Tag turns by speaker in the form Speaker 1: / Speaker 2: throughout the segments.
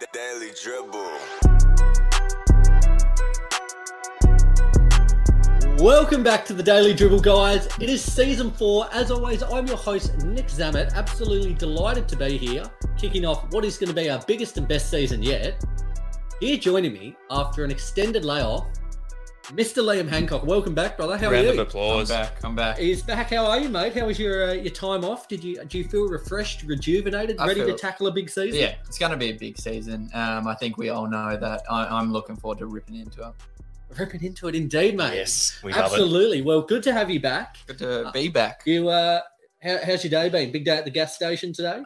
Speaker 1: The Daily Dribble.
Speaker 2: Welcome back to the Daily Dribble, guys. It is season four. As always, I'm your host, Nick Zammit. Absolutely delighted to be here, kicking off what is going to be our biggest and best season yet. Here joining me after an extended layoff, Mr. Liam Hancock. Welcome back, brother. How
Speaker 3: Round
Speaker 2: are
Speaker 3: of
Speaker 2: you?
Speaker 3: applause.
Speaker 4: I'm back. I'm back.
Speaker 2: He's back. How are you, mate? How was your uh, your time off? Did you do you feel refreshed, rejuvenated,
Speaker 4: I
Speaker 2: ready to
Speaker 4: feel-
Speaker 2: tackle a big season?
Speaker 4: Yeah, it's going to be a big season. Um, I think we all know that. I, I'm looking forward to ripping into it.
Speaker 2: ripping into it, indeed, mate.
Speaker 3: Yes, we love
Speaker 2: absolutely. Well, good to have you back.
Speaker 4: Good to be back.
Speaker 2: You, uh, how, how's your day been? Big day at the gas station today.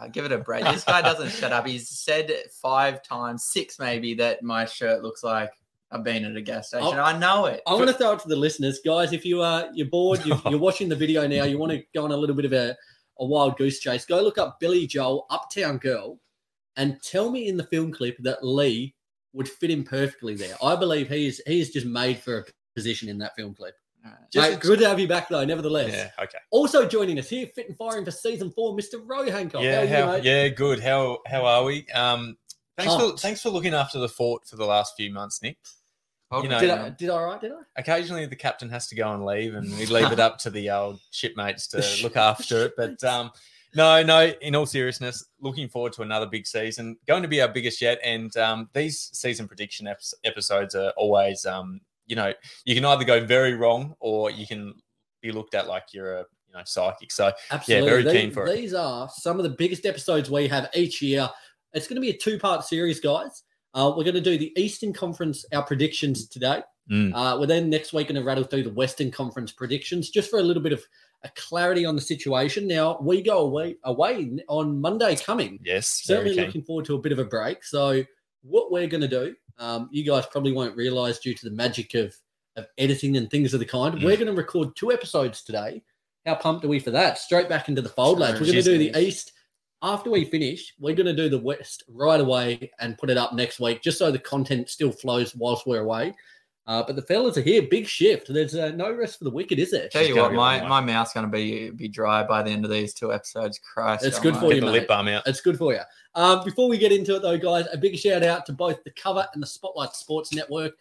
Speaker 4: I'll give it a break. This guy doesn't shut up. He's said five times, six maybe, that my shirt looks like I've been at a gas station.
Speaker 2: Oh.
Speaker 4: I know it.
Speaker 2: I want to throw it to the listeners, guys. If you are you're bored, you've, you're watching the video now, you want to go on a little bit of a, a wild goose chase. Go look up Billy Joel, Uptown Girl, and tell me in the film clip that Lee would fit in perfectly there. I believe he is he is just made for a position in that film clip.
Speaker 4: Alright.
Speaker 2: Just
Speaker 4: Just-
Speaker 2: good to have you back though.
Speaker 3: it.
Speaker 2: Nevertheless,
Speaker 3: Yeah, okay.
Speaker 2: also joining us here, fit and firing for season four, Mr. Roe Hancock.
Speaker 3: yeah,
Speaker 2: How are
Speaker 3: how,
Speaker 2: you, mate?
Speaker 3: yeah, good. How how are we? Um, thanks for
Speaker 2: Pumped.
Speaker 3: thanks for looking after the fort for the last few months, Nick. you know,
Speaker 2: Did I did I all right? Did I?
Speaker 3: Occasionally, the captain has to go and leave, and we leave it up to the old shipmates to look after it. But um, no, no. In all seriousness, looking forward to another big season. Going to be our biggest yet, and um, these season prediction epis episodes are always, um, you know, you can either go very wrong or you can be looked at like you're a you know psychic. So
Speaker 2: Absolutely.
Speaker 3: very
Speaker 2: these,
Speaker 3: keen for it.
Speaker 2: These are some of the biggest episodes we have each year. It's going to be a two part series, guys. Uh, we're going to do the Eastern Conference, our predictions today.
Speaker 3: Mm.
Speaker 2: Uh, we're then next week going to rattle through the Western Conference predictions just for a little bit of a clarity on the situation. Now, we go away, away on Monday coming.
Speaker 3: yes, very
Speaker 2: Certainly
Speaker 3: keen.
Speaker 2: looking forward to a bit of a break. So, what we're going to do, um, you guys probably won't realize due to the magic of, of editing and things of the kind,
Speaker 3: Mm.
Speaker 2: we're going to record two episodes today. How pumped are we for that? Straight back into the fold, lads. We're going to
Speaker 3: Jeez,
Speaker 2: do the
Speaker 4: Louise.
Speaker 2: East. After we finish, we're going to do the West right away and put it up next week just so the content still flows whilst we're away. Uh, but the fellas are here. Big shift. There's uh, no rest for the wicked, is there?
Speaker 4: Tell
Speaker 3: She's
Speaker 4: you
Speaker 3: gonna
Speaker 4: what,
Speaker 3: be
Speaker 4: my,
Speaker 3: alright.
Speaker 4: my mouth's going to be be dry by the end of these two episodes. Christ,
Speaker 2: It's
Speaker 4: oh
Speaker 2: good
Speaker 4: my-
Speaker 2: for
Speaker 3: Get
Speaker 2: you,
Speaker 3: the
Speaker 2: mate.
Speaker 3: lip balm out.
Speaker 2: It's good for you. Um, before we get into it, though, guys, a big shout out to both the cover and the Spotlight Sports Network.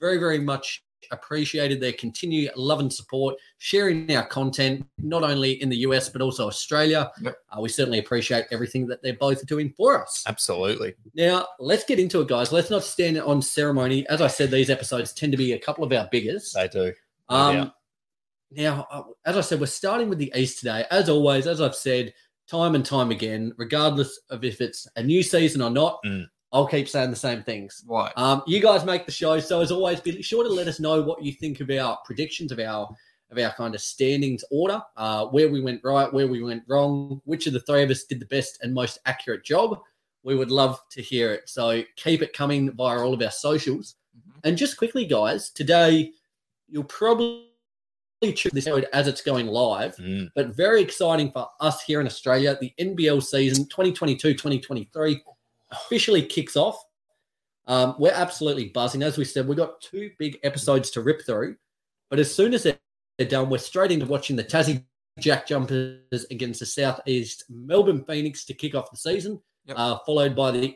Speaker 2: Very, very much appreciated their continued love and support, sharing our content, not only in the US, but also Australia.
Speaker 4: Yep.
Speaker 2: Uh, we certainly appreciate everything that they're both doing for us.
Speaker 3: Absolutely.
Speaker 2: Now, let's get into it, guys. Let's not stand on ceremony. As I said, these episodes tend to be a couple of our biggest.
Speaker 3: They do. No
Speaker 2: Um, now, uh, as I said, we're starting with the East today. As always, as I've said time and time again, regardless of if it's a new season or not,
Speaker 3: Mm.
Speaker 2: I'll keep saying the same things.
Speaker 4: What?
Speaker 2: Um, you guys make the show, so as always, be sure to let us know what you think of our predictions of our of our kind of standings order, uh, where we went right, where we went wrong, which of the three of us did the best and most accurate job. We would love to hear it, so keep it coming via all of our socials.
Speaker 4: Mhm.
Speaker 2: And just quickly, guys, today you'll probably tune this out as it's going live,
Speaker 3: Mm.
Speaker 2: but very exciting for us here in Australia. The NBL season 2022 2023 officially kicks off. Um, we're absolutely buzzing. As we said, we've got two big episodes to rip through, but as soon as they're they're done, we're straight into watching the Tassie Jack Jumpers against the Southeast Melbourne Phoenix to kick off the season,
Speaker 4: Yep.
Speaker 2: uh, followed by the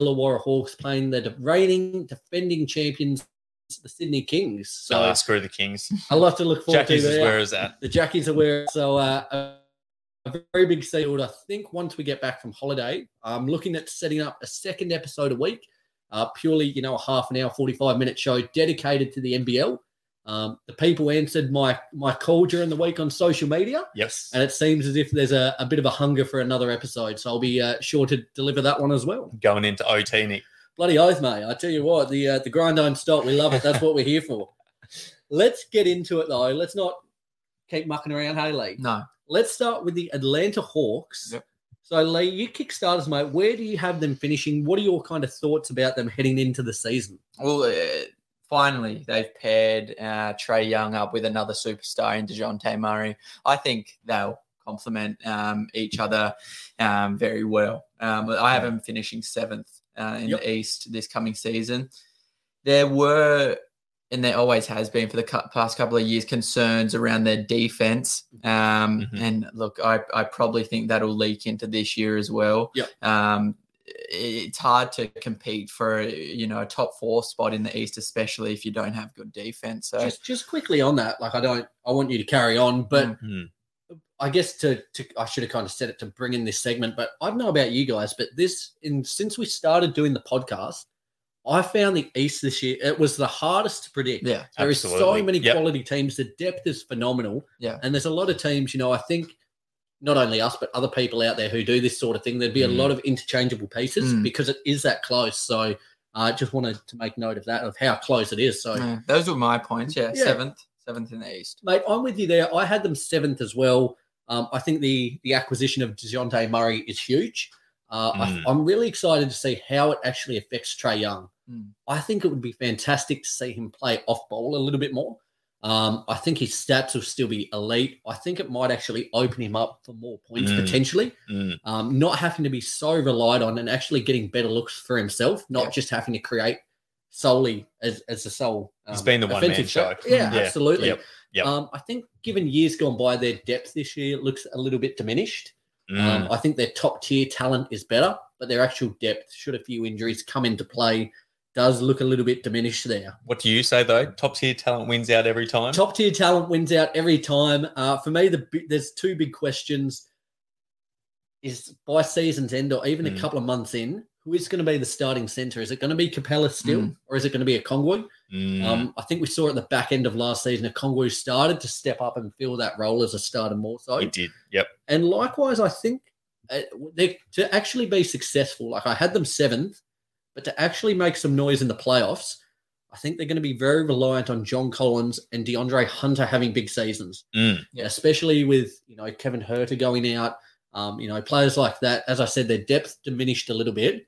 Speaker 2: Illawarra Hawks playing the reigning defending champions, the Sydney Kings. So
Speaker 3: Nah, Oh, screw the Kings.
Speaker 2: a lot to look forward
Speaker 3: Jackies
Speaker 2: to
Speaker 3: is
Speaker 2: there.
Speaker 3: where is that?
Speaker 2: the Jackies are where. So uh, a, a very big sealed. I think once we get back from holiday, I'm looking at setting up a second episode a week, uh, purely you know a half an hour, 45 minute show dedicated to the NBL. Um, the people answered my my call during the week on social media,
Speaker 3: Yes.
Speaker 2: and it seems as if there's a, a bit of a hunger for another episode. So I'll be uh, sure to deliver that one as well.
Speaker 3: Going into OT, Nick.
Speaker 2: Bloody oath, mate. I tell you what, the uh, the grind don't stop. We love it. That's what we're here for. Let's get into it though. Let's not keep mucking around, hey Lee.
Speaker 4: No.
Speaker 2: Let's start with the Atlanta Hawks.
Speaker 4: Yep.
Speaker 2: So Lee, you kickstarters, mate. Where do you have them finishing? What are your kind of thoughts about them heading into the season?
Speaker 4: Well, uh, finally, they've paired uh, Trey Young up with another superstar in DeJounte Murray. I think they'll complement um, each other um, very well. Um, I have them finishing seventh uh, in
Speaker 2: Yep.
Speaker 4: the East this coming season. There were, and there always has been for the cu- past couple of years, concerns around their defense. Um,
Speaker 3: Mhm.
Speaker 2: Mm-hmm.
Speaker 4: And look, I, I probably think that'll leak into this year as well.
Speaker 2: Yep.
Speaker 4: Um, it's hard to compete for you know a top four spot in the East, especially if you don't have good defense. So
Speaker 2: Just just quickly on that, like I don't, I want you to carry on, but
Speaker 4: Mm.
Speaker 3: Mhm.
Speaker 2: I guess to, to I should have kind of said it to bring in this segment, but I don't know about you guys, but this in since we started doing the podcast, I found the East this year it was the hardest to predict.
Speaker 4: yeah,
Speaker 2: There is
Speaker 3: Absolutely.
Speaker 2: so many
Speaker 3: Yep.
Speaker 2: quality teams. The depth is phenomenal.
Speaker 4: Yeah.
Speaker 2: And there's a lot of teams, you know, I think not only us, but other people out there who do this sort of thing, there'd be a
Speaker 3: Mm.
Speaker 2: lot of interchangeable pieces
Speaker 4: Mm.
Speaker 2: because it is that close. So uh, I just wanted to make note of that, of how close it is. So,
Speaker 4: yeah, those were my points. Yeah,
Speaker 2: Yeah.
Speaker 4: seventh, seventh in the East.
Speaker 2: mate, I'm with you there. I had them seventh as well. Um, I think the, the acquisition of DeJounte Murray is huge. Uh,
Speaker 3: Mm.
Speaker 2: I, I'm really excited to see how it actually affects Trey Young.
Speaker 4: Mm.
Speaker 2: I think it would be fantastic to see him play off ball a little bit more. Um, I think his stats will still be elite. I think it might actually open him up for more points
Speaker 3: Mm.
Speaker 2: potentially.
Speaker 3: Mm.
Speaker 2: Um, not having to be so relied on and actually getting better looks for himself, not
Speaker 4: Yeah.
Speaker 2: just having to create solely as as the sole. Um,
Speaker 3: He's been the one-man
Speaker 2: offensive
Speaker 3: show.
Speaker 2: threat. Yeah,
Speaker 3: Yeah.
Speaker 2: absolutely.
Speaker 3: Yep. Yep.
Speaker 2: Um, I think given years gone by, their depth this year looks a little bit diminished.
Speaker 3: Mm.
Speaker 2: Um, I think their top tier talent is better, but their actual depth, should a few injuries come into play, does look a little bit diminished there.
Speaker 3: What do you say though? Top tier talent wins out every time.
Speaker 2: Top tier talent wins out every time. Uh, for me, the bi- there's two big questions: is by season's end or even
Speaker 3: Mm.
Speaker 2: a couple of months in, who is going to be the starting center? Is it going to be Capella still,
Speaker 4: Mm.
Speaker 2: or is it going to be a Kongwu?
Speaker 3: Mm.
Speaker 2: Um, I think we saw at the back end of last season, a Kongwu started to step up and fill that role as a starter more so.
Speaker 3: he did. Yep.
Speaker 2: And likewise, I think uh, they to actually be successful. Like I had them seventh, but to actually make some noise in the playoffs, I think they're going to be very reliant on John Collins and DeAndre Hunter having big seasons.
Speaker 3: Mm.
Speaker 4: Yeah.
Speaker 2: especially with you know Kevin Herter going out. Um, you know players like that. As I said, their depth diminished a little bit.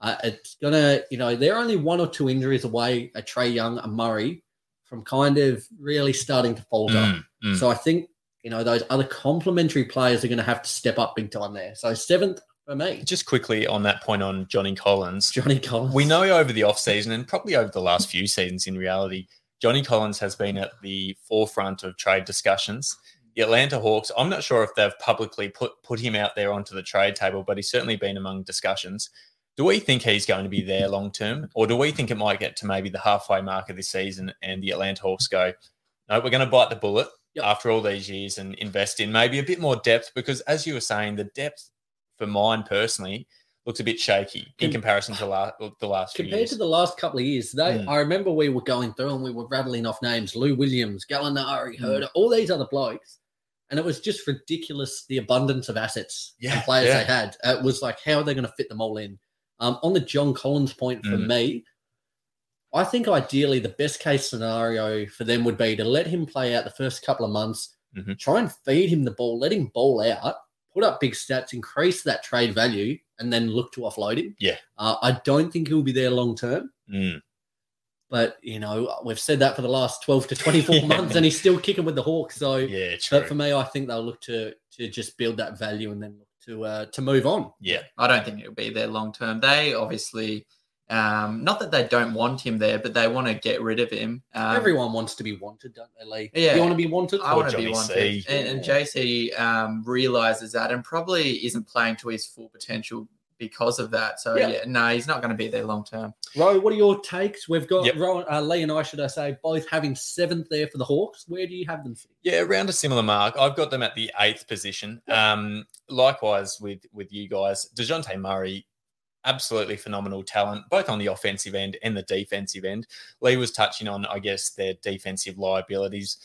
Speaker 2: Uh, it's gonna, you know, they're only one or two injuries away. A Trey Young, a Murray, from kind of really starting to falter.
Speaker 3: Mm. Mm.
Speaker 2: So I think, you know, those other complementary players are going to have to step up big time there. So seventh for me,
Speaker 3: Mm. Just quickly on that point on Johnny Collins.
Speaker 2: Johnny Collins.
Speaker 3: We know over the off season and probably over the last few seasons in reality, Johnny Collins has been at the forefront of trade discussions. The Atlanta Hawks, I'm not sure if they've publicly put, put him out there onto the trade table, but he's certainly been among discussions. Do we think he's going to be there long term, or do we think it might get to maybe the halfway mark of this season and the Atlanta Hawks go, no, we're going to bite the bullet
Speaker 2: Yep.
Speaker 3: after all these years and invest in maybe a bit more depth? Because as you were saying, the depth for mine personally looks a bit shaky in
Speaker 2: Com-
Speaker 3: comparison to la- the last few
Speaker 2: compared
Speaker 3: years.
Speaker 2: to the last couple of years, they
Speaker 3: Mm.
Speaker 2: I remember we were going through and we were rattling off names: Lou Williams, Gallinari,
Speaker 4: Mm.
Speaker 3: Hmm.
Speaker 2: Herder, all these other blokes, and it was just ridiculous the abundance of assets
Speaker 3: Yeah,
Speaker 2: and players
Speaker 3: yeah.
Speaker 2: they had. It was like how are they going to fit them all in? Um, on the John Collins point for
Speaker 3: Mm.
Speaker 2: me. I think ideally the best case scenario for them would be to let him play out the first couple of months,
Speaker 3: Mhm.
Speaker 2: try and feed him the ball, let him ball out, put up big stats, increase that trade value, and then look to offload him.
Speaker 3: Yeah.
Speaker 2: Uh, I don't think he'll be there long term,
Speaker 3: Mm.
Speaker 2: but you know we've said that for the last twelve to twenty-four
Speaker 3: Yeah.
Speaker 2: months, and he's still kicking with the Hawks. So,
Speaker 3: Yeah, true.
Speaker 2: but for me, I think they'll look to to just build that value and then look to uh, to move on.
Speaker 3: yeah,
Speaker 4: I don't think it'll be there long term. They obviously, um, not that they don't want him there, but they want to get rid of him. Um,
Speaker 2: Everyone wants to be wanted, don't they, Lee?
Speaker 4: Yeah.
Speaker 2: You want to be wanted?
Speaker 4: I want to be
Speaker 3: Johnny
Speaker 4: wanted.
Speaker 3: C.
Speaker 4: And, and JC um, realizes that and probably isn't playing to his full potential because of that. So,
Speaker 2: Yeah.
Speaker 4: yeah, no, he's not going to be there long term.
Speaker 2: Row, what are your takes? We've got
Speaker 3: Yep.
Speaker 2: Rowan, uh, Lee and I, should I say, both having seventh there for the Hawks. Where do you have them? sitting?
Speaker 3: yeah, around a similar mark. I've got them at the eighth position. Um, likewise with with you guys, Dejounte Murray, absolutely phenomenal talent, both on the offensive end and the defensive end. Lee was touching on, I guess, their defensive liabilities.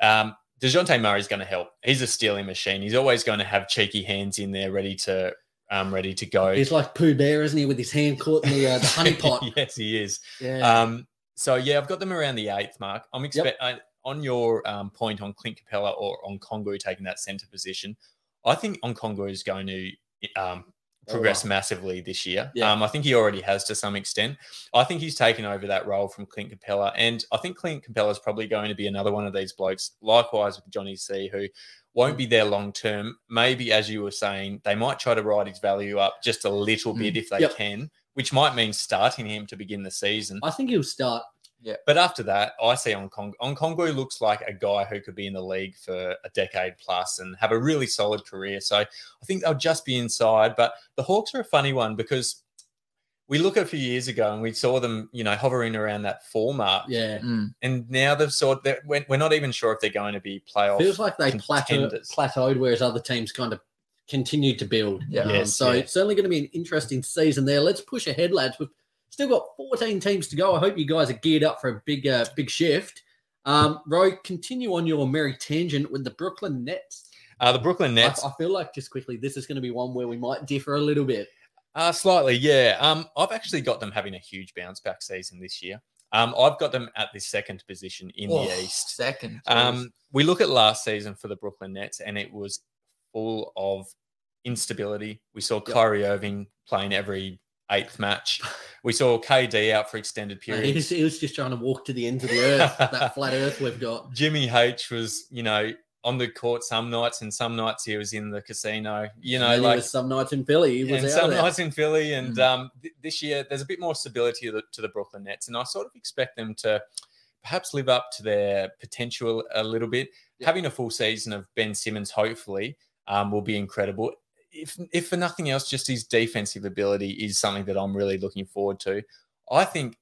Speaker 3: Um, Dejounte Murray's going to help. He's a stealing machine. He's always going to have cheeky hands in there, ready to um, ready to go.
Speaker 2: He's like Pooh Bear, isn't he, with his hand caught in the, uh, the honey pot?
Speaker 3: yes, he is.
Speaker 2: yeah.
Speaker 3: Um, so yeah, I've got them around the eighth mark. I'm expect I on your um, point on Clint Capella or on Kongu taking that center position. I think on Kongu is going to um, progress
Speaker 2: Oh, wow.
Speaker 3: massively this year.
Speaker 2: Yeah.
Speaker 3: Um, I think he already has to some extent. I think he's taken over that role from Clint Capella, and I think Clint Capella is probably going to be another one of these blokes. Likewise with Johnny C, who won't be there long term. Maybe as you were saying, they might try to ride his value up just a little
Speaker 4: Mm.
Speaker 3: bit if they
Speaker 2: Yep.
Speaker 3: can. Which might mean starting him to begin the season.
Speaker 2: I think he'll start.
Speaker 3: But after that, I see on Kong on Congo looks like a guy who could be in the league for a decade plus and have a really solid career. So I think they'll just be inside. But the Hawks are a funny one because we look a few years ago and we saw them, you know, hovering around that four mark.
Speaker 2: Yeah.
Speaker 4: Mm.
Speaker 3: And now they've sort that we're we're not even sure if they're going to be playoff.
Speaker 2: Feels like they plateau,
Speaker 3: contenders.
Speaker 2: plateaued, whereas other teams kind of continued to build. Um,
Speaker 4: Yeah.
Speaker 3: Yes,
Speaker 2: so
Speaker 3: yeah.
Speaker 2: it's certainly going to be an interesting season there. Let's push ahead, lads. We've still got 14 teams to go. I hope you guys are geared up for a big, uh, big shift. Um, Ro, continue on your merry tangent with the Brooklyn Nets.
Speaker 3: uh, the Brooklyn Nets.
Speaker 2: I, I feel like just quickly, this is going to be one where we might differ a little bit.
Speaker 3: Uh, slightly, yeah. Um, I've actually got them having a huge bounce back season this year. Um, I've got them at the second position in
Speaker 4: Oh,
Speaker 3: the East.
Speaker 4: Second.
Speaker 3: Um, we look at last season for the Brooklyn Nets, and it was full of instability. We saw
Speaker 2: Yep.
Speaker 3: Kyrie Irving playing every eighth match. We saw KD out for extended
Speaker 2: He was,
Speaker 3: periods.
Speaker 2: he was just trying to walk to the ends of the earth, that flat earth we've got.
Speaker 3: Jimmy H was, you know, on the court some nights, and some nights he was in the casino. You know,
Speaker 2: And he
Speaker 3: like
Speaker 2: was some nights in Philly, he was
Speaker 3: and
Speaker 2: out
Speaker 3: some
Speaker 2: there.
Speaker 3: nights in Philly. And
Speaker 4: Mm.
Speaker 3: um, th- this year, there's a bit more stability to the, to the Brooklyn Nets, and I sort of expect them to perhaps live up to their potential a little bit.
Speaker 4: Yeah.
Speaker 3: Having a full season of Ben Simmons, hopefully, um, will be incredible. If, if for nothing else, just his defensive ability is something that I'm really looking forward to. I think,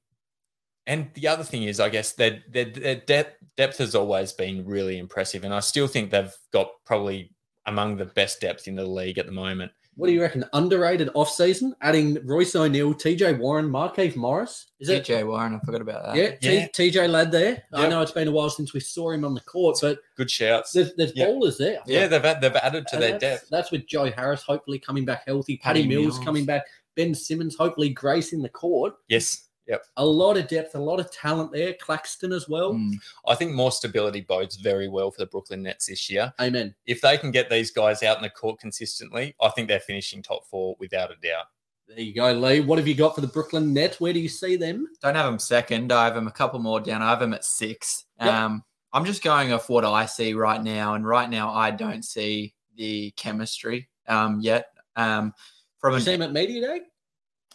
Speaker 3: and the other thing is, I guess their their, their depth depth has always been really impressive, and I still think they've got probably among the best depth in the league at the moment.
Speaker 2: What do you reckon? Underrated off season, adding Royce O'Neal, TJ Warren, Markeith Morris. Is it?
Speaker 4: TJ Warren, I forgot about that.
Speaker 2: Yeah, T-
Speaker 3: Yeah.
Speaker 2: TJ Ladd there. I
Speaker 3: Yep.
Speaker 2: know it's been a while since we saw him on the court, but
Speaker 3: Good shouts.
Speaker 2: there's, there's
Speaker 3: Yeah.
Speaker 2: ballers there.
Speaker 3: Yeah, they've ad- they've added to
Speaker 2: And
Speaker 3: their
Speaker 2: that's,
Speaker 3: depth.
Speaker 2: that's with Joe Harris hopefully coming back healthy, Paddy,
Speaker 4: Patty
Speaker 2: Mills,
Speaker 4: Mills.
Speaker 2: coming back, Ben Simmons hopefully gracing the court.
Speaker 3: Yes. Yep.
Speaker 2: A lot of depth, a lot of talent there. Claxton as well.
Speaker 4: Mm.
Speaker 3: I think more stability bodes very well for the Brooklyn Nets this year.
Speaker 2: Amen.
Speaker 3: If they can get these guys out in the court consistently, I think they're finishing top four without a doubt.
Speaker 2: There you go, Lee. What have you got for the Brooklyn Nets? Where do you see them?
Speaker 4: Don't have them second. I have them a couple more down. I have them at six.
Speaker 2: Yep.
Speaker 4: Um, I'm just going off what I see right now, and right now I don't see the chemistry um, yet. Um, from
Speaker 2: You
Speaker 4: an,
Speaker 2: see them at media day?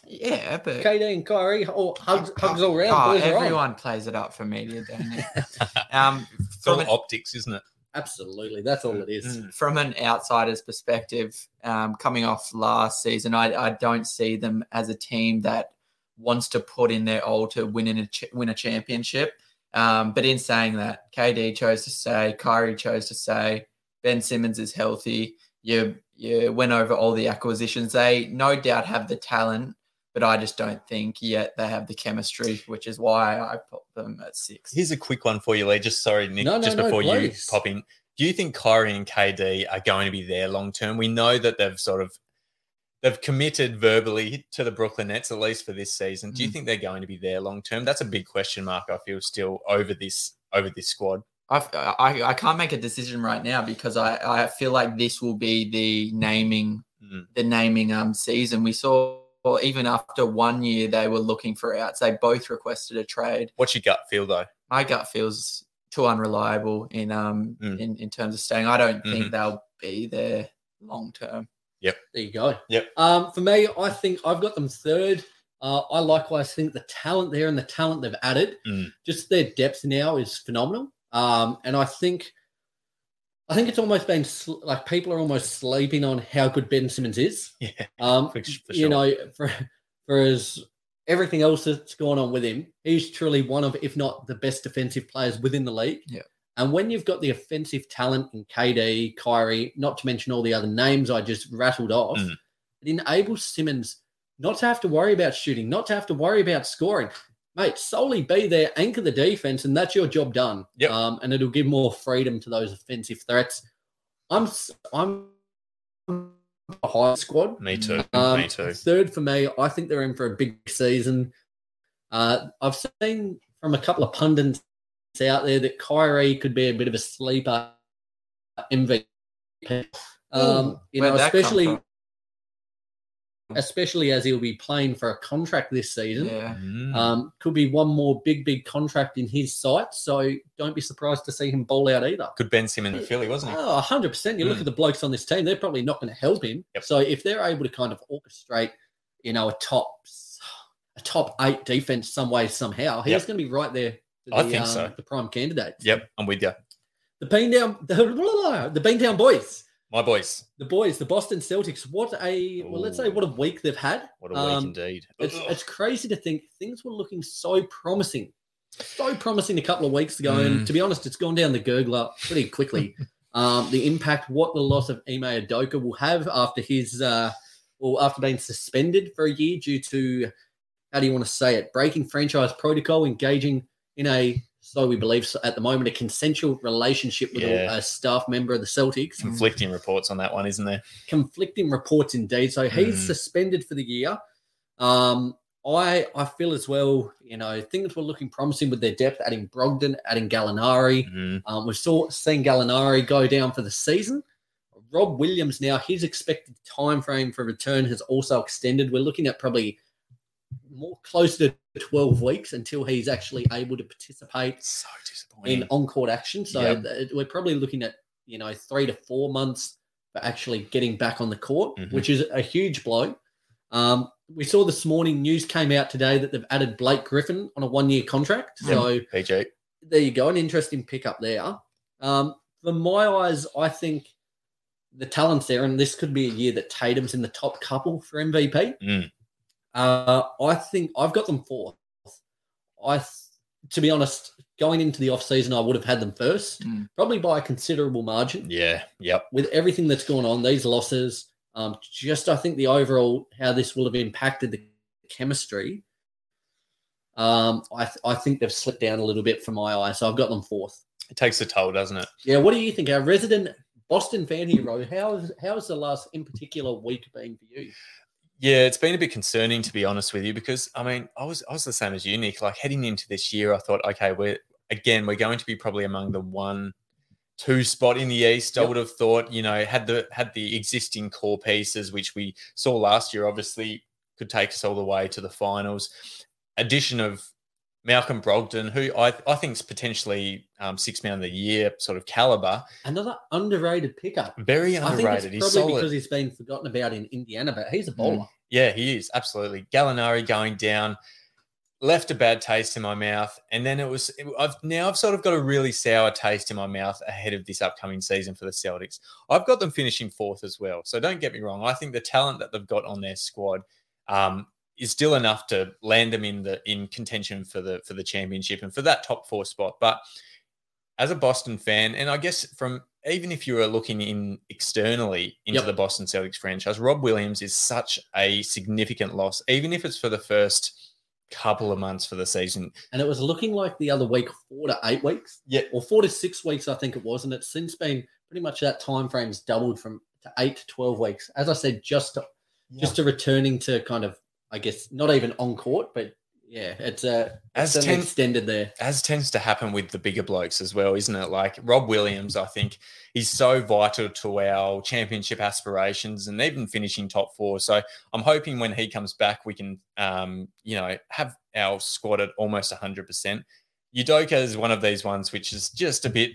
Speaker 4: yeah, but
Speaker 2: KD and Kyrie, oh, hugs, hugs all round.
Speaker 4: Oh,
Speaker 2: Boys are on.
Speaker 4: everyone plays it up for media, don't they? um,
Speaker 3: It's
Speaker 4: from
Speaker 3: all
Speaker 4: an,
Speaker 3: optics, isn't it?
Speaker 2: Absolutely. That's all it is.
Speaker 3: Mm.
Speaker 4: from an outsider's perspective, um, coming off last season, I, I don't see them as a team that wants to put in their all to win in a ch- win a championship. Um, but in saying that, KD chose to stay, Kyrie chose to stay, Ben Simmons is healthy. You you went over all the acquisitions. They no doubt have the talent, but I just don't think yet they have the chemistry, which is why I put them at six.
Speaker 3: Here's a quick one for you, Lee. Just sorry, Nick,
Speaker 2: No, no,
Speaker 3: just
Speaker 2: no,
Speaker 3: before you
Speaker 2: please.
Speaker 3: pop in. Do you think Kyrie and KD are going to be there long term? We know that they've sort of they've committed verbally to the Brooklyn Nets at least for this season. Do you
Speaker 4: Mm.
Speaker 3: think they're going to be there long term? That's a big question mark. I feel still over this over this squad.
Speaker 4: I've, I I can't make a decision right now because I, I feel like this will be the naming
Speaker 3: Mm.
Speaker 4: the naming um season. We saw well, even after one year they were looking for outs. They both requested a trade.
Speaker 3: What's your gut feel though?
Speaker 4: My gut feels too unreliable in um
Speaker 3: Mm.
Speaker 4: in, in terms of staying. I don't think they'll be there long term.
Speaker 2: There you go.
Speaker 3: Yep.
Speaker 2: Um, for me, I think I've got them third. Uh, I likewise think the talent there and the talent they've added,
Speaker 3: Mm.
Speaker 2: just their depth now is phenomenal. Um, and I think, I think it's almost been sl- like people are almost sleeping on how good Ben Simmons is.
Speaker 3: Yeah,
Speaker 2: Um,
Speaker 3: for, s- for
Speaker 2: you
Speaker 3: sure.
Speaker 2: know, for for his everything else that's gone on with him, he's truly one of, if not the best defensive players within the league.
Speaker 4: Yeah.
Speaker 2: And when you've got the offensive talent in KD, Kyrie, not to mention all the other names I just rattled off,
Speaker 3: Mm.
Speaker 2: it enables Simmons not to have to worry about shooting, not to have to worry about scoring. Mate, solely be there, anchor the defense, and that's your job done.
Speaker 3: Yep.
Speaker 2: Um, and it'll give more freedom to those offensive threats. I'm s- I'm high squad.
Speaker 3: me too.
Speaker 2: Um,
Speaker 3: me too.
Speaker 2: Third for me, I think they're in for a big season. Uh, I've seen from a couple of pundits out there that Kyrie could be a bit of a sleeper MVP. Um, you
Speaker 4: Where'd
Speaker 2: know,
Speaker 4: that come
Speaker 2: especially
Speaker 4: from?
Speaker 2: especially as he'll be playing for a contract this season.
Speaker 4: yeah.
Speaker 3: Mm.
Speaker 2: Um, could be one more big, big contract in his sight. So don't be surprised to see him bowl out either.
Speaker 3: Good Ben Simmons in Philly, wasn't he?
Speaker 2: Oh, 100%. You look
Speaker 3: Mm.
Speaker 2: at the blokes on this team, they're probably not going to help him.
Speaker 3: Yep.
Speaker 2: So if they're able to kind of orchestrate, you know, a top a top 8 defense some way somehow, he's
Speaker 3: Yep.
Speaker 2: going to be right there. for
Speaker 3: I
Speaker 2: the,
Speaker 3: think so.
Speaker 2: The prime candidate.
Speaker 3: Yep, I'm with you.
Speaker 2: The Beantown the, the Beantown boys.
Speaker 3: My boys.
Speaker 2: The boys, the Boston Celtics. What a well, let's say what a week they've had.
Speaker 1: What a week
Speaker 2: Um,
Speaker 1: indeed.
Speaker 2: It's, it's crazy to think things were looking so promising, so promising a couple of weeks ago.
Speaker 3: Mm.
Speaker 2: And to be honest, it's gone down the gurgler pretty quickly. um, the impact what the loss of Ime Adoka will have after his, uh, well, after being suspended for a year due to, how do you want to say it, breaking franchise protocol, engaging in a, so we believe so at the moment, a consensual relationship with
Speaker 3: Yeah.
Speaker 2: a, a staff member of the Celtics
Speaker 3: Conflicting reports on that one, isn't there?
Speaker 2: conflicting reports indeed. So he's
Speaker 3: Mm.
Speaker 2: suspended for the year. Um, I I feel as well, you know, things were looking promising with their depth, adding Brogdon, adding Gallinari.
Speaker 3: Mm.
Speaker 2: Um, we saw seeing Gallinari go down for the season. Rob Williams now, his expected time frame for return has also extended. We're looking at probably more closer to 12 weeks until he's actually able to participate
Speaker 3: So
Speaker 2: in
Speaker 3: disappointing.
Speaker 2: on-court action. So
Speaker 3: Yep.
Speaker 2: th- we're probably looking at you know three to four months for actually getting back on the court,
Speaker 3: Mhm.
Speaker 2: which is a huge blow. Um, we saw this morning news came out today that they've added Blake Griffin on a one-year contract.
Speaker 3: Yep.
Speaker 2: So
Speaker 3: PJ.
Speaker 2: there you go, an interesting pickup there. Um, for my eyes, I think the talent's there, and this could be a year that Tatum's in the top couple for MVP.
Speaker 3: Mm.
Speaker 2: Uh, I think I've got them fourth. I, th- to be honest, going into the offseason, I would have had them first,
Speaker 4: Mm.
Speaker 2: probably by a considerable margin.
Speaker 3: Yeah. Yep.
Speaker 2: With everything that's gone on, these losses, um, just I think the overall how this will have impacted the chemistry. Um, I th- I think they've slipped down a little bit for my eye, so I've got them fourth.
Speaker 3: It takes a toll, doesn't it?
Speaker 2: Yeah, what do you think, our resident Boston fan hero? How is how has the last in particular week been for you?
Speaker 3: Yeah, it's been a bit concerning to be honest with you because I mean, I was I was the same as you, Nick. Like heading into this year, I thought, okay, we're again, we're going to be probably among the one, two spot in the East. I
Speaker 2: Yep.
Speaker 3: would have thought, you know, had the had the existing core pieces which we saw last year, obviously could take us all the way to the finals. Addition of Malcolm Brogdon, who I I think's potentially um, six man of the year sort of caliber,
Speaker 2: Another underrated pickup.
Speaker 3: very
Speaker 2: I
Speaker 3: underrated.
Speaker 2: think it's probably
Speaker 3: He's solid.
Speaker 2: because he's been forgotten about in Indiana, but he's a bowler.
Speaker 3: Yeah, he is absolutely. Gallinari going down left a bad taste in my mouth, and then it was. it- I've now I've sort of got a really sour taste in my mouth ahead of this upcoming season for the Celtics. I've got them finishing fourth as well. So don't get me wrong. I think the talent that they've got on their squad um, is still enough to land them in the in contention for the for the championship and for that top four spot. But as a Boston fan, and I guess from even if you were looking in externally into
Speaker 2: Yep.
Speaker 3: the Boston Celtics franchise, Rob Williams is such a significant loss, even if it's for the first couple of months for the season.
Speaker 2: And it was looking like the other week, four to eight weeks.
Speaker 3: Yeah.
Speaker 2: Or four to six weeks, I think it was. And it's since been pretty much that time frame's doubled from to eight to twelve weeks. As I said, just to, just to returning to kind of I guess not even on court, but yeah, it's uh,
Speaker 3: As
Speaker 2: it's certainly
Speaker 3: 10
Speaker 2: extended there.
Speaker 3: as tends to happen with the bigger blokes as well, isn't it? Like Rob Williams, I think he's so vital to our championship aspirations and even finishing top four. So I'm hoping when he comes back, we can, um, you know, have our squad at almost 100%. Udoka is one of these ones which is just a bit,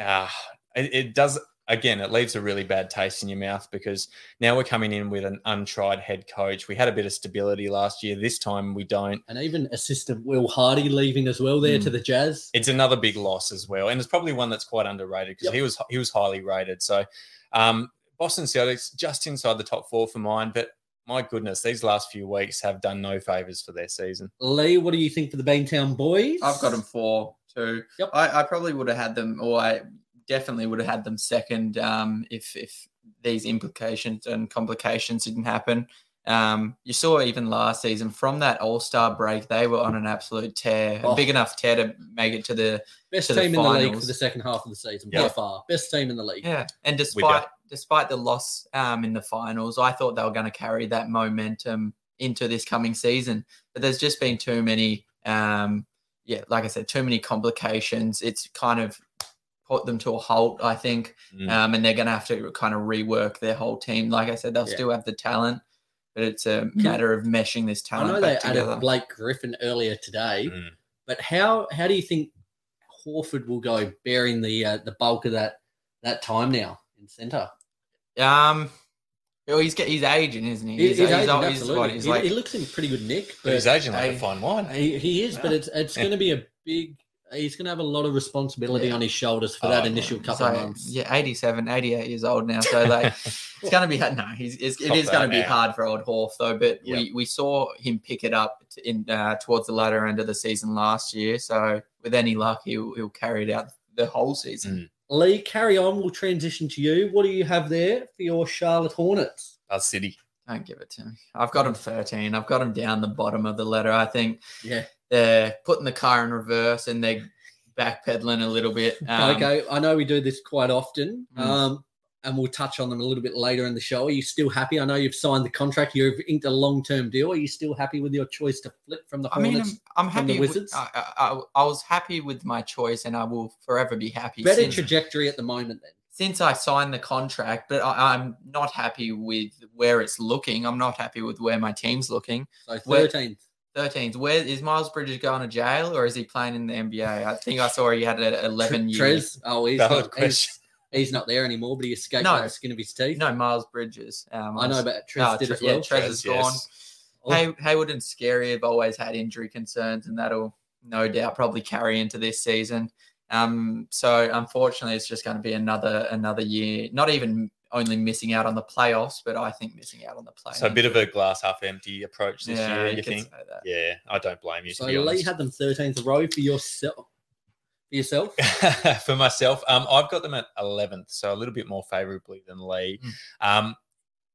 Speaker 3: uh, it, it does, again, it leaves a really bad taste in your mouth because now we're coming in with an untried head coach. We had a bit of stability last year. This time we don't.
Speaker 2: And even assistant Will Hardy leaving as well
Speaker 4: Mm.
Speaker 2: there to the Jazz.
Speaker 3: It's another big loss as well, and it's probably one that's quite underrated because
Speaker 2: Yep.
Speaker 3: he was he was highly rated. So, um, Boston Celtics just inside the top four for mine, but my goodness, these last few weeks have done no favors for their season.
Speaker 2: Lee, what do you think for the Baintown boys?
Speaker 4: I've got them four, two.
Speaker 2: Yep.
Speaker 4: I, I probably would have had them, or I definitely would have had them second um, if if these implications and complications didn't happen. Um, you saw even last season from that All Star break, they were on an absolute tear,
Speaker 2: Oh.
Speaker 4: a big enough tear to make it to the
Speaker 2: Best
Speaker 4: to the
Speaker 2: team in the league
Speaker 4: finals.
Speaker 2: for the second half of the season by
Speaker 3: Yeah.
Speaker 2: far. Best team in the league.
Speaker 4: Yeah, and
Speaker 3: go.
Speaker 4: despite despite the loss um, in the finals, I thought they were going to carry that momentum into this coming season. But there's just been too many, um, yeah, like I said, too many complications. It's kind of put them to a halt, I think,
Speaker 3: Mm.
Speaker 4: um, and they're going to have to kind of rework their whole team. Like I said, they'll
Speaker 2: Yeah.
Speaker 4: still have the talent, but it's a matter of meshing this
Speaker 2: I
Speaker 4: talent
Speaker 2: know they
Speaker 4: back together.
Speaker 2: added Blake Griffin earlier today,
Speaker 3: Mm.
Speaker 2: but how how do you think Horford will go bearing the uh, the bulk of that that time now in centre?
Speaker 4: um, well, he's get- he's aging, isn't he?
Speaker 2: He's, aging,
Speaker 4: old-
Speaker 2: absolutely.
Speaker 4: what,
Speaker 2: he, he looks in pretty good nick,
Speaker 3: But
Speaker 2: but
Speaker 3: he's aging like
Speaker 4: I-
Speaker 3: a fine wine.
Speaker 2: he, he is. But it's it's going to be a big he's going to have a lot of responsibility
Speaker 4: Yeah.
Speaker 2: on his shoulders for
Speaker 3: Oh,
Speaker 2: that
Speaker 3: yeah.
Speaker 2: initial couple
Speaker 4: so,
Speaker 2: of months.
Speaker 4: Yeah, 87, 88 years old now. So like it's going to be hard. No, he's, it's, it
Speaker 3: Top
Speaker 4: is going
Speaker 3: that
Speaker 4: to be
Speaker 3: now.
Speaker 4: hard for old Horf though. But we,
Speaker 3: Yep.
Speaker 4: we saw him pick it up t- in uh, towards the latter end of the season last year. So with any luck, he'll he'll carry it out the whole
Speaker 2: Mm.
Speaker 4: season.
Speaker 2: Lee, carry on. We'll transition to you. What do you have there for your Charlotte Hornets?
Speaker 3: Buzz uh, City.
Speaker 4: Don't give it to me. I've got him thirteen. I've got him down the bottom of the ladder. I think
Speaker 2: Yeah.
Speaker 4: they're putting the car in reverse and they're backpedaling a little bit. Um,
Speaker 2: okay, I know we do this quite often,
Speaker 4: Hmm.
Speaker 2: um, and we'll touch on them a little bit later in the show. Are you still happy? I know you've signed the contract. You've inked a long-term deal. Are you still happy with your choice to flip from the
Speaker 4: I
Speaker 2: Hornets?
Speaker 4: mean, um, I'm, I'm
Speaker 2: from the
Speaker 4: happy. With,
Speaker 2: Wizards?
Speaker 4: I, I, I was happy with my choice, and I will forever be happy.
Speaker 2: Better
Speaker 4: since-
Speaker 2: trajectory at the moment. Then
Speaker 4: since I signed the contract, but I, I'm not happy with where it's looking. I'm not happy with where my team's looking.
Speaker 2: so
Speaker 4: Where-
Speaker 2: thirteenth.
Speaker 4: 13th. Where is Miles Bridges going to jail or is he playing in the NBA? I think I saw he had an 11 year.
Speaker 2: Trez, oh, he's not,
Speaker 3: Valid
Speaker 2: he's,
Speaker 3: question.
Speaker 2: he's not there anymore, but he escaped
Speaker 4: No.
Speaker 2: by the skin of his teeth.
Speaker 4: No, Miles Bridges. Um,
Speaker 2: I know, but Trez
Speaker 4: Oh,
Speaker 2: did
Speaker 4: Tre-
Speaker 2: as well.
Speaker 4: yeah, Trez is
Speaker 3: Trez, yes.
Speaker 4: gone.
Speaker 2: Oh.
Speaker 4: Hay- Hayward and Scary have always had injury concerns, and that'll no doubt probably carry into this season. Um, so unfortunately, it's just going to be another another year. Not even only missing out on the playoffs, but I think missing out on the playoffs.
Speaker 3: So a bit of a glass half empty approach this year, you,
Speaker 4: could
Speaker 3: think?
Speaker 4: say that.
Speaker 3: Yeah, I don't blame you. To
Speaker 2: So
Speaker 3: be
Speaker 2: Lee
Speaker 3: honest.
Speaker 2: had them 13th row for yourself. For yourself,
Speaker 3: for myself, um, I've got them at 11th, so a little bit more favorably than Lee.
Speaker 4: Mm.
Speaker 3: Um,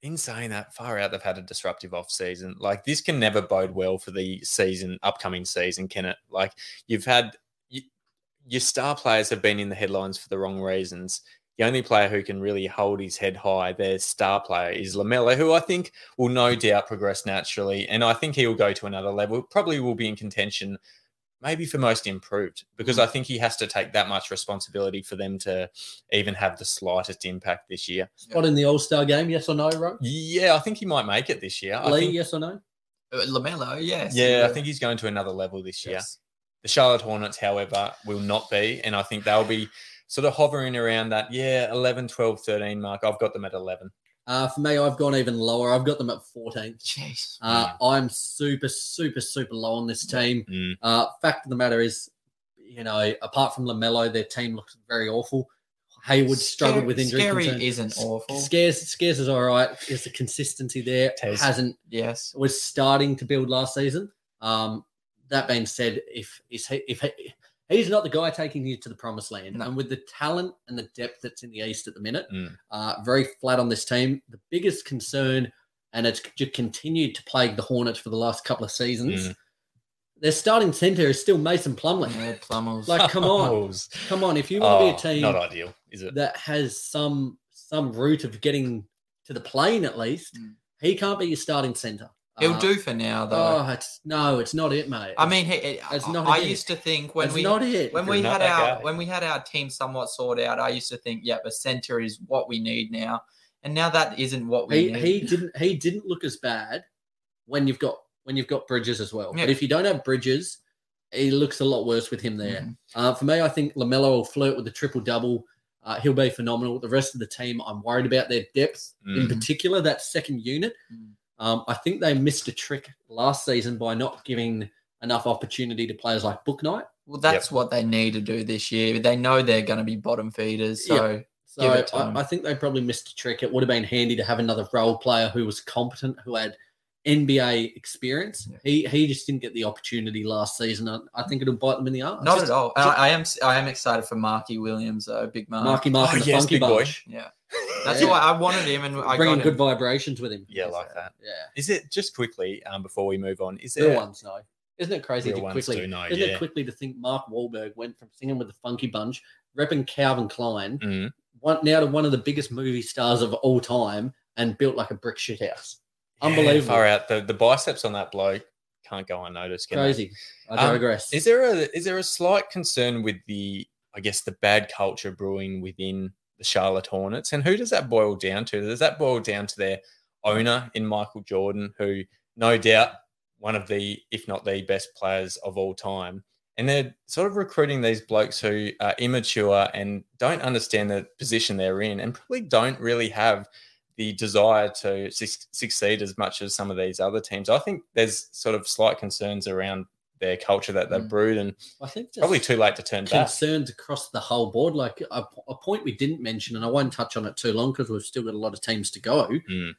Speaker 3: in saying that, far out, they've had a disruptive off-season. Like this can never bode well for the season, upcoming season, can it? Like you've had you, your star players have been in the headlines for the wrong reasons. The only player who can really hold his head high, their star player, is Lamella, who I think will no doubt progress naturally, and I think he will go to another level. Probably will be in contention maybe for most improved because
Speaker 2: Mm.
Speaker 3: I think he has to take that much responsibility for them to even have the slightest impact this year.
Speaker 2: spot in the All Star game, yes or no, Ro?
Speaker 3: Yeah, I think he might make it this year. I
Speaker 2: Lee,
Speaker 3: think-
Speaker 2: yes or no?
Speaker 4: Uh, Lamelo, yes.
Speaker 3: yeah, I
Speaker 4: Lamelo,
Speaker 3: think he's going to another level this year.
Speaker 4: yes.
Speaker 3: The Charlotte Hornets, however, will not be. And I think they'll be sort of hovering around that, yeah, 11, 12, 13 mark. I've got them at 11.
Speaker 2: Uh, for me, I've gone even lower. I've got them at 14th.
Speaker 4: Jeez.
Speaker 2: Uh, I'm super, super, super low on this team.
Speaker 3: Mm.
Speaker 2: Uh, fact of the matter is, you know, apart from Lamelo, their team looks very awful. Hayward struggled
Speaker 4: Scary-
Speaker 2: with injury
Speaker 4: Scary
Speaker 2: concerns.
Speaker 4: isn't awful.
Speaker 2: Scares, Scares is all right. There's the consistency there.
Speaker 3: Taze.
Speaker 2: Hasn't
Speaker 4: yes.
Speaker 2: was starting to build last season. Um, that being said, if is he, if he, he's not the guy taking you to the promised land,
Speaker 4: No.
Speaker 2: and with the talent and the depth that's in the East at the minute,
Speaker 3: Mm.
Speaker 2: uh, very flat on this team. The biggest concern, and it's just continued to plague the Hornets for the last couple of seasons. Their starting center is still Mason Plumley.
Speaker 4: Yeah, Plummels.
Speaker 2: Like, come on,
Speaker 3: Wolves.
Speaker 2: come on! If you want to
Speaker 3: Oh,
Speaker 2: be a
Speaker 3: Not
Speaker 2: team
Speaker 3: ideal, is it?
Speaker 2: that has some some route of getting to the plane at least,
Speaker 4: Mm.
Speaker 2: he can't be your starting center.
Speaker 4: He'll
Speaker 2: Uh,
Speaker 4: do for now, though.
Speaker 2: Oh, it's no, it's not it, mate.
Speaker 4: Uh, I mean, he, it,
Speaker 2: It's
Speaker 4: I,
Speaker 2: not
Speaker 4: I
Speaker 2: it.
Speaker 4: used to think when
Speaker 2: it's
Speaker 4: we
Speaker 2: not it.
Speaker 4: when
Speaker 3: You're eh?
Speaker 4: we
Speaker 3: not
Speaker 4: had
Speaker 3: that
Speaker 4: our
Speaker 3: guy.
Speaker 4: when we had our team somewhat sorted out, I used to think, yep, a center is what we need now, and now that isn't what we
Speaker 2: he
Speaker 4: need.
Speaker 2: he didn't he didn't look as bad when you've got when you've got Bridges as well.
Speaker 4: Yeah.
Speaker 2: But if you don't have Bridges, it looks a lot worse with him there.
Speaker 4: Mm.
Speaker 2: Uh, for me, I think Lamelo will flirt with the triple double. Uh, he'll be phenomenal. The rest of the team, I'm worried about their depth
Speaker 4: Mm-hmm.
Speaker 2: in
Speaker 3: Mm.
Speaker 2: particular that second unit.
Speaker 4: Mm.
Speaker 2: Um, I think they missed a trick last season by not giving enough opportunity to players like Booknight.
Speaker 4: Well, that's what they need to do this year. They know they're going to be bottom feeders,
Speaker 2: Yeah.
Speaker 4: so
Speaker 2: So
Speaker 4: Give it time.
Speaker 2: I, I think they probably missed a trick. It would have been handy to have another role player who was competent, who had NBA experience.
Speaker 4: Yeah.
Speaker 2: He he just didn't get the opportunity last season. I, I think it'll bite them in the arse.
Speaker 4: not at all. And I, I am I am excited for Marky Williams, though, big Mark.
Speaker 2: Marky Mark
Speaker 3: Oh,
Speaker 2: and the
Speaker 3: yes,
Speaker 2: funky
Speaker 3: big boy.
Speaker 2: bunch.
Speaker 4: Yeah, that's
Speaker 2: Yeah.
Speaker 4: why I wanted him, and I
Speaker 2: Bringing
Speaker 4: got
Speaker 2: good
Speaker 4: him.
Speaker 2: vibrations with him.
Speaker 3: Yeah, like that.
Speaker 2: Yeah,
Speaker 3: Is it just quickly um, before we move on? Is
Speaker 2: real
Speaker 3: there
Speaker 2: ones though. Isn't it crazy
Speaker 3: Real
Speaker 2: to
Speaker 3: ones
Speaker 2: quickly?
Speaker 3: do know,
Speaker 2: isn't
Speaker 3: yeah.
Speaker 2: it quickly to think Mark Wahlberg went from singing with the Funky Bunch, repping Calvin Klein,
Speaker 3: Mm.
Speaker 2: one now to one of the biggest movie stars of all time, and built like a brick shit house.
Speaker 3: Yeah,
Speaker 2: Unbelievable.
Speaker 3: far out. The, the biceps on that bloke can't go unnoticed. Can they?
Speaker 2: Crazy. I
Speaker 3: Um,
Speaker 2: digress.
Speaker 3: Is there a is there a slight concern with the I guess the bad culture brewing within the Charlotte Hornets, and who does that boil down to? Does that boil down to their owner in Michael Jordan, who no doubt one of the if not the best players of all time, and they're sort of recruiting these blokes who are immature and don't understand the position they're in, and probably don't really have the desire to su- succeed as much as some of these other teams. I think there's sort of slight concerns around their culture that they've
Speaker 4: Mm.
Speaker 3: brewed, and
Speaker 2: I think just
Speaker 3: probably too late to turn back.
Speaker 2: concerns across the whole board. Like a, a point we didn't mention, and I won't touch on it too long because we've still got a lot of teams to go.
Speaker 3: Mm.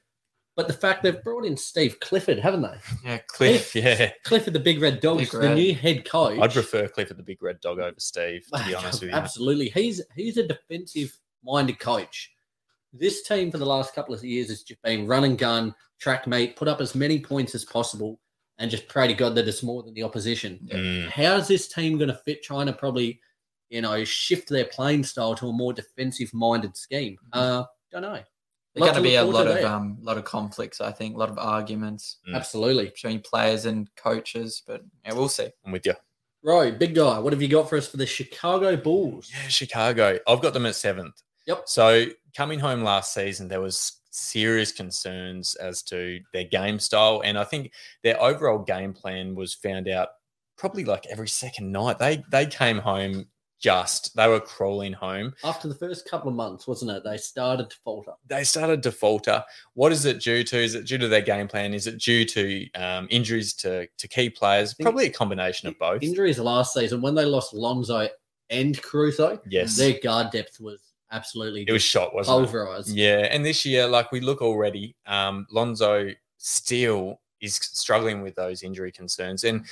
Speaker 2: But the fact they've brought in Steve Clifford, haven't they?
Speaker 4: Yeah,
Speaker 3: Cliff, yeah,
Speaker 2: Clifford, the big red dog,
Speaker 4: Big
Speaker 2: is the
Speaker 4: Red.
Speaker 2: new head coach.
Speaker 3: I'd prefer Clifford the big red dog over Steve. To be honest with you,
Speaker 2: Absolutely. He's he's a defensive minded coach. This team for the last couple of years has just been run and gun, track mate, put up as many points as possible, and just pray to God that it's more than the opposition.
Speaker 3: Mm.
Speaker 2: How's this team going to fit trying to probably, you know, shift their playing style to a more defensive minded scheme?
Speaker 3: Mm.
Speaker 2: Uh, don't know.
Speaker 4: there's
Speaker 2: Lot
Speaker 4: going to
Speaker 2: to
Speaker 4: be a
Speaker 2: look forward
Speaker 4: lot
Speaker 2: to
Speaker 4: of
Speaker 2: there.
Speaker 4: um, lot of conflicts. I think a lot of arguments
Speaker 3: Mm.
Speaker 2: Absolutely.
Speaker 4: between players and coaches, but yeah, we'll see.
Speaker 3: I'm with you.
Speaker 2: Roy, big guy, what have you got for us for the Chicago Bulls?
Speaker 3: Yeah, Chicago. I've got them at seventh.
Speaker 2: Yep.
Speaker 3: So coming home last season, there was serious concerns as to their game style, and I think their overall game plan was found out probably like every second night. They they came home just they were crawling home.
Speaker 2: After the first couple of months, wasn't it? They started to falter.
Speaker 3: They started to falter. What is it due to? Is it due to their game plan? Is it due to um, injuries to to key players?
Speaker 2: think-
Speaker 3: Probably a combination of both.
Speaker 2: Injuries last season when they lost Lonzo and Caruso,
Speaker 3: Yes,
Speaker 2: their guard depth was absolutely
Speaker 3: it was shot, wasn't it?
Speaker 2: pulverized.
Speaker 3: Yeah, and this year, like we look already, um, Lonzo still is struggling with those injury concerns, and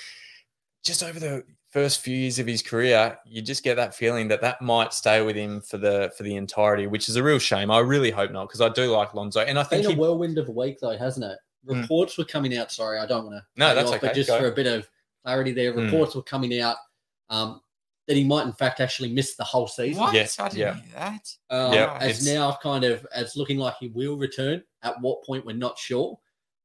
Speaker 3: just over the first few years of his career, you just get that feeling that that might stay with him for the for the entirety, which is a real shame. I really hope not, because I do like Lonzo, and I
Speaker 2: Been
Speaker 3: think
Speaker 2: a
Speaker 3: he,
Speaker 2: whirlwind of a week though, hasn't it?
Speaker 3: Mm.
Speaker 2: Reports were coming out. Sorry, I don't want to.
Speaker 3: No, that's okay,
Speaker 2: But just
Speaker 3: go.
Speaker 2: for a bit of clarity, there
Speaker 3: Mm.
Speaker 2: reports were coming out um, that he might, in fact, actually miss the whole season.
Speaker 4: What?
Speaker 3: Yes,
Speaker 4: I didn't
Speaker 3: yeah.
Speaker 4: hear that.
Speaker 2: Um,
Speaker 3: Yeah,
Speaker 2: as
Speaker 3: it's-
Speaker 2: now kind of as looking like he will return. At what point we're not sure,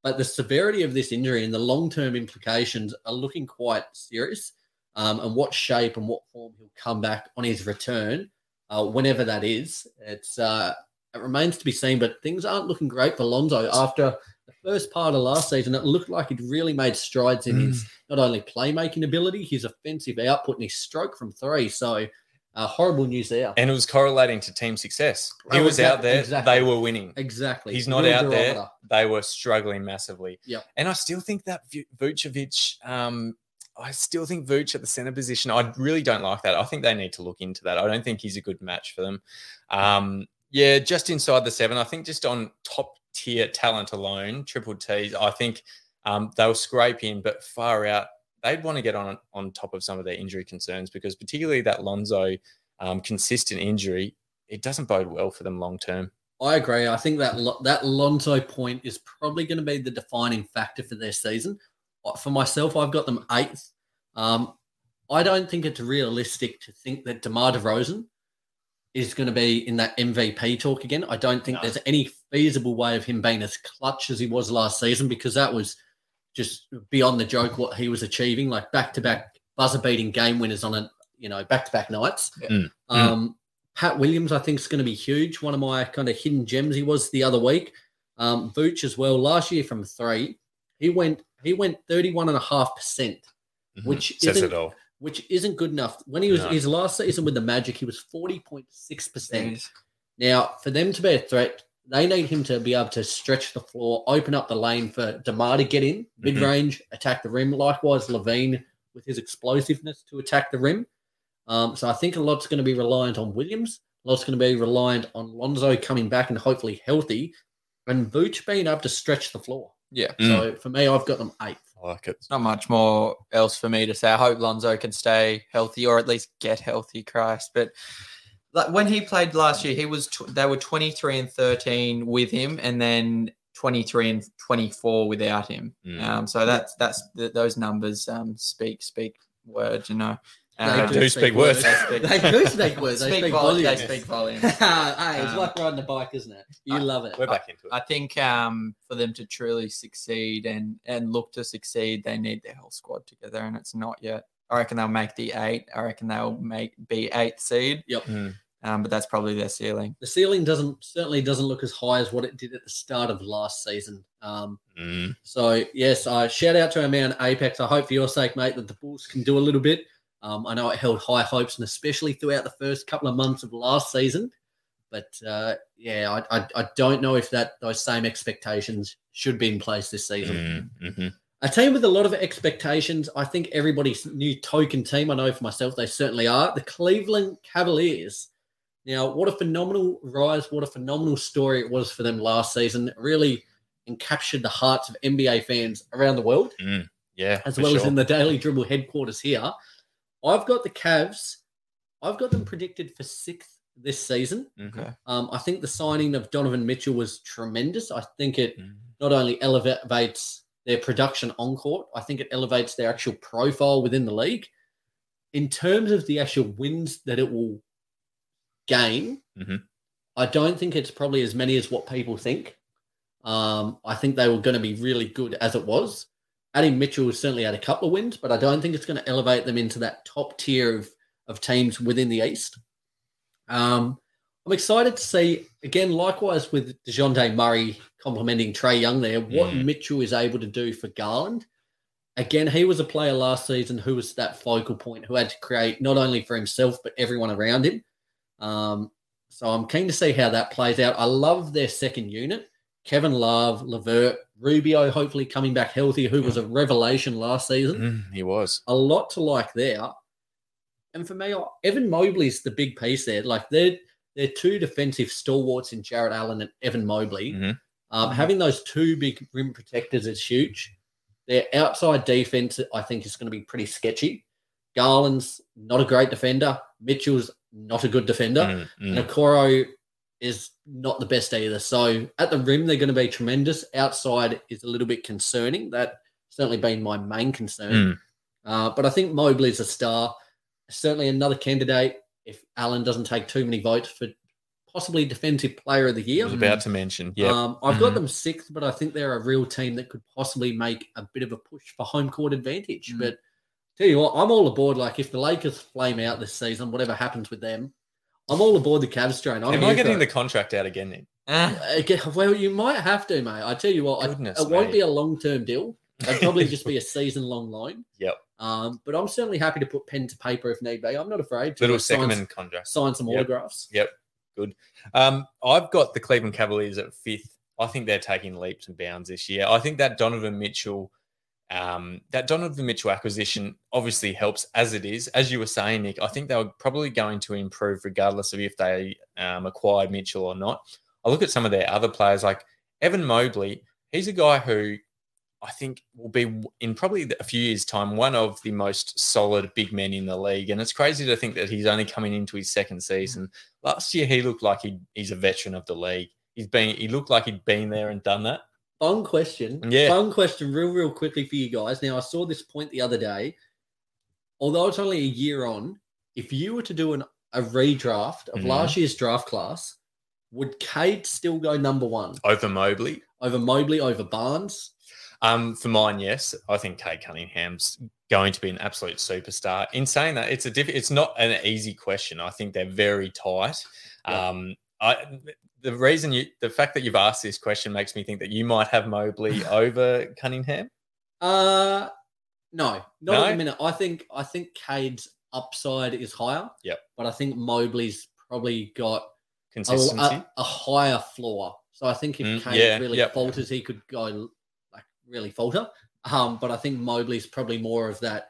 Speaker 2: but the severity of this injury and the long term implications are looking quite serious. Um, and what shape and what form he'll come back on his return, uh, whenever that is, it's uh, it remains to be seen. But things aren't looking great for Lonzo after the first part of last season. It looked like he'd really made strides in
Speaker 3: Mm.
Speaker 2: his not only playmaking ability, his offensive output, and his stroke from three. So. Uh, horrible news there.
Speaker 3: and it was correlating to team success. He
Speaker 2: Oh,
Speaker 3: was out
Speaker 2: exactly-
Speaker 3: there;
Speaker 2: exactly.
Speaker 3: they were winning.
Speaker 2: Exactly.
Speaker 3: He's not
Speaker 2: Real
Speaker 3: out there.
Speaker 2: barometer.
Speaker 3: They were struggling massively.
Speaker 2: Yeah.
Speaker 3: And I still think that Vu- Vucevic, um, I still think Vuce at the center position, I really don't like that. I think they need to look into that. I don't think he's a good match for them. Um, yeah, just inside the seven, I think just on top tier talent alone, triple T's, I think um, they'll scrape in, but far out, they'd want to get on on top of some of their injury concerns because particularly that Lonzo um, consistent injury, it doesn't bode well for them long term.
Speaker 2: I agree. I think that Lo- that Lonzo point is probably going to be the defining factor for their season. Uh, For myself, I've got them eighth. Um, I don't think it's realistic to think that DeMar DeRozan is going to be in that MVP talk again. I don't think
Speaker 3: No.
Speaker 2: there's any feasible way of him being as clutch as he was last season because that was just beyond the joke what he was achieving, like back to back buzzer beating game winners on a you know back to back nights.
Speaker 4: Yeah.
Speaker 3: Mm.
Speaker 2: Um, Pat Williams, I think, is going to be huge. One of my kind of hidden gems. He was the other week. Um, Vooch as well. Last year from three, he went he went thirty one and a half percent, Which
Speaker 3: Mm-hmm. says
Speaker 2: isn't-
Speaker 3: it all.
Speaker 2: which isn't good enough. When he was
Speaker 3: No.
Speaker 2: his last season with the Magic, he was forty point six percent.
Speaker 4: Jeez.
Speaker 2: Now, for them to be a threat, they need him to be able to stretch the floor, open up the lane for Demar to get
Speaker 3: Mhm.
Speaker 2: in mid range, attack the rim. Likewise, Levine with his explosiveness to attack the rim. Um, so I think a lot's going to be reliant on Williams. A lot's going to be reliant on Lonzo coming back and hopefully healthy, and Vooch being able to stretch the floor.
Speaker 4: Yeah.
Speaker 3: Mm.
Speaker 2: So for me, I've got them eighth.
Speaker 3: I like it.
Speaker 4: There's not much more else for me to say. I hope Lonzo can stay healthy or at least get healthy, Christ. But like when he played last year, he was tw- they were 23 and 13 with him, and then 23 and 24 without him.
Speaker 3: Mm.
Speaker 4: Um, so that's that's th- those numbers um, speak speak words, you know. Um,
Speaker 3: do speak words.
Speaker 2: They do speak words. They speak
Speaker 4: vol-
Speaker 2: volume.
Speaker 4: They speak volume.
Speaker 2: Ah, hey, it's
Speaker 4: Um,
Speaker 2: like riding a bike, isn't it? You
Speaker 4: I-
Speaker 2: love it.
Speaker 3: We're back into it.
Speaker 4: I think um, for them to truly succeed and and look to succeed, they need their whole squad together, and it's not yet. I reckon they'll make the eight. I reckon they'll make be eighth seed.
Speaker 2: Yep.
Speaker 3: Mm.
Speaker 4: Um, but that's probably their ceiling.
Speaker 2: the ceiling doesn't certainly doesn't look as high as what it did at the start of last season. Um,
Speaker 3: Mm.
Speaker 2: so yes, I shout out to our man Apex. I hope for your sake, mate, that the Bulls can do a little bit. Um, I know it held high hopes, and especially throughout the first couple of months of last season. But uh, yeah, I, I I don't know if that those same expectations should be in place this season.
Speaker 3: Mm. Mhm.
Speaker 2: A team with a lot of expectations. I think everybody's new token team. I know for myself, they certainly are. The Cleveland Cavaliers. Now, what a phenomenal rise, what a phenomenal story it was for them last season. It Really encaptured the hearts of NBA fans around the world,
Speaker 3: Yeah.
Speaker 2: as
Speaker 3: for
Speaker 2: well as
Speaker 3: sure.
Speaker 2: in the Daily Dribble headquarters here. I've got the Cavs. I've got them predicted for sixth this season.
Speaker 3: Mhm.
Speaker 4: Okay.
Speaker 2: Um, I think the signing of Donovan Mitchell was tremendous. I think it
Speaker 3: Mhm.
Speaker 2: not only elevates their production on court, I think it elevates their actual profile within the league. In terms of the actual wins that it will gain,
Speaker 3: Mhm.
Speaker 2: I don't think it's probably as many as what people think. Um, I think they were going to be really good as it was. Adding Mitchell certainly had a couple of wins, but I don't think it's going to elevate them into that top tier of, of teams within the East. Um, I'm excited to see again, likewise with DeJounte Murray complimenting Trey Young there, what
Speaker 3: Mm.
Speaker 2: Mitchell is able to do for Garland. Again, he was a player last season who was that focal point who had to create not only for himself but everyone around him. Um, so I'm keen to see how that plays out. I love their second unit. Kevin Love, Levert, Rubio, hopefully coming back healthy, who was a revelation last season
Speaker 3: Mhm. He was.
Speaker 2: a lot to like there. And for me, Evan Mobley's the big piece there. Like they're they're two defensive stalwarts in Jared Allen and Evan Mobley.
Speaker 3: Mhm.
Speaker 2: Um, having those two big rim protectors is huge. Their outside defense, I think, is going to be pretty sketchy. Garland's not a great defender. Mitchell's not a good defender.
Speaker 3: Mhm.
Speaker 2: And
Speaker 3: Mhm.
Speaker 2: Okoro is not the best either. So at the rim, they're going to be tremendous. Outside is a little bit concerning. That certainly been my main concern.
Speaker 3: Mm.
Speaker 2: Uh, but I think Mobley's a star. Certainly another candidate if Allen doesn't take too many votes for possibly defensive player of the
Speaker 3: I
Speaker 2: year.
Speaker 3: was about to mention. Yeah.
Speaker 2: Um, I've got
Speaker 3: Mhm.
Speaker 2: them sixth, but I think they're a real team that could possibly make a bit of a push for home court advantage.
Speaker 4: Mm.
Speaker 2: But tell you what, I'm all aboard. Like if the Lakers flame out this season, whatever happens with them, I'm all aboard the Cavs train. I'm
Speaker 3: Am
Speaker 2: here
Speaker 3: I
Speaker 2: for
Speaker 3: getting
Speaker 2: it.
Speaker 3: the contract out again? Nick?
Speaker 4: Ah,
Speaker 2: Again, well, you might have to, mate. I tell you what, I-
Speaker 3: Goodness,
Speaker 2: it won't
Speaker 3: mate.
Speaker 2: be a long term deal. It'll probably just be a season long loan.
Speaker 3: Yep.
Speaker 2: Um, but I'm certainly happy to put pen to paper if need be. I'm not afraid to
Speaker 3: little
Speaker 2: sign,
Speaker 3: segment contract.
Speaker 2: sign some
Speaker 3: Yep.
Speaker 2: autographs.
Speaker 3: Um, I've got the Cleveland Cavaliers at fifth. I think they're taking leaps and bounds this year. I think that Donovan Mitchell, um, that Donovan Mitchell acquisition obviously helps as it is. As you were saying, Nick, I think they were probably going to improve regardless of if they um, acquired Mitchell or not. I look at some of their other players like Evan Mobley. He's a guy who I think will be in probably a few years' time one of the most solid big men in the league. And it's crazy to think that he's only coming into his second season. Last year, he looked like he, he's a veteran of the league. He's been he looked like he'd been there and done that.
Speaker 2: Fun question.
Speaker 3: Yeah.
Speaker 2: Fun question, real, real quickly for you guys. Now, I saw this point the other day. Although it's only a year on, if you were to do an, a redraft of
Speaker 3: Mhm.
Speaker 2: last year's draft class, would Cade still go number one
Speaker 3: Over Mobley,
Speaker 2: over Mobley, over Barnes?
Speaker 3: um, for mine, yes, I think Kate Cunningham's going to be an absolute superstar. In saying that, it's a diff- it's not an easy question. I think they're very tight.
Speaker 2: Yeah.
Speaker 3: Um, I the reason you the fact that you've asked this question makes me think that you might have Mobley over Cunningham.
Speaker 2: Uh, no, not
Speaker 3: No?
Speaker 2: at the minute. I think I think Cade's upside is higher.
Speaker 3: Yep.
Speaker 2: But I think Mobley's probably got a,
Speaker 3: Consistency.
Speaker 2: a, a higher floor. So I think if
Speaker 3: Mm,
Speaker 2: Cade
Speaker 3: yeah,
Speaker 2: really
Speaker 3: yep.
Speaker 2: falters, he could go like really falter. Um, but I think Mobley's probably more of that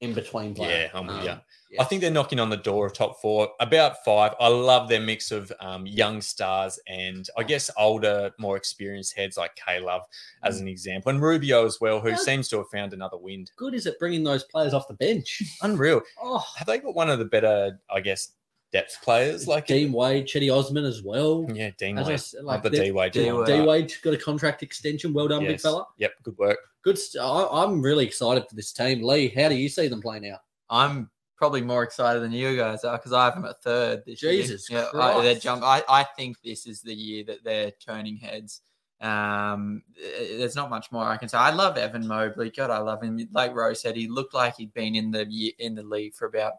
Speaker 2: in between player.
Speaker 3: Yeah, I'm with
Speaker 2: Um,
Speaker 3: ya.
Speaker 2: yeah.
Speaker 3: I think they're knocking on the door of top four, about five. I love their mix of um, young stars and I guess older, more experienced heads like K Love as
Speaker 2: Mm.
Speaker 3: an example, and Rubio as well, who
Speaker 2: Yeah.
Speaker 3: seems to have found another wind.
Speaker 2: Good is it bringing those players off the bench?
Speaker 3: Unreal.
Speaker 2: Oh,
Speaker 3: Have they got one of the better, I guess, depth players like
Speaker 2: Dean Wade, Chetty Osman as well.
Speaker 3: Yeah, Dean
Speaker 2: As I
Speaker 3: Wade.
Speaker 2: s-
Speaker 3: Love
Speaker 2: like
Speaker 3: the
Speaker 2: they're-
Speaker 3: D Wade.
Speaker 4: D-
Speaker 3: one.
Speaker 4: D-
Speaker 2: D Wade's got a contract extension. Well done, big
Speaker 3: Yes.
Speaker 2: fella.
Speaker 3: Yep, good work.
Speaker 2: Good. St- I, I'm really excited for this team. Lee, how do you see them playing out?
Speaker 4: I'm probably more excited than you guys are because I have them at third this year.
Speaker 2: Jesus
Speaker 4: I, they're
Speaker 2: Christ.
Speaker 4: jump. I, I think this is the year that they're turning heads. Um, eh, there's not much more I can say. I love Evan Mobley. God, I love him. Like Rose said, he looked like he'd been in the ye- in the league for about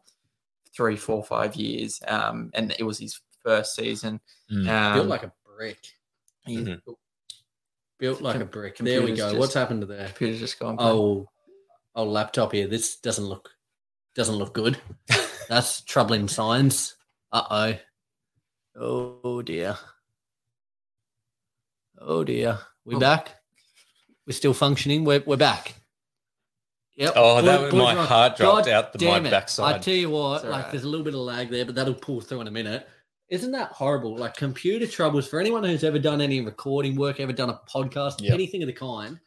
Speaker 4: three, four, five years. Um, and it was his first season.
Speaker 3: Mm.
Speaker 4: Um,
Speaker 2: Built Hmm. like Mm-hmm. a brick.
Speaker 4: he-
Speaker 3: Mhm.
Speaker 2: Built like a
Speaker 4: Com-
Speaker 2: brick. There we
Speaker 4: computer's
Speaker 2: go.
Speaker 4: just-
Speaker 2: What's happened to there?
Speaker 4: computer's just gone.
Speaker 2: Oh, oh, laptop here. This doesn't look doesn't look good. That's troubling signs. Uh oh. Oh dear. Oh dear. We're
Speaker 4: Oh.
Speaker 2: Oh. back. We're still functioning. We're we're back. Yep.
Speaker 3: Oh, that
Speaker 2: Blue-
Speaker 3: was
Speaker 2: Blue
Speaker 3: my
Speaker 2: Drunk.
Speaker 3: heart dropped
Speaker 2: God
Speaker 3: out the my
Speaker 2: Damn it.
Speaker 3: backside.
Speaker 2: I tell you what,
Speaker 4: It's all
Speaker 2: like
Speaker 4: right.
Speaker 2: there's a little bit of lag there, but that'll pull through in a minute. Isn't that horrible? Like computer troubles for anyone who's ever done any recording work, ever done a podcast,
Speaker 3: Yep.
Speaker 2: anything of the kind.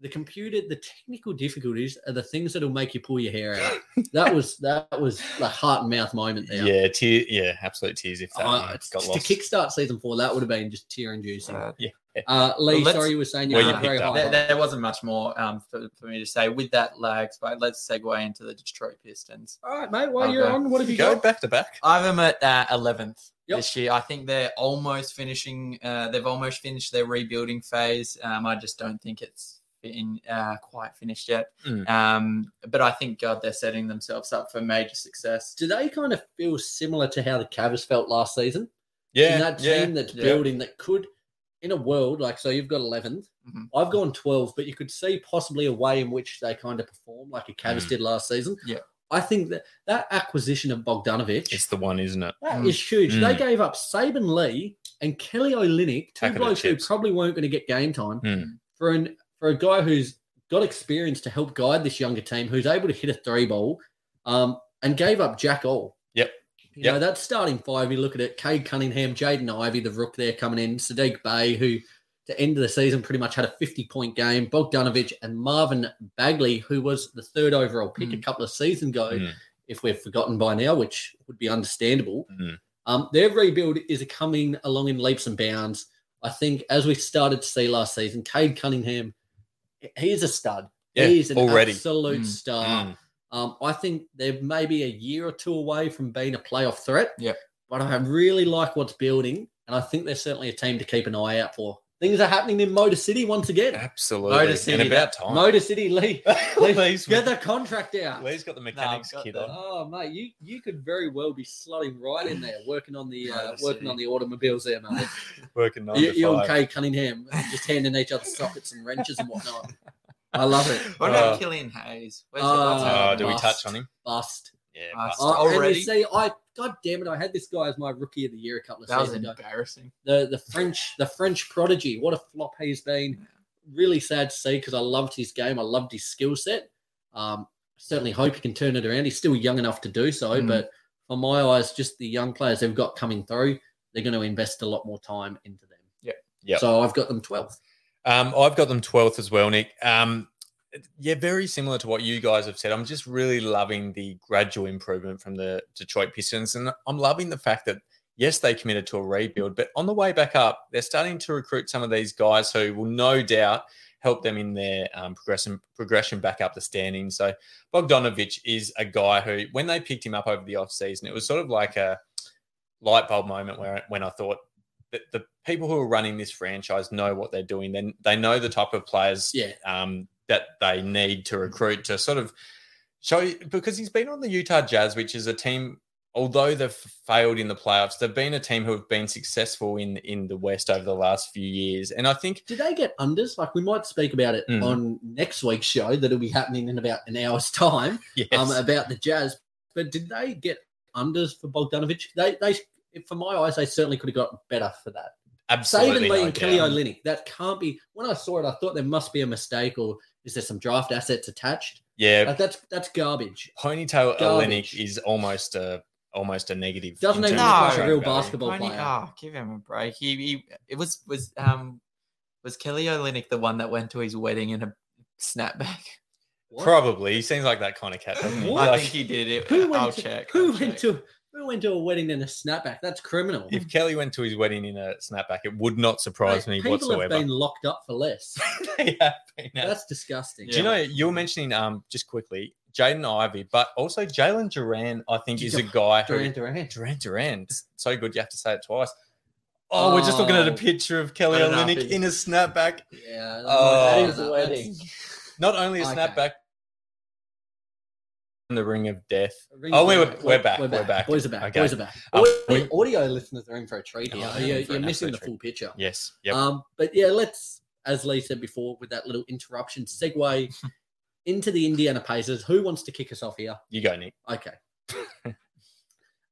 Speaker 2: The computer, the technical difficulties are the things that'll make you pull your hair out. that was that was like heart and mouth moment there.
Speaker 3: yeah, tear. Yeah, absolute tears. If that
Speaker 2: Oh,
Speaker 3: one
Speaker 2: it's-
Speaker 3: got
Speaker 2: to
Speaker 3: lost.
Speaker 2: kickstart season four, that would have been just tear inducing.
Speaker 4: Uh,
Speaker 2: Uh, Lee,
Speaker 4: Well, let's-
Speaker 2: sorry, you were saying you
Speaker 3: Well,
Speaker 2: were
Speaker 3: you
Speaker 2: not very
Speaker 3: picked up.
Speaker 2: high.
Speaker 4: there, there wasn't much more um, for, for me to say with that lag, but let's segue into the Detroit Pistons.
Speaker 2: All right, mate. While you're
Speaker 4: Okay.
Speaker 2: on, what have you
Speaker 3: go
Speaker 2: got?
Speaker 3: back to back.
Speaker 4: I have them at uh, 11th
Speaker 2: Yep.
Speaker 4: this year. I think they're almost finishing. Uh, they've almost finished their rebuilding phase. Um, I just don't think it's been uh, quite finished yet.
Speaker 2: Hmm.
Speaker 3: Mm.
Speaker 4: Um, but I think God, they're setting themselves up for major success.
Speaker 2: Do they kind of feel similar to how the Cavs felt last season?
Speaker 3: Yeah,
Speaker 2: in that team
Speaker 3: yeah.
Speaker 2: that's
Speaker 4: yeah.
Speaker 2: building that could, in a world like so, you've got 11th.
Speaker 3: Mm-hmm.
Speaker 4: Mhm.
Speaker 2: I've gone 12, but you could see possibly a way in which they kind of perform like a Cavs
Speaker 3: Mm.
Speaker 2: did last season.
Speaker 4: Yeah.
Speaker 2: I think that that acquisition of Bogdanovich
Speaker 3: It's the one, isn't it?
Speaker 2: that
Speaker 4: Mm.
Speaker 2: is huge. They
Speaker 3: Mm.
Speaker 2: gave up Saban Lee and Kelly Olynyk, two
Speaker 3: Packet of
Speaker 2: blokes who
Speaker 3: chips.
Speaker 2: probably weren't going to get game time
Speaker 3: Mm.
Speaker 2: for an for a guy who's got experience to help guide this younger team, who's able to hit a three ball, um, and gave up Jack All.
Speaker 3: Yep.
Speaker 2: You
Speaker 3: Yep.
Speaker 2: know that's starting five. You look at it: Cade Cunningham, Jaden Ivey, the rook there coming in, Sadiq Bay, who to end of the season pretty much had a 50 point game, Bogdanovich and Marvin Bagley, who was the third overall pick a couple of seasons ago,
Speaker 3: Mm.
Speaker 2: if we've forgotten by now, which would be understandable.
Speaker 3: Mm.
Speaker 2: Um, their rebuild is coming along in leaps and bounds. I think as we started to see last season, Cade Cunningham, he's a stud.
Speaker 3: Yeah,
Speaker 2: he's an
Speaker 3: already.
Speaker 2: absolute
Speaker 4: Mm.
Speaker 2: star.
Speaker 3: Mm.
Speaker 2: Um, I think they're maybe a year or two away from being a playoff threat.
Speaker 4: Yep.
Speaker 2: But I really like what's building, and I think they're certainly a team to keep an eye out for. Things are happening in Motor City once again.
Speaker 3: Absolutely.
Speaker 4: Motor City,
Speaker 3: and about time.
Speaker 2: Motor City, Lee,
Speaker 3: Lee's,
Speaker 2: get the contract out.
Speaker 3: Lee's got the mechanics
Speaker 4: got
Speaker 3: kid on.
Speaker 4: the-
Speaker 2: Oh mate, you you could very well be slotting right in there, working on the uh,
Speaker 4: Motor
Speaker 2: working
Speaker 4: City.
Speaker 2: on the automobiles there, mate.
Speaker 3: Working nine
Speaker 2: you,
Speaker 3: to
Speaker 2: you and
Speaker 3: five.
Speaker 2: Kay Cunningham just handing each other sockets and wrenches and whatnot. I love it.
Speaker 4: What about
Speaker 3: Uh,
Speaker 4: Killian Hayes?
Speaker 2: uh,
Speaker 3: Oh,
Speaker 4: happened?
Speaker 3: do we
Speaker 2: Bust.
Speaker 3: touch on him?
Speaker 2: Bust.
Speaker 3: Yeah.
Speaker 4: Uh,
Speaker 3: bust.
Speaker 2: Oh,
Speaker 4: Bust.
Speaker 2: and you
Speaker 4: Already?
Speaker 2: see, I god damn it, I had this guy as my rookie of the year a couple of
Speaker 4: that was
Speaker 2: seasons ago.
Speaker 4: embarrassing.
Speaker 2: The the French the French prodigy. What a flop he's been. Really sad to see because I loved his game. I loved his skill set. Um, certainly hope he can turn it around. He's still young enough to do so,
Speaker 4: Mm.
Speaker 2: but for my eyes, just the young players they've got coming through, they're going to invest a lot more time into them.
Speaker 4: Yep.
Speaker 3: Yep.
Speaker 2: So I've got them 12th.
Speaker 3: Um, I've got them 12th as well, Nick. Um, yeah, very similar to what you guys have said. I'm just really loving the gradual improvement from the Detroit Pistons. And I'm loving the fact that, yes, they committed to a rebuild, but on the way back up, they're starting to recruit some of these guys who will no doubt help them in their um, progression progression back up the standing. So Bogdanovich is a guy who, when they picked him up over the offseason, it was sort of like a light bulb moment where when I thought that the people who are running this franchise know what they're doing. Then they know the type of players
Speaker 2: Yeah.
Speaker 3: um, that they need to recruit to sort of show because he's been on the Utah Jazz, which is a team. Although they've failed in the playoffs, they've been a team who have been successful in in the West over the last few years, and I think
Speaker 2: Do they get unders? Like we might speak about it
Speaker 3: Mm.
Speaker 2: on next week's show that'll be happening in about an hour's time.
Speaker 3: yes,
Speaker 2: um, about the Jazz. But did they get unders for Bogdanovich? They, they, for my eyes, they certainly could have got better for that.
Speaker 3: absolutely,
Speaker 2: Saban Lee
Speaker 3: no
Speaker 2: and Kelly
Speaker 3: doubt.
Speaker 2: Olynyk. That can't be. When I saw it, I thought there must be a mistake, or is there some draft assets attached?
Speaker 3: yeah,
Speaker 2: Like that's that's garbage.
Speaker 3: ponytail
Speaker 2: Garbage.
Speaker 3: Olenek is almost a almost a negative.
Speaker 2: Doesn't
Speaker 3: in
Speaker 2: even
Speaker 3: terms
Speaker 4: look
Speaker 3: of
Speaker 4: like a
Speaker 3: trade
Speaker 2: real
Speaker 3: value.
Speaker 2: basketball- Football
Speaker 4: Tony-
Speaker 2: player.
Speaker 4: ah, give him a break. He, he it was was um was Kelly Olynyk the one that went to his wedding in a snapback?
Speaker 2: What?
Speaker 3: Probably, he seems like that kind of cat. doesn't he?
Speaker 2: What?
Speaker 4: I
Speaker 3: Like,
Speaker 4: think he did it.
Speaker 2: Who went?
Speaker 4: I'll
Speaker 2: to,
Speaker 4: check.
Speaker 2: Who
Speaker 4: I'll
Speaker 2: went
Speaker 4: check.
Speaker 2: to? Who went to a wedding in a snapback? That's criminal.
Speaker 3: if Kelly went to his wedding in a snapback, it would not
Speaker 2: Mate,
Speaker 3: surprise me
Speaker 2: people have
Speaker 3: whatsoever.
Speaker 2: been locked up for less.
Speaker 3: They have been out.
Speaker 2: That's disgusting.
Speaker 3: Do you know you were mentioning um just quickly Jaden Ivy, but also Jalen Duran? I think is a guy who
Speaker 2: Duran Duran?
Speaker 3: Duran Duran. It's so good you have to say it twice. Oh, we're just looking at a
Speaker 2: Oh.
Speaker 3: picture of Kelly
Speaker 4: Not enough,
Speaker 3: Olynyk
Speaker 4: is-
Speaker 3: in a snapback.
Speaker 2: Yeah. that
Speaker 3: Oh.
Speaker 4: That
Speaker 2: is
Speaker 4: is a
Speaker 2: that's-
Speaker 4: wedding.
Speaker 3: Not only a
Speaker 2: Okay.
Speaker 3: snapback, in the ring of death.
Speaker 2: Ring
Speaker 3: Oh,
Speaker 2: bell.
Speaker 3: we're- we're back, we're back.
Speaker 2: Boys are back.
Speaker 3: Okay.
Speaker 2: Boys are back.
Speaker 3: Um,
Speaker 2: audio, audio listeners are in for a treat
Speaker 3: Oh,
Speaker 2: here.
Speaker 3: they're in
Speaker 2: you're
Speaker 3: for
Speaker 2: you're
Speaker 3: an
Speaker 2: missing the
Speaker 3: absolute
Speaker 2: full picture.
Speaker 3: Yes. Yep.
Speaker 2: Um, but yeah, let's, as Lee said before, with that little interruption, segue into the Indiana Pacers. Who wants to kick us off here?
Speaker 3: you go, Nick.
Speaker 2: Okay.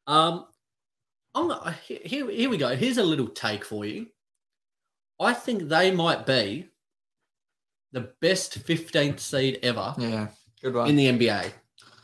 Speaker 2: um, I'm, I- here, here we go. Here's a little take for you. I think they might be the best 15th seed ever
Speaker 4: Yeah, Good one.
Speaker 2: in the NBA.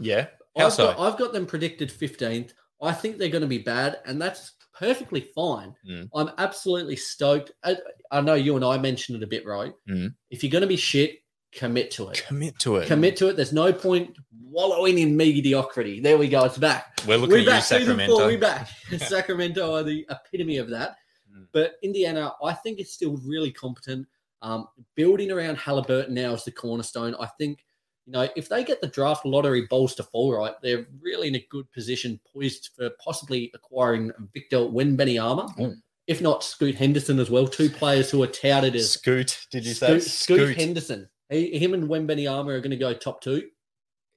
Speaker 3: Yeah. How
Speaker 2: I've
Speaker 3: so?
Speaker 2: got, I've got them predicted 15th. I think they're going to be bad, and that's perfectly fine.
Speaker 3: Mm.
Speaker 2: I'm absolutely stoked. I, I know you and I mentioned it a bit, right?
Speaker 3: Mm.
Speaker 2: If you're going to be shit, commit to it.
Speaker 3: Commit to it.
Speaker 2: Commit to it. There's no point wallowing in mediocrity. There we go. It's back.
Speaker 3: We're looking
Speaker 2: We're
Speaker 3: at you,
Speaker 2: back. Season four,
Speaker 3: Sacramento.
Speaker 2: we're back. Sacramento are the epitome of that.
Speaker 3: Mm.
Speaker 2: But Indiana, I think, is still really competent. Um, building around Halliburton now is the cornerstone. I think, you know, if they get the draft lottery balls to fall right, they're really in a good position, poised for possibly acquiring Victor Wenbanyama,
Speaker 3: Ooh.
Speaker 2: if not Scoot Henderson as well. Two players who are touted as
Speaker 3: Scoot, did you say?
Speaker 2: Scoot, Scoot Henderson. He, him and Wenbanyama are going to go top two.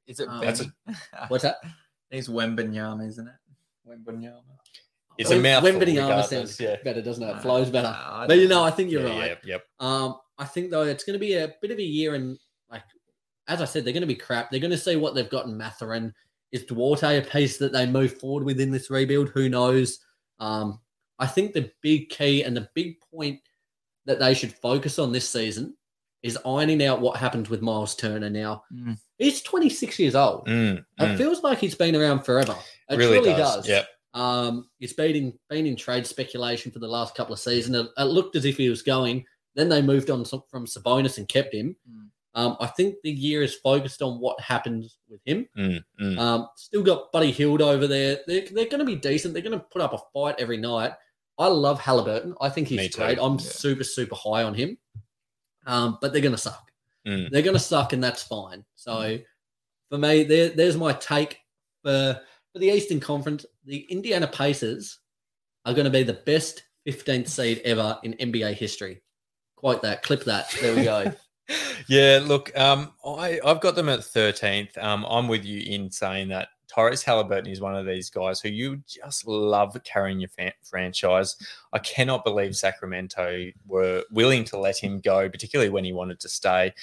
Speaker 4: Is it
Speaker 2: Um,
Speaker 4: Ben?
Speaker 3: That's
Speaker 4: That's
Speaker 3: a-
Speaker 2: What's that?
Speaker 4: He's Wembanyama, isn't it? Wembanyama.
Speaker 3: It's a mouthful.
Speaker 2: Wenbanyama
Speaker 3: regardless,
Speaker 2: sounds
Speaker 3: Yeah. Ah.
Speaker 2: better, doesn't it? It flows better.
Speaker 4: Nah, I
Speaker 2: But you
Speaker 4: don't
Speaker 2: know, I think you're
Speaker 3: yeah,
Speaker 2: right.
Speaker 3: Yep. Yep.
Speaker 2: Um, I think though it's going to be a bit of a year, and like as I said, they're going to be crap. They're going to see what they've got in Matherin. Is Duarte a piece that they move forward with in this rebuild? Who knows? Um, I think the big key and the big point that they should focus on this season is ironing out what happens with Miles Turner. Now
Speaker 4: Mm.
Speaker 2: he's 26 years old.
Speaker 3: Mm,
Speaker 2: It
Speaker 3: mm.
Speaker 2: feels like he's been around forever. It
Speaker 3: really, does.
Speaker 2: does.
Speaker 3: Yep.
Speaker 2: Um, it's been in, been in trade speculation for the last couple of seasons. It, it looked as if he was going. Then they moved on some, from Sabonis and kept him.
Speaker 4: Mm.
Speaker 2: Um, I think the year is focused on what happens with him.
Speaker 3: Mm, mm.
Speaker 2: Um, still got Buddy Hield over there. They're, they're going to be decent. They're going to put up a fight every night. I love Halliburton. I think
Speaker 3: Me
Speaker 2: he's
Speaker 3: too.
Speaker 2: great. I'm
Speaker 4: Yeah.
Speaker 2: super, super high on him. Um, but they're going to suck.
Speaker 3: Mm.
Speaker 2: They're going to suck, and that's fine. So for me, there, there's my take for, for the Eastern Conference. The Indiana Pacers are going to be the best 15th seed ever in NBA history. Quote that. Clip that. There we go.
Speaker 3: yeah, look, um, I, I've got them at 13th. Um, I'm with you in saying that Tyrese Halliburton is one of these guys who you just love carrying your fan- franchise. I cannot believe Sacramento were willing to let him go, particularly when he wanted to stay.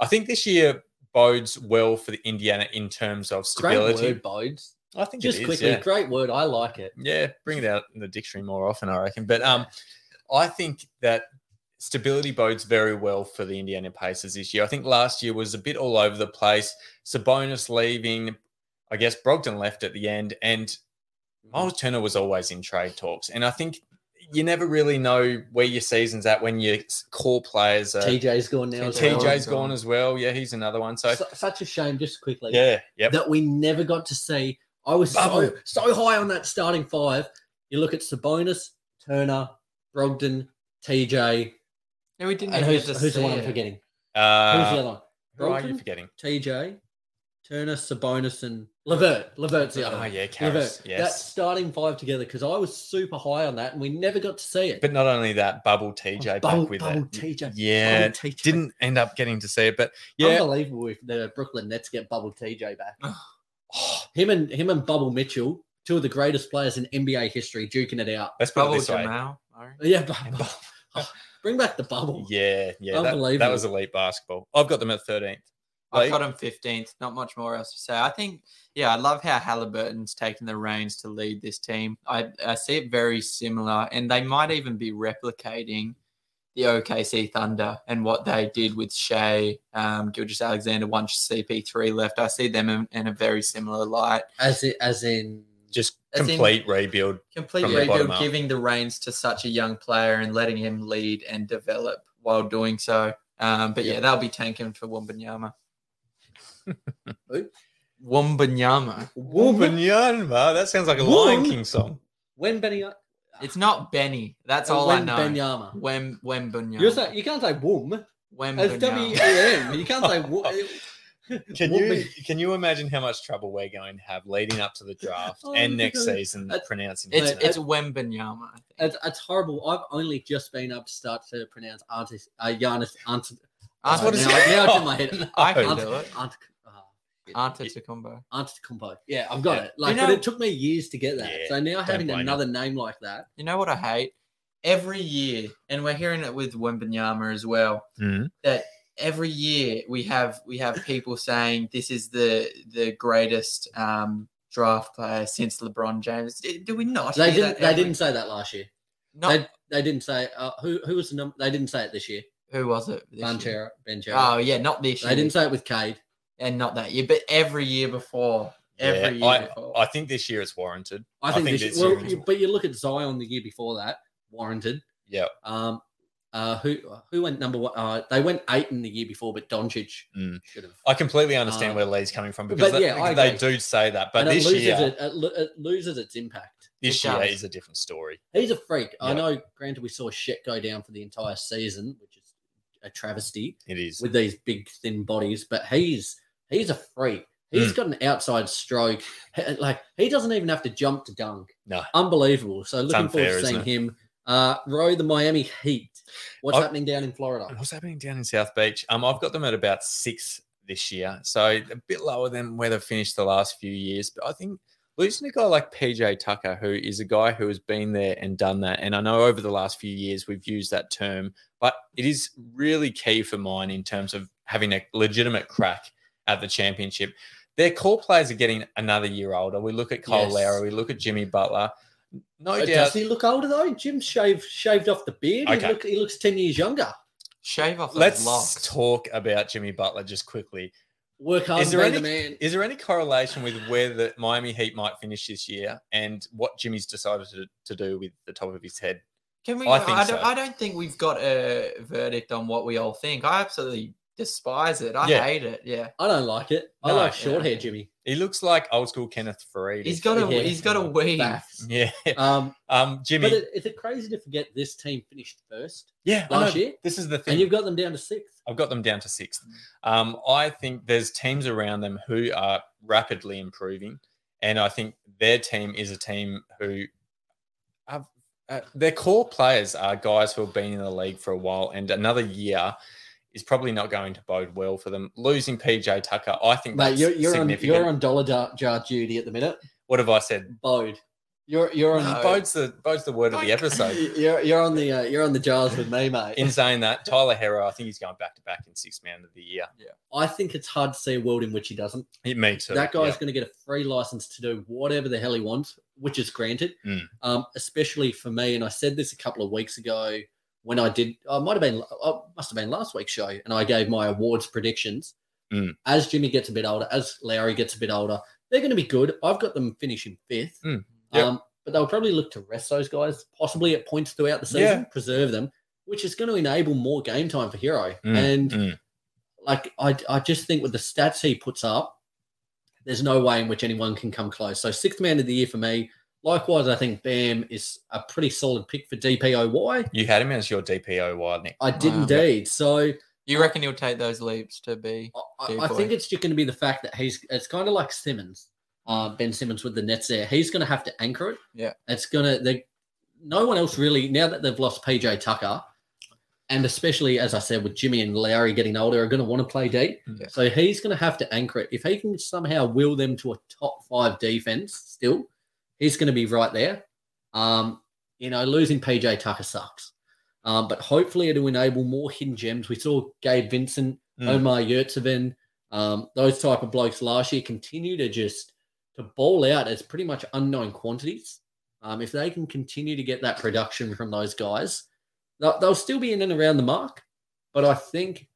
Speaker 3: I think this year bodes well for the Indiana in terms of
Speaker 2: great
Speaker 3: stability.
Speaker 2: word, Bodes.
Speaker 3: I think
Speaker 2: Just
Speaker 3: it is,
Speaker 2: quickly,
Speaker 3: yeah.
Speaker 2: great word. I like it.
Speaker 3: Yeah, bring it out in the dictionary more often, I reckon. But um, I think that stability bodes very well for the Indiana Pacers this year. I think last year was a bit all over the place. Sabonis leaving, I guess Brogdon left at the end, and Miles Turner was always in trade talks. And I think you never really know where your season's at when your s- core players are.
Speaker 2: TJ's gone now.
Speaker 3: And
Speaker 2: as well.
Speaker 3: TJ's gone as well. Yeah, he's another one. So,
Speaker 2: Su- such a shame, just quickly,
Speaker 3: yeah, yep.
Speaker 2: that we never got to see. I was so,
Speaker 3: Bubble.
Speaker 2: so high on that starting five. You look at Sabonis, Turner, Brogdon, TJ,
Speaker 4: No, we didn't.
Speaker 2: and
Speaker 4: even
Speaker 2: who's,
Speaker 4: get to
Speaker 2: who's the
Speaker 4: see
Speaker 2: one I'm
Speaker 4: it.
Speaker 2: forgetting? who's the
Speaker 3: Uh,
Speaker 2: other one?
Speaker 3: who are you
Speaker 2: Brogdon?
Speaker 3: forgetting?
Speaker 2: TJ, Turner, Sabonis, and Levert. Levert's the other
Speaker 3: Oh,
Speaker 2: one.
Speaker 3: yeah,
Speaker 2: Levert.
Speaker 3: Karras.
Speaker 2: That
Speaker 3: Yes.
Speaker 2: starting five together because I was super high on that and we never got to see it.
Speaker 3: But not only that, bubble TJ
Speaker 2: Oh,
Speaker 3: back
Speaker 2: bubble,
Speaker 3: with
Speaker 2: bubble
Speaker 3: it.
Speaker 2: TJ.
Speaker 3: Yeah,
Speaker 2: Bubble TJ.
Speaker 3: didn't end up getting to see it, but yeah,
Speaker 2: Unbelievable if the Brooklyn Nets get Bubble TJ back.
Speaker 3: oh,
Speaker 2: Him and him and Bubble Mitchell, two of the greatest players in NBA history, duking it out.
Speaker 3: let's put it
Speaker 4: Bubble
Speaker 3: this way.
Speaker 4: Jamal. Murray.
Speaker 2: Yeah, Bubble. bring back the Bubble.
Speaker 3: Yeah, yeah, that, that
Speaker 2: Unbelievable.
Speaker 3: was elite basketball. I've got them at thirteenth.
Speaker 4: I've got him 15th. Not much more else to say. I think, yeah, I love how Halliburton's taken the reins to lead this team. I, I see it very similar, and they might even be replicating the OKC Thunder and what they did with Shea, um, Gilgis Alexander, once CP3 left. I see them in, in a very similar light.
Speaker 2: As it, as in
Speaker 3: Just
Speaker 4: As in-
Speaker 3: complete rebuild.
Speaker 4: Complete
Speaker 3: From the bottom
Speaker 4: rebuild,
Speaker 3: up.
Speaker 4: giving the reins to such a young player and letting him lead and develop while doing so. Um, but yeah,
Speaker 2: Yeah.
Speaker 4: they'll be tanking for Wombanyama.
Speaker 2: Who?
Speaker 4: Wombanyama.
Speaker 3: Womanyama. That sounds like a Lion
Speaker 2: Wom-
Speaker 3: King song.
Speaker 2: when Benny.
Speaker 4: It's not Benny.
Speaker 3: Oh,
Speaker 4: That's all I
Speaker 2: when
Speaker 4: know.
Speaker 2: uh, Benyama.
Speaker 4: Wem Wembanyama.
Speaker 2: You're say, you can't say womb. It's
Speaker 3: E
Speaker 2: W
Speaker 4: Wembanyama.
Speaker 2: A M. You can't say wo-
Speaker 3: Can you
Speaker 2: Wom-
Speaker 3: can you imagine how much trouble we're going to have leading up to the draft
Speaker 2: Oh,
Speaker 3: and
Speaker 2: my
Speaker 3: next
Speaker 2: God.
Speaker 3: season
Speaker 2: That's-
Speaker 3: pronouncing
Speaker 4: It's
Speaker 3: his
Speaker 2: Mate,
Speaker 3: name?
Speaker 4: it's Wembanyama. I think.
Speaker 2: It's, it's horrible. I've only just been able to start to pronounce Artis, uh, Giannis Ant.
Speaker 4: Anta-
Speaker 3: what is Oh,
Speaker 2: now,
Speaker 3: it?
Speaker 2: now it's in my head.
Speaker 4: I
Speaker 3: No.
Speaker 4: can
Speaker 2: Ant-
Speaker 4: do it.
Speaker 2: Ant- uh,
Speaker 4: Antetokounmpo.
Speaker 2: Antetokounmpo. Yeah, I've got
Speaker 3: Yeah.
Speaker 2: it. Like,
Speaker 4: You
Speaker 2: but
Speaker 4: know-
Speaker 2: it took me years to get that.
Speaker 3: Yeah,
Speaker 2: so now having
Speaker 3: blame you.
Speaker 2: another name like that,
Speaker 4: You know what I hate? Every year, and we're hearing it with Wembanyama as well.
Speaker 3: Mm.
Speaker 4: every year we have we have people saying this is the the greatest um, draft player since LeBron James. Do, do we not?
Speaker 2: they
Speaker 4: hear
Speaker 2: didn't.
Speaker 4: that
Speaker 2: They
Speaker 4: every-
Speaker 2: didn't say that last year.
Speaker 4: Not,
Speaker 2: They, they didn't say uh, who who was the number. They didn't say it this year.
Speaker 4: who was it? this year?
Speaker 2: Banchero, Banchero.
Speaker 4: Oh yeah, not this year.
Speaker 2: they didn't say it with Cade.
Speaker 4: and not that year, but every year before. Every
Speaker 3: Yeah,
Speaker 4: year before.
Speaker 3: I think this year it's warranted.
Speaker 2: I think,
Speaker 3: think
Speaker 2: this,
Speaker 3: this
Speaker 2: well,
Speaker 3: year-
Speaker 2: you, but you look at Zion the year before that, warranted.
Speaker 3: Yeah.
Speaker 2: Um, uh, who who went number one? Uh, they went eight in the year before, but Doncic
Speaker 3: Mm.
Speaker 2: should have.
Speaker 3: I completely understand
Speaker 2: Um,
Speaker 3: where Lee's coming from
Speaker 2: but
Speaker 3: because they-
Speaker 2: yeah, I
Speaker 3: they,
Speaker 2: agree.
Speaker 3: do say that. But
Speaker 2: And
Speaker 3: this
Speaker 2: it loses
Speaker 3: year,
Speaker 2: it, it, lo- it loses its impact.
Speaker 3: this
Speaker 4: It
Speaker 3: year
Speaker 4: does.
Speaker 3: is a different story.
Speaker 2: He's a freak. I
Speaker 3: Yeah.
Speaker 2: know. Granted, we saw Shet go down for the entire season, which is a travesty
Speaker 3: It is.
Speaker 2: with these big thin bodies. But he's he's a freak.
Speaker 3: Mm.
Speaker 2: He's got an outside stroke. He- Like he doesn't even have to jump to dunk.
Speaker 3: No.
Speaker 2: unbelievable. So looking
Speaker 3: unfair,
Speaker 2: forward to seeing
Speaker 3: isn't
Speaker 2: him. Uh, row the Miami Heat. What's
Speaker 3: I-
Speaker 2: happening down in Florida?
Speaker 3: What's happening down in South Beach? Um, I've got them at about six this year, so a bit lower than where they've finished the last few years. But I think losing a guy like PJ Tucker, who is a guy who has been there and done that, and I know over the last few years we've used that term, but it is really key for mine in terms of having a legitimate crack at the championship. Their core players are getting another year older. We look at Cole
Speaker 2: Yes.
Speaker 3: Lowry, we look at Jimmy Butler. No
Speaker 2: Uh,
Speaker 3: doubt,
Speaker 2: Does he look older though? Jim shaved shaved off the beard. He,
Speaker 3: Okay.
Speaker 2: look, he looks ten years younger.
Speaker 4: Shave off those
Speaker 3: let's
Speaker 4: locks.
Speaker 3: talk about Jimmy Butler just quickly.
Speaker 2: Work hard,
Speaker 3: Is
Speaker 2: and
Speaker 3: there
Speaker 2: be the man.
Speaker 3: Is there any correlation with where the Miami Heat might finish this year and what Jimmy's decided to, to do with the top of his head?
Speaker 4: Can we?
Speaker 3: I
Speaker 4: I,
Speaker 3: think
Speaker 4: don't,
Speaker 3: so.
Speaker 4: I don't think we've got a verdict on what we all think. I absolutely despise it. I
Speaker 3: Yeah.
Speaker 4: hate it. Yeah,
Speaker 2: I don't like it. I
Speaker 3: No,
Speaker 2: like short
Speaker 4: yeah.
Speaker 2: hair, Jimmy.
Speaker 3: He looks like old school Kenneth Fareed.
Speaker 4: he's got a
Speaker 2: Yeah.
Speaker 4: he's got a weave.
Speaker 2: Facts.
Speaker 3: yeah.
Speaker 2: Um,
Speaker 3: Um, Jimmy.
Speaker 2: but it, is it crazy to forget this team finished first
Speaker 3: yeah. I
Speaker 2: last
Speaker 3: know.
Speaker 2: year,
Speaker 3: This is the thing.
Speaker 2: and you've got them down to sixth?
Speaker 3: I've got them down to sixth.
Speaker 2: Mm.
Speaker 3: Um, I think there's teams around them who are rapidly improving, and I think their team is a team who have uh, their core players are guys who have been in the league for a while, and another year is probably not going to bode well for them. Losing PJ Tucker, I think
Speaker 2: Mate,
Speaker 3: that's
Speaker 2: you're, you're on
Speaker 3: significant.
Speaker 2: you're on dollar jar, jar duty at the minute.
Speaker 3: what have I said?
Speaker 2: Bode, you're you're on
Speaker 4: No.
Speaker 3: Bode's the bode's the word of the episode.
Speaker 2: you're you're on the uh, you're on the jars with me, mate.
Speaker 3: In saying that, Tyler Hero, I think he's going back to back in sixth man of the year.
Speaker 2: I think it's hard to see a world in which he doesn't.
Speaker 3: He, me too.
Speaker 2: that guy's
Speaker 3: yeah.
Speaker 2: going to get a free license to do whatever the hell he wants, which is granted.
Speaker 3: Mm.
Speaker 2: Um, especially for me, and I said this a couple of weeks ago when I did. I might have been, I must have been last week's show, and I gave my awards predictions.
Speaker 3: Mm.
Speaker 2: As Jimmy gets a bit older, as Lowry gets a bit older, they're going to be good. I've got them finishing fifth.
Speaker 3: Mm. Yep.
Speaker 2: Um, but they'll probably look to rest those guys, possibly at points throughout the season,
Speaker 3: Yeah.
Speaker 2: preserve them, which is going to enable more game time for Hero.
Speaker 3: Mm,
Speaker 2: And
Speaker 3: mm.
Speaker 2: like I, I just think with the stats he puts up, there's no way in which anyone can come close. So sixth man of the year for me. Likewise, I think Bam is a pretty solid pick for DPOY.
Speaker 3: You had him as your DPOY, Nick.
Speaker 2: I did
Speaker 4: Wow.
Speaker 2: indeed. So
Speaker 4: You reckon he'll take those leaps to be?
Speaker 2: I, I- I think
Speaker 4: DPOY.
Speaker 2: it's just going to be the fact that he's. It's kind of like Simmons, uh, Ben Simmons with the Nets. There, he's going to have to anchor it.
Speaker 4: Yeah.
Speaker 2: it's going to. No one else really. Now that they've lost PJ Tucker, and especially as I said with Jimmy and Lowry getting older, are going to want to play deep.
Speaker 4: Yeah.
Speaker 2: So he's going to have to anchor it. If he can somehow will them to a top five defense, still, he's going to be right there. Um, you know, losing PJ Tucker sucks, um, but hopefully it'll enable more hidden gems. We saw Gabe Vincent,
Speaker 3: Mm.
Speaker 2: Omar Yurtseven, um, those type of blokes last year continue to just to ball out as pretty much unknown quantities. Um, if they can continue to get that production from those guys, they'll, they'll still be in and around the mark. But I think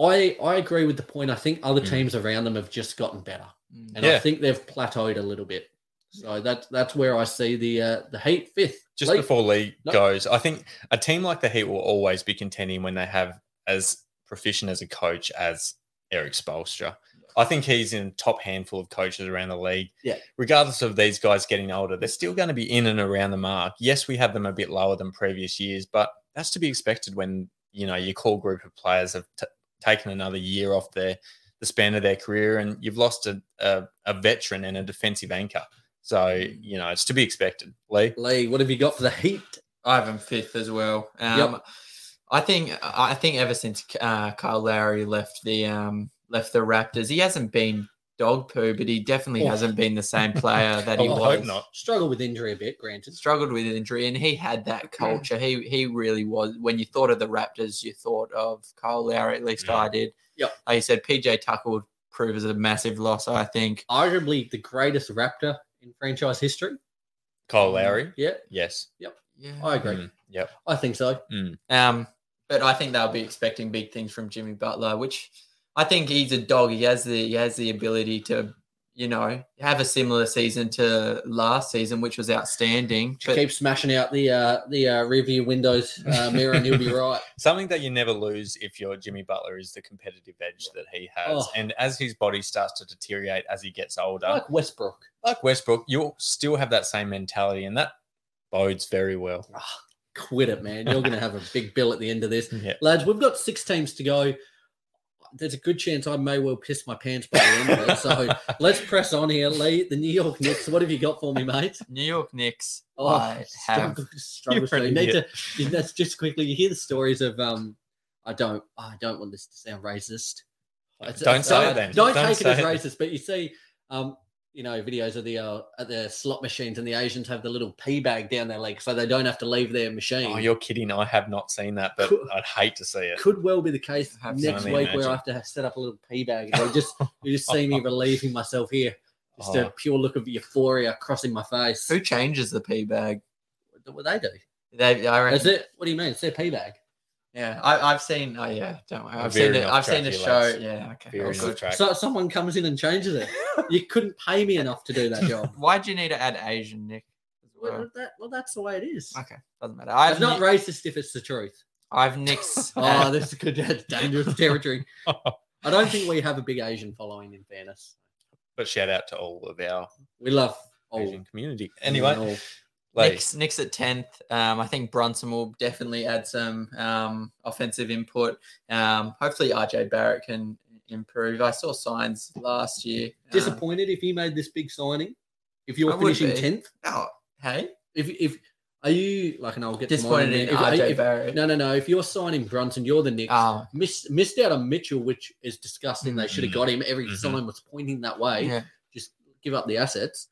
Speaker 2: I I agree with the point. I think other
Speaker 3: Mm.
Speaker 2: teams around them have just gotten better,
Speaker 4: Mm.
Speaker 2: and I
Speaker 3: Yeah.
Speaker 2: think they've plateaued a little bit. So that's that's where I see the uh, the Heat fifth.
Speaker 3: just
Speaker 2: Like,
Speaker 3: before Lee
Speaker 2: No.
Speaker 3: goes, I think a team like the Heat will always be contending when they have as proficient as a coach as Eric Spolstra. I think he's in top handful of coaches around the league.
Speaker 2: Yeah.
Speaker 3: Regardless of these guys getting older, they're still going to be in and around the mark. Yes, we have them a bit lower than previous years, but that's to be expected when you know your core group of players have t- taken another year off their the span of their career, and you've lost a, a a veteran and a defensive anchor. So
Speaker 2: Mm.
Speaker 3: you know it's to be expected. Lee,
Speaker 2: Lee, what have you got for the Heat?
Speaker 4: I have him fifth as well. Um, I think I think ever since uh, Kyle Lowry left the um, left the Raptors, he hasn't been dog poo, but he definitely
Speaker 2: Oh.
Speaker 4: hasn't been the same player that
Speaker 3: Oh, I
Speaker 4: he
Speaker 3: would
Speaker 4: was.
Speaker 3: hope not.
Speaker 2: Struggle with injury a bit, granted.
Speaker 4: Struggled with injury, and he had that culture. He he really was. When you thought of the Raptors, you thought of Kyle Lowry. At least
Speaker 3: Yeah.
Speaker 4: I did.
Speaker 2: Yep.
Speaker 4: Like you said, PJ Tucker would prove as a massive loss. I think.
Speaker 2: Arguably the greatest Raptor in franchise history.
Speaker 3: Kyle Lowry,
Speaker 2: Yeah,
Speaker 3: yes,
Speaker 4: Yeah.
Speaker 2: I agree.
Speaker 3: Mm, yep.
Speaker 2: I think so.
Speaker 4: Um, but I think they'll be expecting big things from Jimmy Butler, which I think he's a dog. He has the he has the ability to, you know, have a similar season to last season, which was outstanding.
Speaker 2: Just
Speaker 4: But
Speaker 2: keep smashing out the uh, the uh, rearview windows uh, mirror, and you'll be right.
Speaker 3: Something that you never lose if you're Jimmy Butler is the competitive edge that he has.
Speaker 2: Oh.
Speaker 3: And as his body starts to deteriorate as he gets older,
Speaker 2: Like Westbrook.
Speaker 3: like Westbrook, you'll still have that same mentality, and that bodes very well.
Speaker 2: quit it, man. You're going to have a big bill at the end of
Speaker 4: Hmm.
Speaker 2: this.
Speaker 3: Yeah.
Speaker 2: Lads, we've got six teams to go. There's a good chance I may well piss my pants by the end of it. So let's press on here. Lee, the New York Knicks, what have you got for me, mate?
Speaker 4: New York Knicks,
Speaker 2: Oh,
Speaker 4: I have
Speaker 2: struggle, struggle.
Speaker 3: You're
Speaker 2: So
Speaker 3: an
Speaker 2: you need
Speaker 3: idiot.
Speaker 2: to, that's just quickly, you hear the stories of, um, I don't, I don't want this to sound racist.
Speaker 3: Don't say it then.
Speaker 2: Don't,
Speaker 3: Don't
Speaker 2: take it
Speaker 3: say
Speaker 2: as
Speaker 3: it.
Speaker 2: racist, but you see, um, you know, videos of the uh, at the slot machines, and the Asians have the little pee bag down their leg, so they don't have to leave their machine.
Speaker 3: Oh, you're kidding. I have not seen that, but
Speaker 2: Cool.
Speaker 3: I'd hate to see it.
Speaker 2: could well be the case
Speaker 4: I have to
Speaker 2: next
Speaker 3: only
Speaker 2: week where
Speaker 3: imagine.
Speaker 2: I have to have set up a little pee bag. And you just you just see me relieving myself here. Just a
Speaker 3: Oh.
Speaker 2: pure look of euphoria crossing my face.
Speaker 4: who changes the pee bag?
Speaker 2: What they do?
Speaker 4: They, I reckon
Speaker 2: Is it? What do you mean? It's their pee bag.
Speaker 4: Yeah, I, I've seen. Oh yeah, don't worry.
Speaker 3: We're
Speaker 4: I've seen
Speaker 3: veering
Speaker 4: it.
Speaker 3: off
Speaker 4: I've seen the
Speaker 3: track here,
Speaker 4: show.
Speaker 3: lads.
Speaker 4: Yeah, okay.
Speaker 3: Veering
Speaker 4: all
Speaker 3: off
Speaker 4: good.
Speaker 3: track.
Speaker 2: So someone comes in and changes it. You couldn't pay me enough to do that job.
Speaker 4: Why'd you need to add Asian, Nick?
Speaker 2: well, well, that, well, that's the way it is.
Speaker 4: Okay, doesn't matter. I've
Speaker 2: It's not
Speaker 4: not.
Speaker 2: racist if it's the truth.
Speaker 4: I've Nick's.
Speaker 2: Oh, this could that's dangerous territory. I don't think we have a big Asian following. In fairness,
Speaker 3: But shout out to all of our
Speaker 2: we love all.
Speaker 3: Asian community. Anyway,
Speaker 2: all-
Speaker 3: Lee,
Speaker 4: Nick's, Nick's at tenth. Um, I think Brunson will definitely add some um, offensive input. Um, hopefully, RJ Barrett can improve. I saw signs last year. Um,
Speaker 2: disappointed if you made this big signing. If you're
Speaker 4: I would
Speaker 2: finishing
Speaker 4: be.
Speaker 2: tenth,
Speaker 4: oh, hey,
Speaker 2: if if are you like, and I'll get to mine
Speaker 4: disappointed in
Speaker 2: a minute.
Speaker 4: RJ
Speaker 2: if, if,
Speaker 4: Barrett.
Speaker 2: No, no, no. If you're signing Brunson, you're the Knicks.
Speaker 4: Oh,
Speaker 2: Miss, missed out on Mitchell, which is disgusting. They should have
Speaker 3: Mhm.
Speaker 2: got him. Every
Speaker 3: Mhm.
Speaker 2: sign was pointing that way.
Speaker 4: yeah.
Speaker 2: Give up the assets.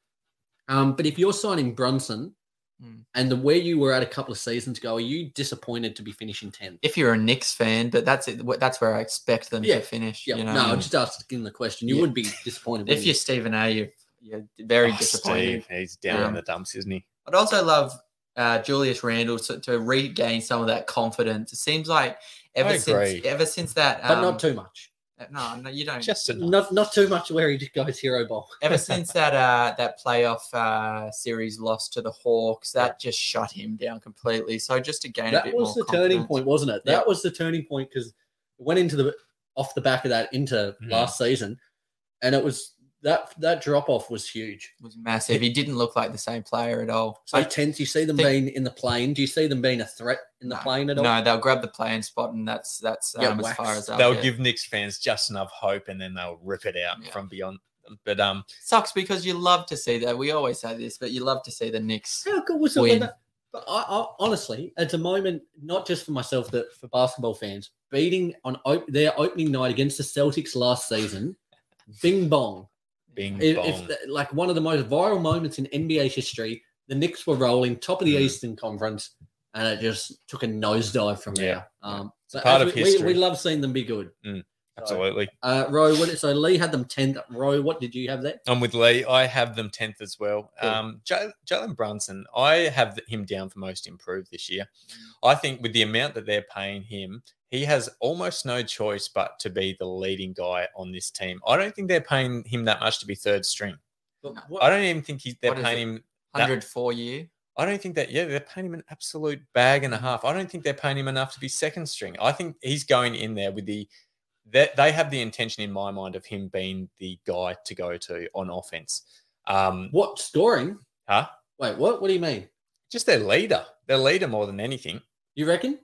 Speaker 2: Um, but if you're signing Brunson,
Speaker 4: Mm.
Speaker 2: and the where you were at a couple of seasons ago, are you disappointed to be finishing tenth?
Speaker 4: If you're a Knicks fan, but that's it. wh- That's where I expect them
Speaker 2: Yeah,
Speaker 4: to finish.
Speaker 2: Yeah,
Speaker 4: you know?
Speaker 2: no, I'm just asking the question. You
Speaker 4: Yeah.
Speaker 2: would be disappointed
Speaker 4: If
Speaker 2: wouldn't
Speaker 4: you're Stephen A, you're, you're very
Speaker 3: Oh,
Speaker 4: disappointed.
Speaker 3: Steve, he's down in
Speaker 4: Um,
Speaker 3: the dumps, isn't he?
Speaker 4: I'd also love uh, Julius Randle to, to regain some of that confidence. It seems like ever
Speaker 3: I
Speaker 4: since
Speaker 3: agree.
Speaker 4: ever since that,
Speaker 2: but
Speaker 4: um,
Speaker 2: not too much.
Speaker 4: no, no, you don't.
Speaker 3: Just enough.
Speaker 2: Not not too much where he just goes hero ball.
Speaker 4: ever since that uh, that playoff uh, series loss to the Hawks, that just shut him down completely. So just to gain a
Speaker 2: that
Speaker 4: bit
Speaker 2: was the
Speaker 4: more
Speaker 2: turning
Speaker 4: confidence.
Speaker 2: point, wasn't it? That
Speaker 4: Yeah.
Speaker 2: was the turning point because it went into the off the back of that into
Speaker 4: Hmm.
Speaker 3: Mhm.
Speaker 2: last season, and it was that that drop off was huge.
Speaker 4: was massive. He didn't look like the same player at all.
Speaker 2: So tenth, you see them
Speaker 4: think-
Speaker 2: being in the plane. Do you see them being a threat in the
Speaker 4: No,
Speaker 2: plane at all?
Speaker 4: no, they'll grab the playing spot, and that's that's
Speaker 2: Yeah,
Speaker 4: um, as
Speaker 2: wax.
Speaker 4: far as they'll
Speaker 3: They'll
Speaker 4: get.
Speaker 3: give Knicks fans just enough hope, and then they'll rip it out
Speaker 4: Yeah.
Speaker 3: from beyond. But um,
Speaker 4: Sucks because you love to see that. We always say this, but you love to see the Knicks.
Speaker 2: How good was it?
Speaker 4: Win.
Speaker 2: When that, but I, I honestly, it's a moment not just for myself, but for basketball fans beating on op- their opening night against the Celtics last season. Bing bong.
Speaker 3: Bing
Speaker 2: It-
Speaker 3: Bong.
Speaker 2: It's the- like one of the most viral moments in NBA history. The Knicks were rolling top of the
Speaker 3: Mm.
Speaker 2: Eastern Conference, and it just took a nosedive from there.
Speaker 3: Yeah.
Speaker 2: Um, but
Speaker 3: part
Speaker 2: as
Speaker 3: of
Speaker 2: we,
Speaker 3: history.
Speaker 2: We, we love seeing them be good.
Speaker 3: Mm.
Speaker 2: So,
Speaker 3: absolutely.
Speaker 2: uh, Roy, what, so Lee had them tenth. Roy, what did you have there?
Speaker 3: I'm with Lee. I have them tenth as well.
Speaker 2: Cool.
Speaker 3: Um, Ja- Jalen Brunson, I have him down for most improved this year. I think with the amount that they're paying him, he has almost no choice but to be the leading guy on this team. I don't think they're paying him that much to be third string.
Speaker 2: But
Speaker 4: No.
Speaker 2: what-
Speaker 3: I don't even think he's they're
Speaker 4: What is
Speaker 3: paying
Speaker 4: it?
Speaker 3: him. That-
Speaker 4: 104 year.
Speaker 3: I don't think that. Yeah, they're paying him an absolute bag and a half. I don't think they're paying him enough to be second string. I think he's going in there with the that they have the intention in my mind of him being the guy to go to on offense. Um,
Speaker 2: what scoring?
Speaker 3: Huh?
Speaker 2: Wait, what? What do you mean?
Speaker 3: just their leader, their leader more than anything.
Speaker 2: You reckon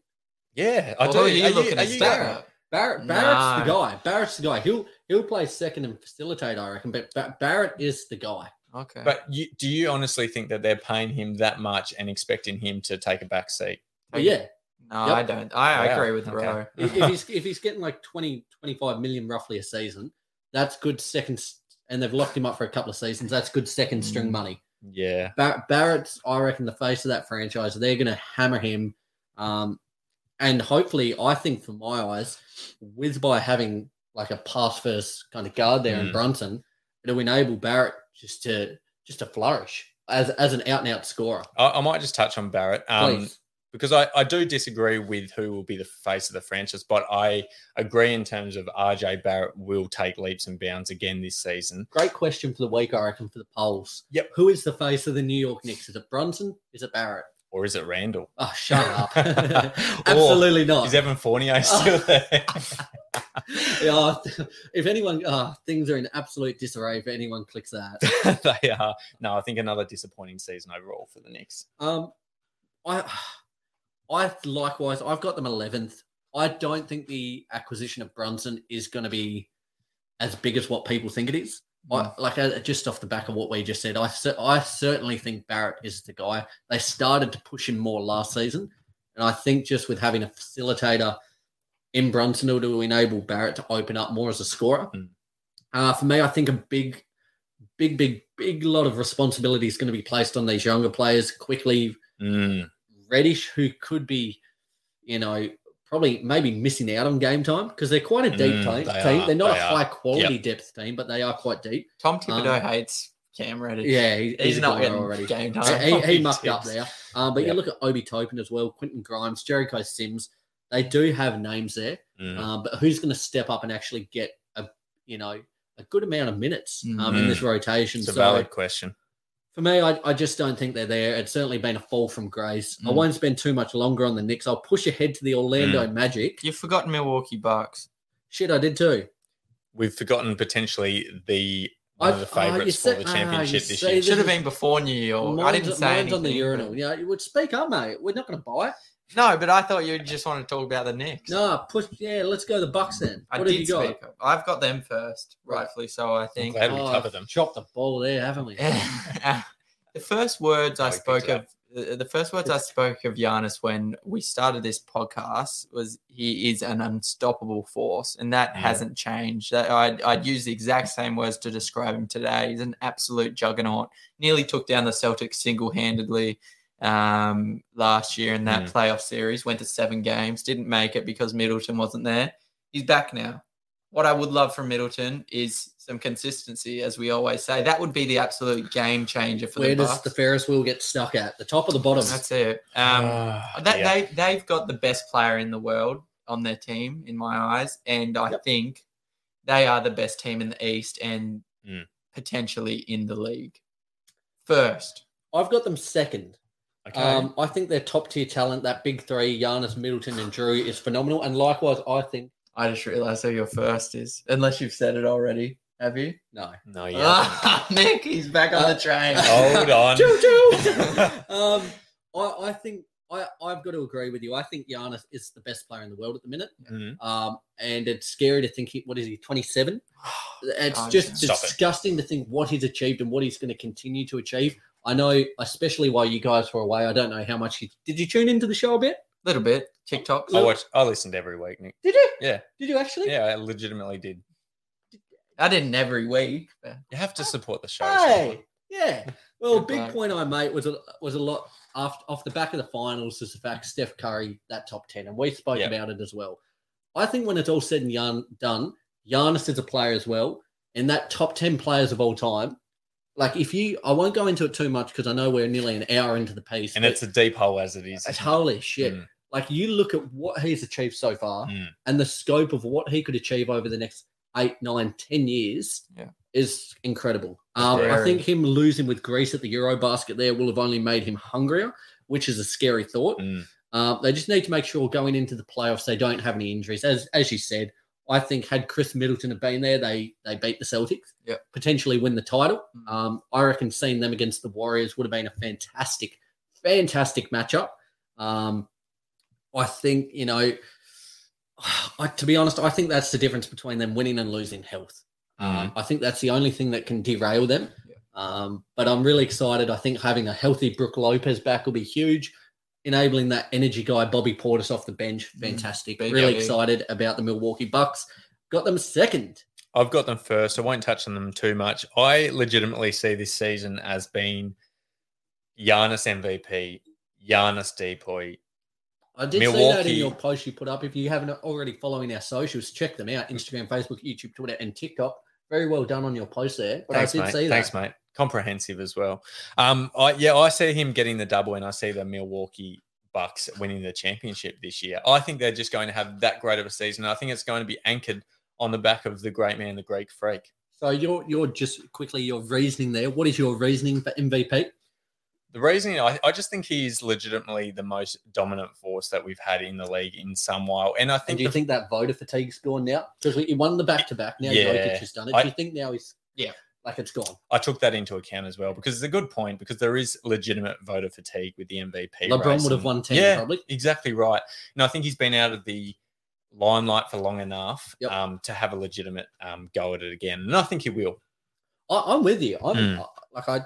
Speaker 3: Yeah, I
Speaker 4: Well,
Speaker 3: do.
Speaker 4: who are you looking
Speaker 3: are
Speaker 4: to
Speaker 3: you-
Speaker 4: start?
Speaker 2: Barrett? Barrett? Barrett's the
Speaker 4: No.
Speaker 2: guy. Barrett's the guy. He'll he'll play second and facilitate, I reckon. But, but Barrett is the guy.
Speaker 4: Okay.
Speaker 3: But you, do you honestly think that they're paying him that much and expecting him to take a back seat?
Speaker 2: But yeah,
Speaker 4: no,
Speaker 2: Yep.
Speaker 4: I don't. I
Speaker 3: Wow.
Speaker 4: agree with
Speaker 3: Okay.
Speaker 4: Ro.
Speaker 2: if if he's if he's getting like 20 25 million roughly a season that's good second s- and they've locked him up for a couple of seasons that's good second string
Speaker 4: Mm.
Speaker 2: money
Speaker 3: Yeah,
Speaker 2: Bar- barrett's i reckon the face of that franchise they're going to hammer him um, and hopefully i think for my eyes with by having like a pass first kind of guard there in
Speaker 3: Mm.
Speaker 2: brunson it'll enable barrett just to just to flourish as as an out and out scorer
Speaker 3: I, I might just touch on Barrett um,
Speaker 2: please
Speaker 3: because I, I do disagree with who will be the face of the franchise, but I agree in terms of RJ Barrett will take leaps and bounds again this season.
Speaker 2: Great question for the week, I reckon, for the polls.
Speaker 3: Yep.
Speaker 2: Who is the face of the New York Knicks? Is it Brunson? Is it Barrett?
Speaker 3: Or is it Randall?
Speaker 2: Oh, shut up.
Speaker 3: Or
Speaker 2: Absolutely not.
Speaker 3: Is Evan
Speaker 2: Oh.
Speaker 3: Fournier still there?
Speaker 2: Yeah, if anyone, oh, things are in absolute disarray if anyone clicks that.
Speaker 3: they are. No, I think another disappointing season overall for the Knicks.
Speaker 2: Um, I, I likewise, I've got them eleventh. I don't think the acquisition of Brunson is going to be as big as what people think it is. I, like uh, just off the back of what we just said, I cer- I certainly think Barrett is the guy. They started to push him more last season, and I think just with having a facilitator in Brunson will enable Barrett to open up more as a scorer.
Speaker 3: Mm.
Speaker 2: Uh, for me, I think a big, big, big, big lot of responsibility is going to be placed on these younger players quickly
Speaker 3: Mm,
Speaker 2: Reddish, who could be, you know, probably maybe missing out on game time because they're quite a deep
Speaker 3: Mm,
Speaker 2: team.
Speaker 3: they
Speaker 2: team.
Speaker 3: are,
Speaker 2: They're not
Speaker 3: they
Speaker 2: a
Speaker 3: are.
Speaker 2: high quality depth team, but they are quite deep.
Speaker 4: Tom Thibodeau
Speaker 2: Um,
Speaker 4: hates Cam Reddish.
Speaker 2: Yeah, he-
Speaker 4: he's,
Speaker 2: a
Speaker 4: not
Speaker 2: goer
Speaker 4: getting
Speaker 2: already.
Speaker 4: game
Speaker 2: He-
Speaker 4: time.
Speaker 2: He, he
Speaker 3: He
Speaker 2: mucked up
Speaker 3: is.
Speaker 2: there. Um, but
Speaker 3: Yeah.
Speaker 2: you look at Obi Topin as well, Quentin Grimes, Jericho Sims. They do have names there,
Speaker 3: mm.
Speaker 2: um, but who's going to step up and actually get a, you know, a good amount of minutes um, in
Speaker 3: Mhm.
Speaker 2: this rotation?
Speaker 3: It's a
Speaker 2: So-
Speaker 3: valid question.
Speaker 2: for me, I, I just don't think they're there. It's certainly been a fall from grace. I
Speaker 4: Mm.
Speaker 2: won't spend too much longer on the Knicks. I'll push ahead to the Orlando Magic.
Speaker 4: You've forgotten Milwaukee Bucks.
Speaker 2: Shit, I did too.
Speaker 3: We've forgotten potentially the one of
Speaker 2: I- ah,
Speaker 3: the
Speaker 2: you
Speaker 3: favourites
Speaker 2: say-
Speaker 3: for the
Speaker 2: ah, you
Speaker 3: championship this
Speaker 2: say
Speaker 3: year.
Speaker 4: It should have
Speaker 2: is-
Speaker 4: been before New York. Oh, I didn't
Speaker 2: Mine's-
Speaker 4: say
Speaker 2: mine's
Speaker 4: anything.
Speaker 2: on the urinal. Yeah, you would speak up, mate. We're not going to buy it.
Speaker 4: No, but I thought you just want to talk about the Knicks.
Speaker 2: No, push. Yeah, let's go the Bucks then.
Speaker 4: I
Speaker 2: what have
Speaker 4: did
Speaker 2: you got?
Speaker 4: speak up. I've got them first, rightfully so. I
Speaker 3: I'm
Speaker 4: think.
Speaker 3: glad we
Speaker 2: Oh,
Speaker 3: covered them.
Speaker 2: Dropped the ball there, haven't we?
Speaker 4: the first words I
Speaker 3: Okay,
Speaker 4: spoke
Speaker 3: Jack.
Speaker 4: of uh, the the first words I spoke of Giannis when we started this podcast was he is an unstoppable force, and that
Speaker 3: Yeah.
Speaker 4: hasn't changed. That- I'd, I'd use the exact same words to describe him today. He's an absolute juggernaut. Nearly took down the Celtics single handedly um, last year in that
Speaker 2: Hmm.
Speaker 3: Mm.
Speaker 4: playoff series. Went to seven games, didn't make it because Middleton wasn't there. He's back now. What I would love from Middleton is some consistency, as we always say. That would be the absolute game changer for
Speaker 2: Where
Speaker 4: the
Speaker 2: does
Speaker 4: Bucks.
Speaker 2: the Ferris wheel get stuck at? The top or the bottom?
Speaker 4: That's it. Um,
Speaker 2: Uh,
Speaker 3: Ah,
Speaker 4: that,
Speaker 3: yeah.
Speaker 4: they they've got the best player in the world on their team, in my eyes, and I
Speaker 2: Yep.
Speaker 4: think they are the best team in the East and
Speaker 2: Hmm.
Speaker 3: Mm.
Speaker 4: potentially in the league. First,
Speaker 2: I've got them second.
Speaker 3: okay.
Speaker 2: Um, I think their top tier talent, that big three, Giannis, Middleton, and Drew, is phenomenal. And likewise, I think
Speaker 4: I just realized who your first is, unless you've said it already. Have you?
Speaker 2: no.
Speaker 3: no, yeah.
Speaker 4: Ah, Nick, he's back on the train.
Speaker 3: Hold on.
Speaker 2: Ah. Choo choo. um, I, I think I, I've got to agree with you. I think Giannis is the best player in the world at the minute.
Speaker 3: Mhm.
Speaker 2: Um, and it's scary to think he, what is he, 27? It's
Speaker 4: Oh,
Speaker 2: just
Speaker 3: yeah. Stop it.
Speaker 2: disgusting to think what he's achieved and what he's going to continue to achieve. I know, especially while you guys were away, I don't know how much he did. You tune into the show a bit?
Speaker 4: little bit TikTok.
Speaker 3: I watch. I listened every week, Nick.
Speaker 2: Did you?
Speaker 3: Yeah.
Speaker 2: Did you actually?
Speaker 3: Yeah, I legitimately did.
Speaker 4: I didn't every week. But
Speaker 3: You have to support the show.
Speaker 2: Hey, yeah. Well,
Speaker 4: Good
Speaker 2: big
Speaker 4: bloke.
Speaker 2: point I made was a, was a lot off, off the back of the finals is the fact Steph Curry that top ten, and we spoke
Speaker 3: Yeah.
Speaker 2: about it as well. I think when it's all said and yarn, done, Giannis is a player as well, and that top ten players of all time. Like if you, I won't go into it too much because I know we're nearly an hour into the piece,
Speaker 3: And
Speaker 2: but
Speaker 3: it's a deep hole as it is.
Speaker 2: it's holy shit.
Speaker 3: Mm.
Speaker 2: Like you look at what he's achieved so far
Speaker 3: Mm.
Speaker 2: and the scope of what he could achieve over the next eight, nine, ten years
Speaker 4: Yeah.
Speaker 2: is incredible. Um, I
Speaker 4: Very.
Speaker 2: think him losing with Greece at the Eurobasket there will have only made him hungrier, which is a scary thought.
Speaker 3: Mm.
Speaker 2: Um, they just need to make sure going into the playoffs they don't have any injuries. As as you said, I think had Chris Middleton have been there, they they beat the Celtics,
Speaker 4: Yeah.
Speaker 2: potentially win the title.
Speaker 4: Mm.
Speaker 2: Um, I reckon seeing them against the Warriors would have been a fantastic, fantastic matchup. Um, I think you know, I, to be honest, I think that's the difference between them winning and losing health. Um,
Speaker 3: Mm-hmm.
Speaker 2: I think that's the only thing that can derail them.
Speaker 4: Yeah.
Speaker 2: Um, but I'm really excited. I think having a healthy Brooke Lopez back will be huge. Enabling that energy guy, Bobby Portis, off the bench.
Speaker 3: Mm-hmm.
Speaker 4: Mm.
Speaker 2: Fantastic.
Speaker 4: Big
Speaker 2: Really
Speaker 4: guy.
Speaker 2: excited about the Milwaukee Bucks. Got them second.
Speaker 3: I've got them first. I won't touch on them too much. I legitimately see this season as being Giannis MVP, Giannis Depoy.
Speaker 2: I did see that in
Speaker 3: Milwaukee-
Speaker 2: your post you put up. If you haven't already following our socials, check them out Instagram, Facebook, YouTube, Twitter, and TikTok. Very well done on your post there. But I
Speaker 3: Thanks,
Speaker 2: did
Speaker 3: mate.
Speaker 2: see that.
Speaker 3: Thanks, mate. Comprehensive as well. Um, I, yeah, I see him getting the double, and I see the Milwaukee Bucks winning the championship this year. I think they're just going to have that great of a season. I think it's going to be anchored on the back of the great man, the Greek Freak.
Speaker 2: So you're you're just quickly your reasoning there. What is your reasoning for MVP?
Speaker 3: The reason I, I just think he's legitimately the most dominant force that we've had in the league in some while, and I
Speaker 2: And
Speaker 3: think
Speaker 2: do you
Speaker 3: the-
Speaker 2: think that voter fatigue's gone now? Because he won the back to back. Now
Speaker 3: Yeah.
Speaker 2: Jokic has done it.
Speaker 3: I-
Speaker 2: do you think now he's
Speaker 4: Yeah.
Speaker 2: like it's gone?
Speaker 3: I took that into account as well because it's a good point because there is legitimate voter fatigue with the MVP.
Speaker 2: LeBron
Speaker 3: race
Speaker 2: would have
Speaker 3: and-
Speaker 2: won ten
Speaker 3: Yeah.
Speaker 2: probably.
Speaker 3: Exactly right. And I think he's been out of the limelight for long enough
Speaker 2: Yep.
Speaker 3: um, to have a legitimate um, go at it again. And I think he will.
Speaker 2: I, I'm with you. I'm
Speaker 3: Mm.
Speaker 2: I- like I,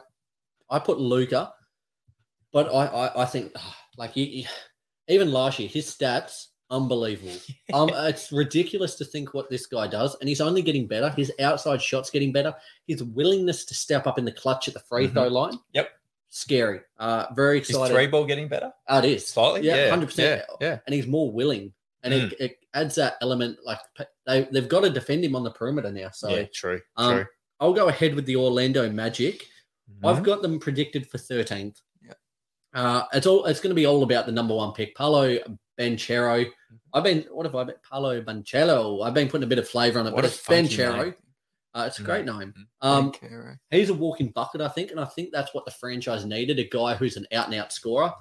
Speaker 2: I put Luca, but I I, I think ah, like you, you- even last year his stats unbelievable. um, it's ridiculous to think what this guy does, and he's only getting better. His outside shots getting better. His willingness to step up in the clutch at the free
Speaker 3: Mhm.
Speaker 2: throw line.
Speaker 3: Yep.
Speaker 2: Scary. Uh, very
Speaker 3: Is
Speaker 2: excited.
Speaker 3: three ball getting better?
Speaker 2: Oh, it is.
Speaker 3: Slightly?
Speaker 2: Yeah,
Speaker 3: Yeah.
Speaker 2: 100%.
Speaker 3: Yeah. Mm. yeah.
Speaker 2: and he's more willing, and it, it adds that element. Like p- they they've got to defend him on the perimeter now. So
Speaker 3: Yeah, true.
Speaker 2: Um,
Speaker 3: true.
Speaker 2: I'll go ahead with the Orlando Magic. I've
Speaker 3: Mhm.
Speaker 2: got them predicted for 13th.
Speaker 4: Yeah.
Speaker 2: Uh, it's all it's going to be all about the number one pick, Paolo Banchero.
Speaker 3: Mm-hmm.
Speaker 2: I've been what have I been Paolo Banchero? I've been putting a bit of flavour on it,
Speaker 3: What
Speaker 2: but
Speaker 3: a
Speaker 2: it's
Speaker 3: funky
Speaker 2: Banchero.
Speaker 3: name.
Speaker 2: Uh, it's a great name.
Speaker 3: Mhm.
Speaker 2: Um,
Speaker 4: Okay.
Speaker 2: he's a walking bucket, I think, and I think that's what the franchise needed—a guy who's an out-and-out scorer.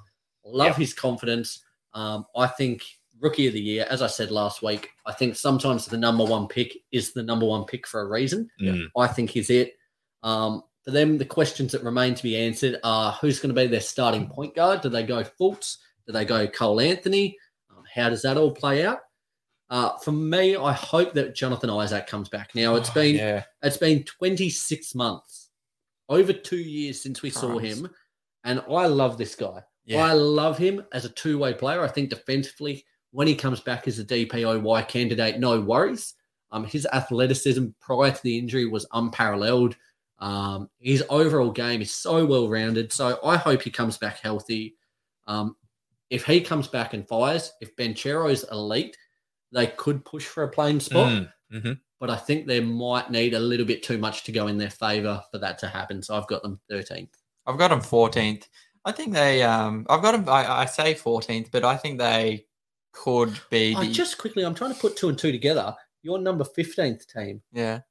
Speaker 2: Love
Speaker 3: Yeah.
Speaker 2: his confidence. Um, I think rookie of the year, as I said last week. I think sometimes the number one pick is the number one pick for a reason.
Speaker 3: Mm.
Speaker 2: I think is it. Um, for them, the questions that remain to be answered are who's going to be their starting point guard? Do they go Fultz? Do they go Cole Anthony? Um, how does that all play out? Uh, for me, I hope that Jonathan Isaac comes back. Now it's
Speaker 3: Oh,
Speaker 2: been
Speaker 3: yeah.
Speaker 2: it's been 26 months, over two years since we saw
Speaker 4: Christ.
Speaker 2: him, and I love this guy.
Speaker 3: Yeah.
Speaker 2: I love him as a two way player. I think defensively, when he comes back as a DPOY candidate, no worries. Um, his athleticism prior to the injury was unparalleled. Um, his overall game is so well rounded. So I hope he comes back healthy. Um, if he comes back and fires, if Benchero's elite, they could push for a playing spot.
Speaker 3: Mm. Mhm.
Speaker 2: But I think they might need a little bit too much to go in their favour for that to happen. So I've got them 13th.
Speaker 4: I've got them 14th. I think they. Um, I've got them. I, I say 14th, but I think they could be.
Speaker 2: I
Speaker 4: the-
Speaker 2: just quickly, I'm trying to put two and two together. Your number 15th team.
Speaker 4: yeah.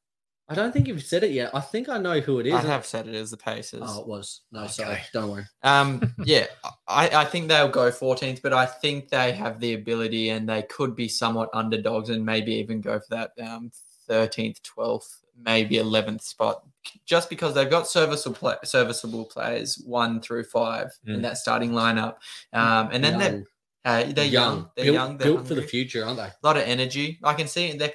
Speaker 2: I don't think you've said it yet. I think I know who it is.
Speaker 4: I have said it as the Pacers.
Speaker 2: Oh, it was. No,
Speaker 3: Okay.
Speaker 2: sorry. Don't worry.
Speaker 4: Um, yeah, I, I think they'll go 14th, but I think they have the ability and they could be somewhat underdogs and maybe even go for that um, 13th, 12th, maybe 11th spot, just because they've got serviceable play, serviceable players one through five in
Speaker 3: Mm.
Speaker 4: that starting lineup, um, and then they're
Speaker 2: Mm. Young.
Speaker 4: uh, they're young, they're
Speaker 2: built,
Speaker 4: young, they're
Speaker 2: built for the
Speaker 4: hungry
Speaker 2: future, aren't they?
Speaker 4: a lot of energy. I can see they're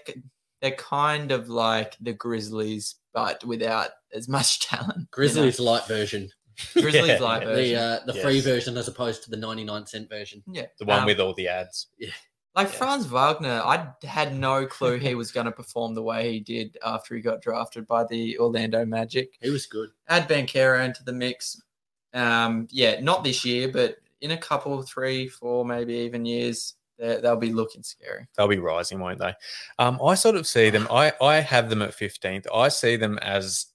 Speaker 4: they're kind of like the Grizzlies, but without as much talent. you know?
Speaker 2: Grizzlies light version,
Speaker 4: Grizzlies
Speaker 3: Yeah.
Speaker 4: light
Speaker 2: the
Speaker 4: version.
Speaker 2: uh, the free
Speaker 3: Yes.
Speaker 2: version as opposed to the ninety nine cent version.
Speaker 4: yeah,
Speaker 3: The one
Speaker 4: Um,
Speaker 3: with all the ads.
Speaker 4: like
Speaker 3: yeah.
Speaker 4: Franz Wagner. I had no clue he was going to perform the way he did after he got drafted by the Orlando Magic.
Speaker 2: He was good.
Speaker 4: Add Bankera into the mix. Um, yeah, not this year, but in a couple, three, four, maybe even years, they- they'll be looking scary.
Speaker 3: They'll be rising, won't they? Um, I sort of see them. I, I have them at 15th. I see them as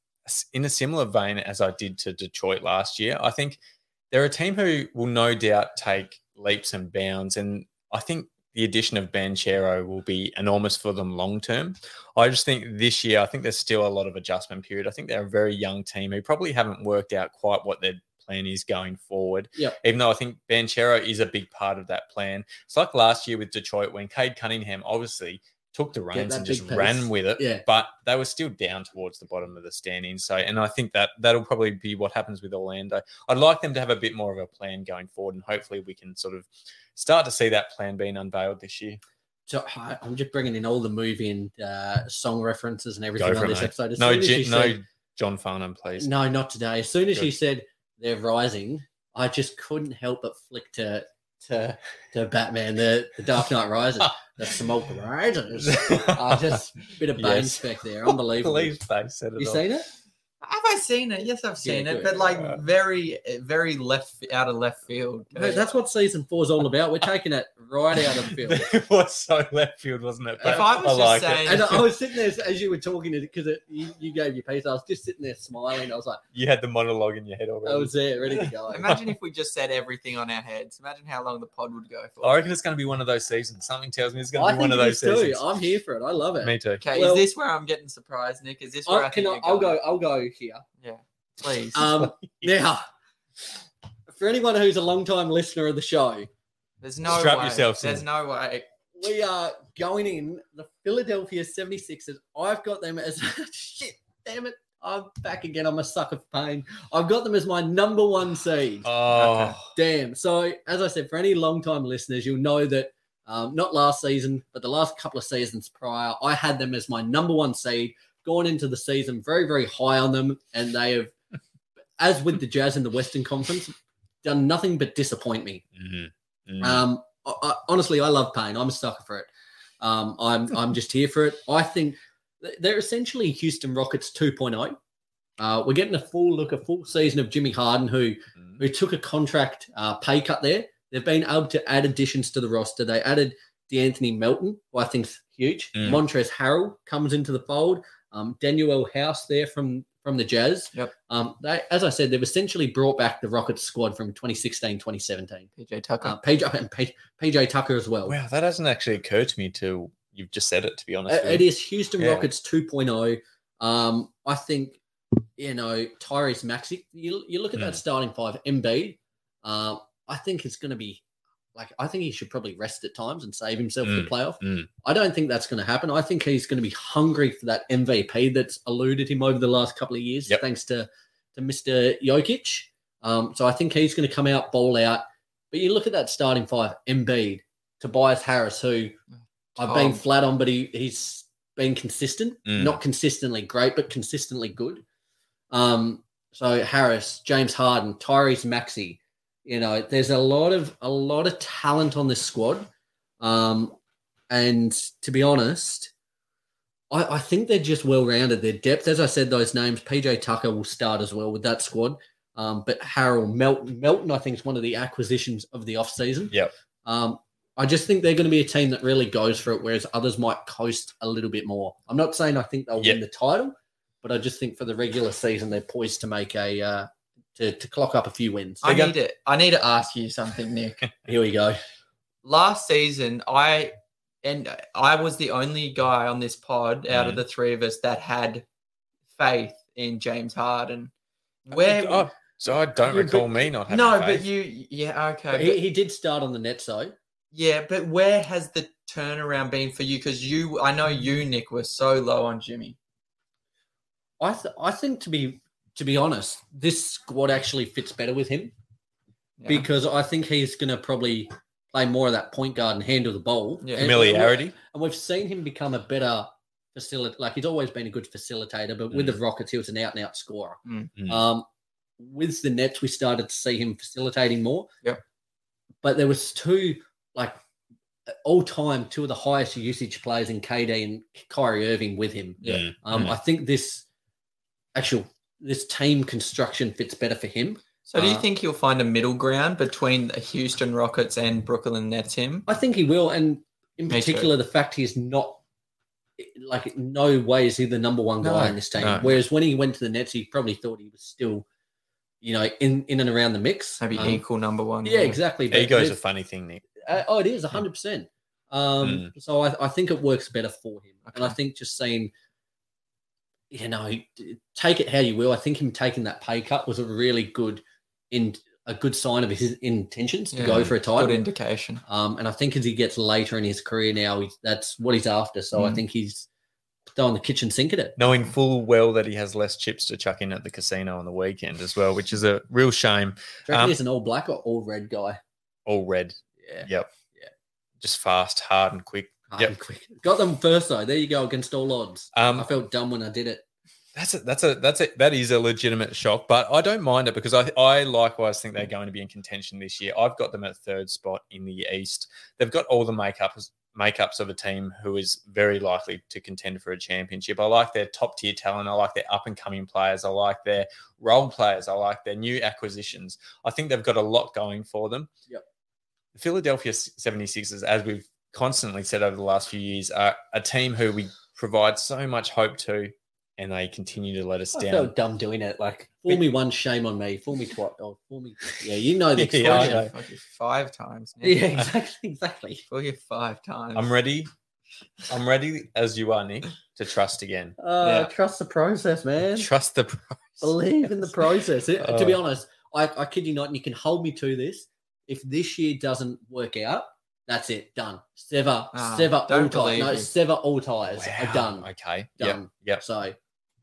Speaker 3: in a similar vein as I did to Detroit last year. I think they're a team who will no doubt take leaps and bounds. And I think the addition of Banchero will be enormous for them long term. I just think this year, I think there's still a lot of adjustment period. I think they're a very young team who probably haven't worked out quite what their plan is going forward.
Speaker 2: Yep.
Speaker 3: Even though I think Banchero is a big part of that plan. It's like last year with Detroit when Cade Cunningham obviously took the reins
Speaker 2: that
Speaker 3: and just
Speaker 2: big pace.
Speaker 3: ran with it
Speaker 2: Yeah.
Speaker 3: but they were still down towards the bottom of the standings. So, and I think that that'll probably be what happens with Orlando. I'd like them to have a bit more of a plan going forward, and hopefully we can sort of start to see that plan being unveiled this year.
Speaker 2: So I, I'm just bringing in all the movie and uh, song references and everything
Speaker 3: for
Speaker 2: on
Speaker 3: it,
Speaker 2: this
Speaker 3: mate.
Speaker 2: episode. As
Speaker 3: no,
Speaker 2: soon as
Speaker 3: Ji-
Speaker 2: you
Speaker 3: no,
Speaker 2: said-
Speaker 3: John Farnham, please.
Speaker 2: no, not today. As soon as
Speaker 3: Good.
Speaker 2: you said they're rising, I just couldn't help but flick to to to Batman, the, the Dark Knight Rises, the smoke rises. I just bit of bane
Speaker 3: Yes.
Speaker 2: spec there, unbelievable.
Speaker 3: Please, they said it.
Speaker 2: You
Speaker 3: all.
Speaker 2: seen it?
Speaker 4: Have I seen it? Yes, I've seen
Speaker 2: Yeah,
Speaker 4: it,
Speaker 2: good.
Speaker 4: but like very, very left out of left field.
Speaker 2: No, that's what season four is all about. We're taking it right out of the field.
Speaker 3: it was so left field, wasn't it?
Speaker 4: If I was just
Speaker 3: like
Speaker 4: saying-
Speaker 2: And I was sitting there as you were talking it because it, you, you gave your piece. I was just sitting there smiling. I was like,
Speaker 3: you had the monologue in your head already.
Speaker 2: I was there, ready to go.
Speaker 4: Imagine if we just said everything on our heads. Imagine how long the pod would go for.
Speaker 3: I reckon it's going to be one of those seasons. Something tells me it's going
Speaker 2: I
Speaker 3: to be one
Speaker 2: think
Speaker 3: of
Speaker 2: it
Speaker 3: those
Speaker 2: is too.
Speaker 3: seasons.
Speaker 2: I'm here for it. I love it.
Speaker 3: Me too.
Speaker 4: Okay,
Speaker 2: Well-
Speaker 4: is this where I'm getting surprised, Nick? Is this where I,
Speaker 2: I
Speaker 4: think
Speaker 2: can.
Speaker 4: you're
Speaker 2: I'll
Speaker 4: going?
Speaker 2: go. I'll go here.
Speaker 4: Yeah, please.
Speaker 2: Um, now, for anyone who's a long-time listener of the show,
Speaker 4: There's no
Speaker 3: Strap
Speaker 4: way.
Speaker 3: yourselves in.
Speaker 4: There's no way.
Speaker 2: we are going in the Philadelphia 76ers. I've got them as shit. Damn it. I'm back again. I'm a sucker for pain. I've got them as my number one seed.
Speaker 3: Oh,
Speaker 2: Damn. So, as I said, for any long-time listeners, you'll know that um, not last season, but the last couple of seasons prior, I had them as my number one seed. Gone into the season very, very high on them, and they have, as with the Jazz in the Western Conference, done nothing but disappoint me.
Speaker 3: Mhm. Mhm.
Speaker 2: Um, I, I, honestly, I love pain. I'm a sucker for it. Um, I'm I'm just here for it. I think th- they're essentially Houston Rockets 2.0. Uh, we're getting a full look, a full season of Jimmy Harden, who
Speaker 3: Mhm.
Speaker 2: who took a contract uh, pay cut there. They've been able to add additions to the roster. They added DeAnthony Melton, who I think's huge.
Speaker 3: Mm.
Speaker 2: Montrez Harrell comes into the fold. Um, Daniel House there from from the Jazz.
Speaker 4: Yep.
Speaker 2: Um, they, as I said, they've essentially brought back the Rockets squad from 2016, 2017
Speaker 4: PJ Tucker.
Speaker 2: uh, PJ and P- PJ Tucker as well.
Speaker 3: Wow, that hasn't actually occurred to me till you've just said it. To be honest,
Speaker 2: It-
Speaker 3: with
Speaker 2: it
Speaker 3: you.
Speaker 2: is Houston
Speaker 3: Yeah.
Speaker 2: Rockets 2.0. Um, I think you know Tyrese Maxey. You, you look at that starting five. MB. Um, I think it's going to be like I think he should probably rest at times and save himself for the playoff.
Speaker 3: mm.
Speaker 2: I don't think that's going to happen. I think he's going to be hungry for that MVP that's eluded him over the last couple of years,
Speaker 3: Yep.
Speaker 2: thanks to to Mr. Jokic. Um, so I think he's going to come out, bowl out. But you look at that starting five: Embiid, Tobias Harris, who I've been
Speaker 4: Tom.
Speaker 2: flat on, but he, he's been consistent.
Speaker 3: Mm.
Speaker 2: Not consistently great, but consistently good. Um, so Harris, James Harden, Tyrese Maxey. You know, there's a lot of a lot of talent on this squad. Um, and to be honest, I, I think they're just well rounded. Their depth, as I said, those names, PJ Tucker will start as well with that squad. Um, but Harrell Melton, Melton, I think, is one of the acquisitions of the offseason.
Speaker 3: Yep.
Speaker 2: Um, I just think they're going to be a team that really goes for it, whereas others might coast a little bit more. I'm not saying I think they'll win the title, but I just think for the regular season, they're poised to make a uh, to, to clock up a few wins.
Speaker 4: I need it. I need to ask you something, Nick.
Speaker 2: Here we go.
Speaker 4: last season i and i was the only guy on this pod out
Speaker 3: Mm.
Speaker 4: of the three of us that had faith in james harden where
Speaker 3: Oh, so I don't
Speaker 2: Yeah,
Speaker 3: recall
Speaker 2: but-
Speaker 3: me not having
Speaker 4: no
Speaker 3: faith.
Speaker 4: but you yeah okay
Speaker 2: But
Speaker 4: but
Speaker 2: he, he did start on the net side.
Speaker 4: yeah but where has the turnaround been for you because you i know you nick were so low on jimmy
Speaker 2: I th- I think to be to be honest, this squad actually fits better with him
Speaker 4: Yeah.
Speaker 2: because I think he's going to probably play more of that point guard and handle the ball.
Speaker 4: Yeah.
Speaker 2: And-
Speaker 3: familiarity.
Speaker 2: and we've seen him become a better facilitator. Like he's always been a good facilitator, but with the Rockets, he was an out and out scorer.
Speaker 4: Mm.
Speaker 3: Mm.
Speaker 2: Um, with the Nets, we started to see him facilitating more.
Speaker 4: Yep.
Speaker 2: But there was two, like all time, two of the highest usage players in KD and Kyrie Irving with him.
Speaker 4: yeah.
Speaker 3: Mm.
Speaker 2: Um,
Speaker 3: Mm.
Speaker 2: I think this actual this team construction fits better for him.
Speaker 4: so do you
Speaker 2: Uh,
Speaker 4: think he'll find a middle ground between the houston rockets and brooklyn nets him
Speaker 2: I think he will, and in
Speaker 4: Me too.
Speaker 2: particular, the fact he's not like no way is he the number one guy
Speaker 4: No,
Speaker 2: in this team.
Speaker 3: no.
Speaker 2: Whereas when he went to the Nets, he probably thought he was still, you know, in in and around the mix.
Speaker 4: maybe
Speaker 2: Um,
Speaker 4: equal number one
Speaker 2: Yeah, exactly. But
Speaker 3: Ego's a Mm.
Speaker 2: there's-
Speaker 3: funny thing, Nick.
Speaker 2: uh, oh, it is hundred percent. Um, So I, I think it works better for him, and I
Speaker 4: Okay.
Speaker 2: think just saying, you know, d- take it how you will. I think him taking that pay cut was a really good in a good sign of his intentions to
Speaker 4: Yeah,
Speaker 2: go for a title.
Speaker 4: good indication
Speaker 2: Um, and I think as he gets later in his career now, he's, that's what he's after. So I
Speaker 4: Mm.
Speaker 2: think he's throwing the kitchen sink at it.
Speaker 3: Knowing full well that he has less chips to chuck in at the casino on the weekend as well, which is a real shame.
Speaker 2: Do you reckon
Speaker 3: Um,
Speaker 2: he's an all black or all red guy?
Speaker 3: All red,
Speaker 2: Yeah.
Speaker 3: just fast, hard, and quick.
Speaker 2: Hard and quick. Got them first though. There you go against all odds. I
Speaker 3: Um,
Speaker 2: felt dumb when I did it.
Speaker 3: That's a, that's a that's a that is a legitimate shock, but I don't mind it because I I likewise think they're going to be in contention this year. I've got them at third spot in the East. They've got all the makeup makeups of a team who is very likely to contend for a championship. I like their top tier talent. I like their up and coming players. I like their role players. I like their new acquisitions. I think they've got a lot going for them.
Speaker 2: Yep.
Speaker 3: The Philadelphia 76ers, as we've constantly said over the last few years, are a team who we provide so much hope to, and they continue to let us
Speaker 2: I
Speaker 3: down.
Speaker 2: felt dumb doing it. Like, fool me once, shame on me. Fool me twice, or fool me. Yeah, you know the
Speaker 3: Yeah, I
Speaker 2: expression.
Speaker 3: know.
Speaker 4: Fuck you five times. Nick.
Speaker 2: yeah, exactly, exactly.
Speaker 4: Fuck you five times.
Speaker 3: I'm ready. I'm ready as you are, Nick, to trust again.
Speaker 2: Uh,
Speaker 4: Yeah.
Speaker 2: Trust the process, man.
Speaker 3: Trust the process.
Speaker 2: Believe in the process. It- to be
Speaker 3: Uh.
Speaker 2: honest, I, I kid you not, and you can hold me to this. If this year doesn't work out, that's it. Done. Sever,
Speaker 4: Ah,
Speaker 2: sever all
Speaker 4: don't
Speaker 2: ties.
Speaker 4: believe
Speaker 2: No,
Speaker 4: me.
Speaker 2: sever all ties.
Speaker 3: Wow.
Speaker 2: Are done.
Speaker 3: Okay. Yep.
Speaker 2: Done.
Speaker 3: Yep.
Speaker 2: So,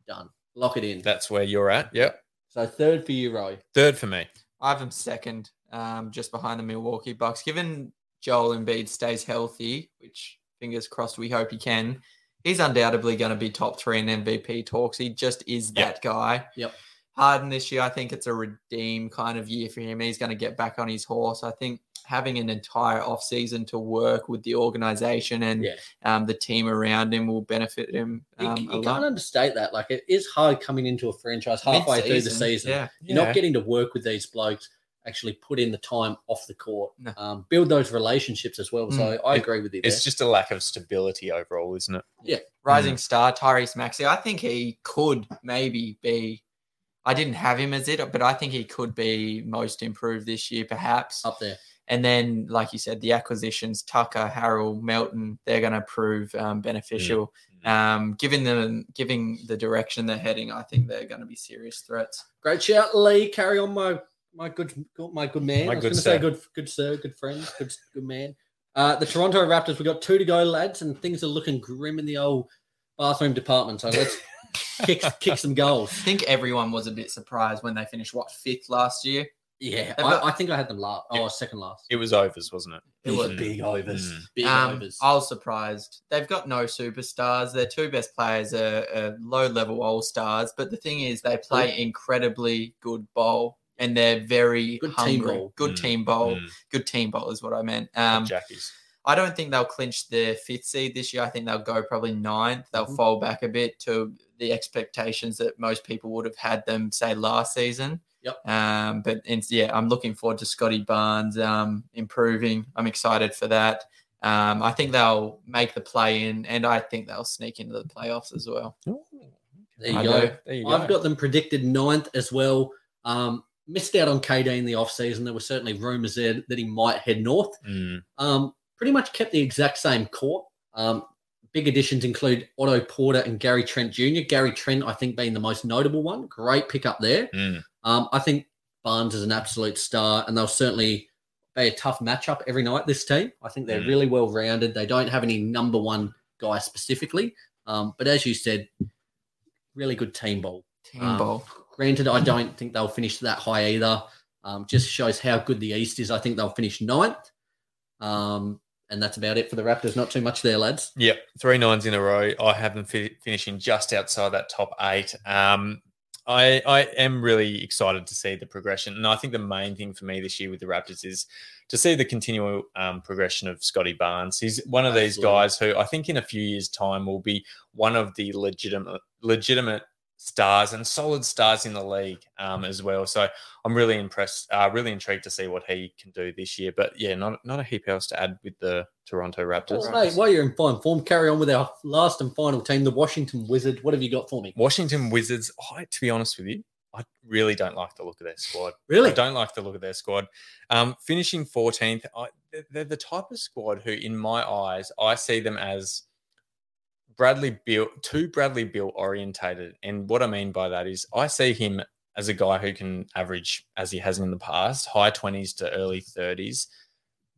Speaker 2: done. Lock it in.
Speaker 3: That's where you're at. Yep.
Speaker 2: so third for you, Roy.
Speaker 3: Third for me.
Speaker 4: I have them second, um, just behind the Milwaukee Bucks. Given Joel Embiid stays healthy, which fingers crossed we hope he can, he's undoubtedly going to be top three in MVP talks. He just is
Speaker 3: Yep.
Speaker 4: that guy.
Speaker 2: Yep.
Speaker 4: Harden this year, I think it's a redeem kind of year for him. He's going to get back on his horse. I think having an entire offseason to work with the organization and
Speaker 2: Yeah.
Speaker 4: um, the team around him will benefit him
Speaker 2: You,
Speaker 4: um,
Speaker 2: you
Speaker 4: a lot.
Speaker 2: can't understate that. Like, it is hard coming into a franchise halfway through the
Speaker 4: Mid-season,
Speaker 2: season.
Speaker 4: Yeah.
Speaker 2: You're not getting to work with these blokes, actually put in the time off the court,
Speaker 4: No. Mm.
Speaker 2: um, build those relationships as well. So I
Speaker 3: It-
Speaker 2: agree with you there.
Speaker 3: It's just a lack of stability overall, isn't it?
Speaker 4: rising
Speaker 3: Mm.
Speaker 4: star Tyrese Maxey. I think he could maybe be. I didn't have him as it, but I think he could be most improved this year, perhaps.
Speaker 3: Oh.
Speaker 2: up there.
Speaker 4: And then, like you said, the acquisitions Tucker, Harrell, Melton, they're going to prove um, beneficial.
Speaker 3: Mm.
Speaker 4: Um, given them, giving the direction they're heading, I think they're going to be serious threats.
Speaker 2: Great shout, Lee. Carry on, my my good my good man.
Speaker 3: My
Speaker 2: I was
Speaker 3: good
Speaker 2: going to
Speaker 3: sir.
Speaker 2: say good good sir, good friend, good good man. Uh, the Toronto Raptors. We got two to go, lads, and things are looking grim in the old bathroom department. So let's kick kick some
Speaker 4: I
Speaker 2: goals.
Speaker 4: think everyone was a bit surprised when they finished what fifth last year.
Speaker 2: Yeah,
Speaker 4: They've got-
Speaker 2: I, I think I had them last. Oh, second last.
Speaker 3: It was overs, wasn't it?
Speaker 4: It was
Speaker 2: big overs.
Speaker 3: Mm.
Speaker 2: Big
Speaker 4: Um,
Speaker 2: overs.
Speaker 4: I was surprised. They've got no superstars. Their two best players are, are low level all stars. But the thing is, they play incredibly good bowl and they're very
Speaker 2: Good team
Speaker 4: hungry.
Speaker 2: ball.
Speaker 4: Good
Speaker 3: Mm,
Speaker 4: team
Speaker 2: Oh,
Speaker 4: bowl.
Speaker 3: Mm.
Speaker 4: Good team bowl is what I meant. Um,
Speaker 3: Jackie's.
Speaker 4: I don't think they'll clinch the fifth seed this year. I think they'll go probably ninth. They'll
Speaker 2: Mhm.
Speaker 4: fall back a bit to the expectations that most people would have had them say last season.
Speaker 2: Yep.
Speaker 4: Um, but and, yeah, I'm looking forward to Scotty Barnes um, improving. I'm excited for that. Um, I think they'll make the play in, and I think they'll sneak into the playoffs as well.
Speaker 2: there you
Speaker 4: I
Speaker 2: go.
Speaker 4: know.
Speaker 3: There you go.
Speaker 2: I've got them predicted ninth as well. Um, missed out on KD in the offseason. There were certainly rumours there that he might head north.
Speaker 3: Mm.
Speaker 2: Um, pretty much kept the exact same core. Um, big additions include Otto Porter and Gary Trent Jr. Gary Trent, I think, being the most notable one. Great pickup there.
Speaker 3: Mm.
Speaker 2: Um, I think Barnes is an absolute star, and they'll certainly be a tough matchup every night. This team, I think they're
Speaker 3: Mm.
Speaker 2: really well rounded. They don't have any number one guy specifically, um, but as you said, really good team ball.
Speaker 4: Team
Speaker 2: Um,
Speaker 4: ball.
Speaker 2: Granted, I don't think they'll finish that high either. Um, just shows how good the East is. I think they'll finish ninth. Um, and that's about it for the Raptors. Not too much there, lads.
Speaker 3: Yep, three nines in a row. I have them fi- finishing just outside that top eight. Um, I I am really excited to see the progression, and I think the main thing for me this year with the Raptors is to see the continual um, progression of Scotty Barnes. He's one of these
Speaker 2: Absolutely.
Speaker 3: guys who I think in a few years' time will be one of the legitimate legitimate stars and solid stars in the league um, as well. So I'm really impressed, uh, really intrigued to see what he can do this year. But yeah, not not a heap else to add with the Toronto Raptors.
Speaker 2: Well, mate, while you're in fine form, carry on with our last and final team, the Washington Wizard. What have you got for me?
Speaker 3: Washington Wizards, I, to be honest with you, I really don't like the look of their squad.
Speaker 2: Really?
Speaker 3: I don't like the look of their squad. Um, finishing 14th, I, they're- they're the type of squad who, in my eyes, I see them as Bradley Bill, too Bradley Bill orientated. And what I mean by that is I see him as a guy who can average, as he has in the past, high 20s to early 30s.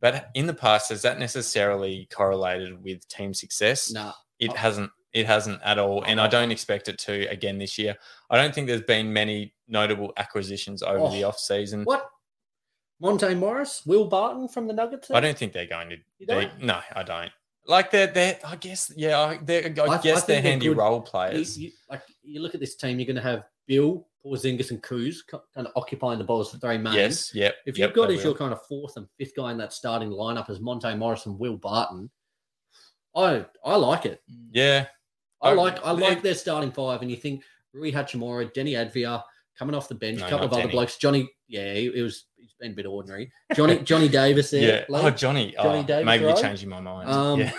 Speaker 3: But in the past, has that necessarily correlated with team success?
Speaker 2: Nah.
Speaker 3: It
Speaker 2: Oh.
Speaker 3: hasn't. It hasn't at all, and I don't expect it to again this year. I don't think there's been many notable acquisitions over the
Speaker 2: Oh.
Speaker 3: off season.
Speaker 2: What? Monte Morris? Will Barton from the Nuggets?
Speaker 3: I don't think they're going to.
Speaker 2: You
Speaker 3: They,
Speaker 2: don't?
Speaker 3: no, I don't. Like they're they. I guess yeah. I, they're, I,
Speaker 2: I
Speaker 3: guess
Speaker 2: think
Speaker 3: they're
Speaker 2: they're
Speaker 3: handy
Speaker 2: good.
Speaker 3: role
Speaker 2: You,
Speaker 3: players.
Speaker 2: you- like, you look at this team, you're going to have Bill, Porzingis, and Kuz co- kind of occupying the balls for three mains.
Speaker 3: Yes. Yep.
Speaker 2: If
Speaker 3: yep,
Speaker 2: you've got
Speaker 3: they
Speaker 2: as your
Speaker 3: will.
Speaker 2: kind of fourth and fifth guy in that starting lineup as Monte Morris and Will Barton, I I like it.
Speaker 4: Mm.
Speaker 3: Yeah.
Speaker 2: I
Speaker 3: Oh,
Speaker 2: like I
Speaker 3: yeah.
Speaker 2: like their starting five, and you think Rui Hachimura, Denny Advia coming off the bench,
Speaker 3: No,
Speaker 2: a couple
Speaker 3: not
Speaker 2: of other
Speaker 3: Denny.
Speaker 2: blokes. Johnny, yeah, he, he was he's been a bit ordinary. Johnny Johnny Davis there.
Speaker 3: Yeah.
Speaker 2: Blake.
Speaker 3: Oh, Johnny.
Speaker 2: Johnny
Speaker 3: oh,
Speaker 2: Davis,
Speaker 3: maybe
Speaker 2: right?
Speaker 3: you're changing my mind.
Speaker 2: Um,
Speaker 3: yeah.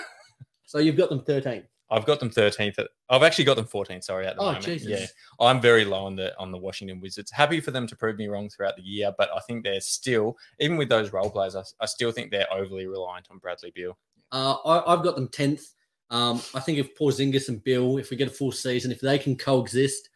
Speaker 2: So you've got them thirteen.
Speaker 3: I've got them 13th. At, I've actually got them 14th. Sorry, at the
Speaker 2: Oh,
Speaker 3: moment.
Speaker 2: Jesus.
Speaker 3: Yeah, I'm very low on the on the Washington Wizards. Happy for them to prove me wrong throughout the year, but I think they're still, even with those role players, I, I still think they're overly reliant on Bradley Beal.
Speaker 2: Uh, I, I've got them tenth. Um, I think if Porzingis and Bill, if we get a full season, if they can coexist,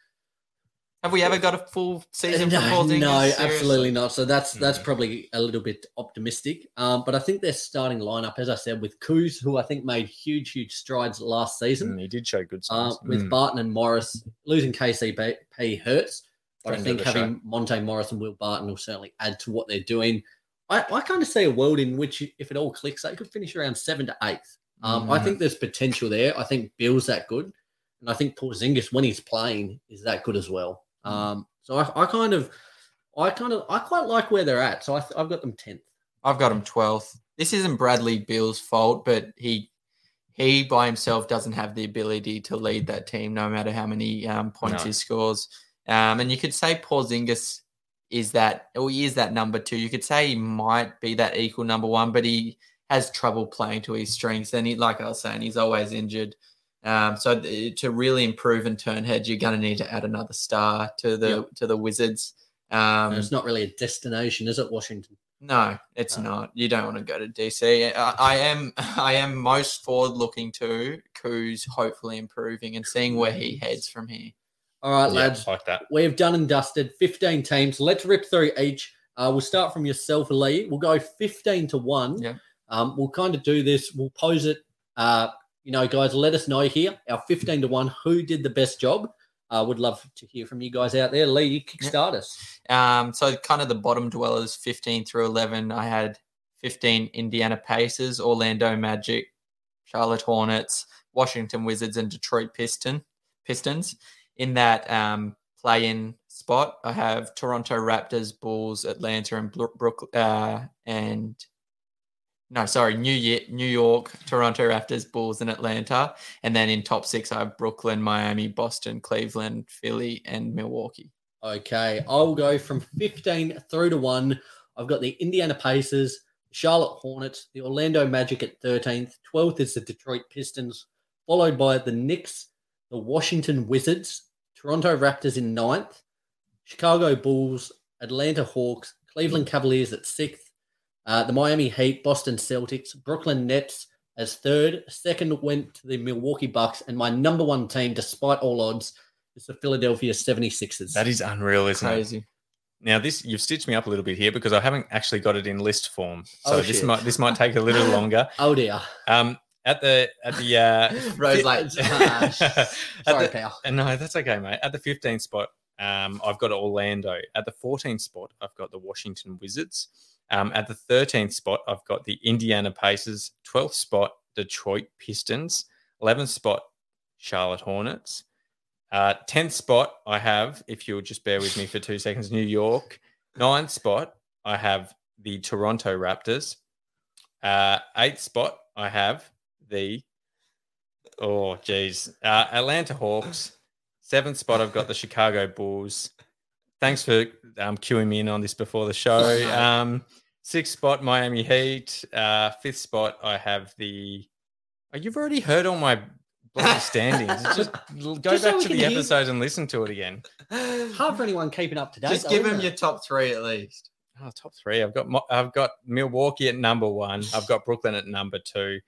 Speaker 4: Have we ever got a full season
Speaker 2: no,
Speaker 4: for Porzingis?
Speaker 2: no,
Speaker 4: Seriously?
Speaker 2: absolutely not. So that's that's
Speaker 3: Mm.
Speaker 2: probably a little bit optimistic. Um, but I think their starting lineup, as I said, with Coos, who I think made huge, huge strides last season.
Speaker 3: Mm, he did show good
Speaker 2: uh,
Speaker 3: signs.
Speaker 2: with
Speaker 3: Mm.
Speaker 2: Barton and Morris losing KCP hurts, but I
Speaker 3: Friend
Speaker 2: think
Speaker 3: of the show.
Speaker 2: having Monte Morris and Will Barton will certainly add to what they're doing. I, I kind of see a world in which, if it all clicks, they could finish around seven to eighth. Um, I
Speaker 3: Hmm.
Speaker 4: Mm.
Speaker 2: think there's potential there. I think Bill's that good, and I think Porzingis, when he's playing, is that good as well.
Speaker 3: Hmm.
Speaker 2: Um, so I, I kind of, I kind of, I quite like where they're at. So I, I've got them tenth.
Speaker 4: I've got him 12th. This isn't Bradley Bill's fault, but he he by himself doesn't have the ability to lead that team, no matter how many um, points
Speaker 3: No.
Speaker 4: he scores. Um, and you could say Porzingis is that, or he is that number two. You could say he might be that equal number one, but he has trouble playing to his strengths. And he, like I was saying, he's always injured. Um, so th- to really improve and turn heads, you're going to need to add another star to the to the Wizards. Um,
Speaker 2: And it's not really a destination, is it, Washington?
Speaker 4: no, it's
Speaker 2: No.
Speaker 4: not. You don't want to go to DC. I, I am. I am most forward looking to Coos hopefully improving and seeing where he heads from here.
Speaker 2: All right,
Speaker 3: Yeah,
Speaker 2: lads.
Speaker 3: like that.
Speaker 2: We have done and dusted 15 teams. Let's rip through each. Uh, we'll start from yourself, Lee. We'll go 15 to 1.
Speaker 4: Yeah.
Speaker 2: Um, we'll kind of do this. We'll pose it. Uh, you know, guys, let us know here, our 15 to 1, who did the best job. I uh, would love to hear from you guys out there. Lee, you kickstart us.
Speaker 4: Um, so kind of the bottom dwellers, fifteen through eleven. I had fifteen Indiana Pacers, Orlando Magic, Charlotte Hornets, Washington Wizards, and Detroit Piston Pistons. In that um, play-in spot, I have Toronto Raptors, Bulls, Atlanta, and Bro- Brook uh, and no, sorry, New Year, New York, Toronto Raptors, Bulls, and Atlanta. And then in top six, I have Brooklyn, Miami, Boston, Cleveland, Philly, and Milwaukee.
Speaker 2: Okay. I'll go from 15 through to 1. I've got the Indiana Pacers, Charlotte Hornets, the Orlando Magic at 13th. 12th is the Detroit Pistons, followed by the Knicks, the Washington Wizards, Toronto Raptors in ninth, Chicago Bulls, Atlanta Hawks, Cleveland Cavaliers at sixth, uh, the Miami Heat, Boston Celtics, Brooklyn Nets as third. Second went to the Milwaukee Bucks, and my number one team, despite all odds, is the Philadelphia 76ers.
Speaker 3: That is unreal, isn't it?
Speaker 4: Crazy.
Speaker 3: Now this you've stitched me up a little bit here because I haven't actually got it in list form. So
Speaker 2: Oh,
Speaker 3: this
Speaker 2: shit.
Speaker 3: might this might take a little longer.
Speaker 2: oh dear.
Speaker 3: Um, at the at the uh,
Speaker 4: Rose
Speaker 3: fi-
Speaker 4: like, "Ah, sh-
Speaker 3: At
Speaker 2: Sorry,
Speaker 3: the-
Speaker 2: pal.
Speaker 3: Uh, No, that's okay, mate. At the 15th spot, um, I've got Orlando. At the 14th spot, I've got the Washington Wizards. Um, at the 13th spot, I've got the Indiana Pacers. 12th spot, Detroit Pistons. 11th spot, Charlotte Hornets. Uh, 10th spot, I have, if you'll just bear with me for two seconds, New York. 9th spot, I have the Toronto Raptors. Uh, 8th spot, I have the Oh, geez. Uh, Atlanta Hawks. Seventh spot, I've got the Chicago Bulls. Thanks for um, queuing me in on this before the show. Um, sixth spot, Miami Heat. Uh, fifth spot, I have the. Oh, you've already heard all my bloody standings. Just l- go
Speaker 2: Just so
Speaker 3: back
Speaker 2: we
Speaker 3: to
Speaker 2: can
Speaker 3: the
Speaker 2: hear-
Speaker 3: episode and listen to it again.
Speaker 2: Hard for anyone keeping up to date.
Speaker 4: Just
Speaker 2: though,
Speaker 4: give
Speaker 2: isn't
Speaker 4: him
Speaker 2: it?
Speaker 4: your top three at least.
Speaker 3: Oh, top three. I've got Mo- I've got Milwaukee at number one. I've got Brooklyn at number two,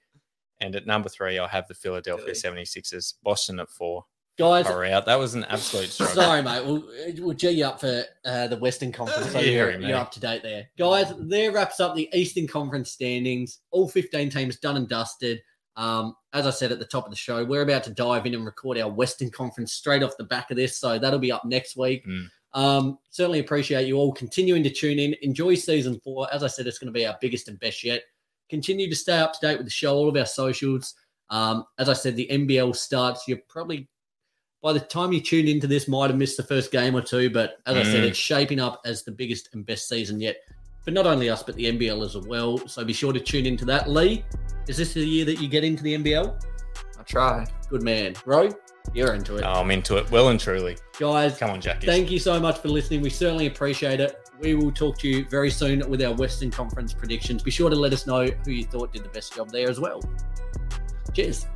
Speaker 3: and at number three, I have the Philadelphia
Speaker 4: Really?
Speaker 3: 76ers. Boston at four.
Speaker 2: guys.
Speaker 3: Far out. That was an absolute struggle.
Speaker 2: Sorry, mate. We'll, we'll G you up for uh, the Western Conference. So
Speaker 3: Yeah,
Speaker 2: you're,
Speaker 3: mate.
Speaker 2: you're up to date there. Guys, there wraps up the Eastern Conference standings. All 15 teams done and dusted. Um, as I said at the top of the show, we're about to dive in and record our Western Conference straight off the back of this. So that'll be up next week.
Speaker 3: Mm.
Speaker 2: Um, certainly appreciate you all continuing to tune in. Enjoy season four. As I said, it's going to be our biggest and best yet. Continue to stay up to date with the show, all of our socials. Um, as I said, the NBL starts. You're probably by the time you tune into this, might have missed the first game or two. But as I said,
Speaker 3: Mm.
Speaker 2: it's shaping up as the biggest and best season yet for not only us, but the NBL as well. So be sure to tune into that. Lee, Is this the year that you get into the NBL?
Speaker 4: I try.
Speaker 2: Good man. Ro, you're into it.
Speaker 3: Oh, I'm into it well and truly.
Speaker 2: Guys,
Speaker 3: Come on, Jackie.
Speaker 2: thank you so much for listening. We certainly appreciate it. We will talk to you very soon with our Western Conference predictions. Be sure to let us know who you thought did the best job there as well. Cheers.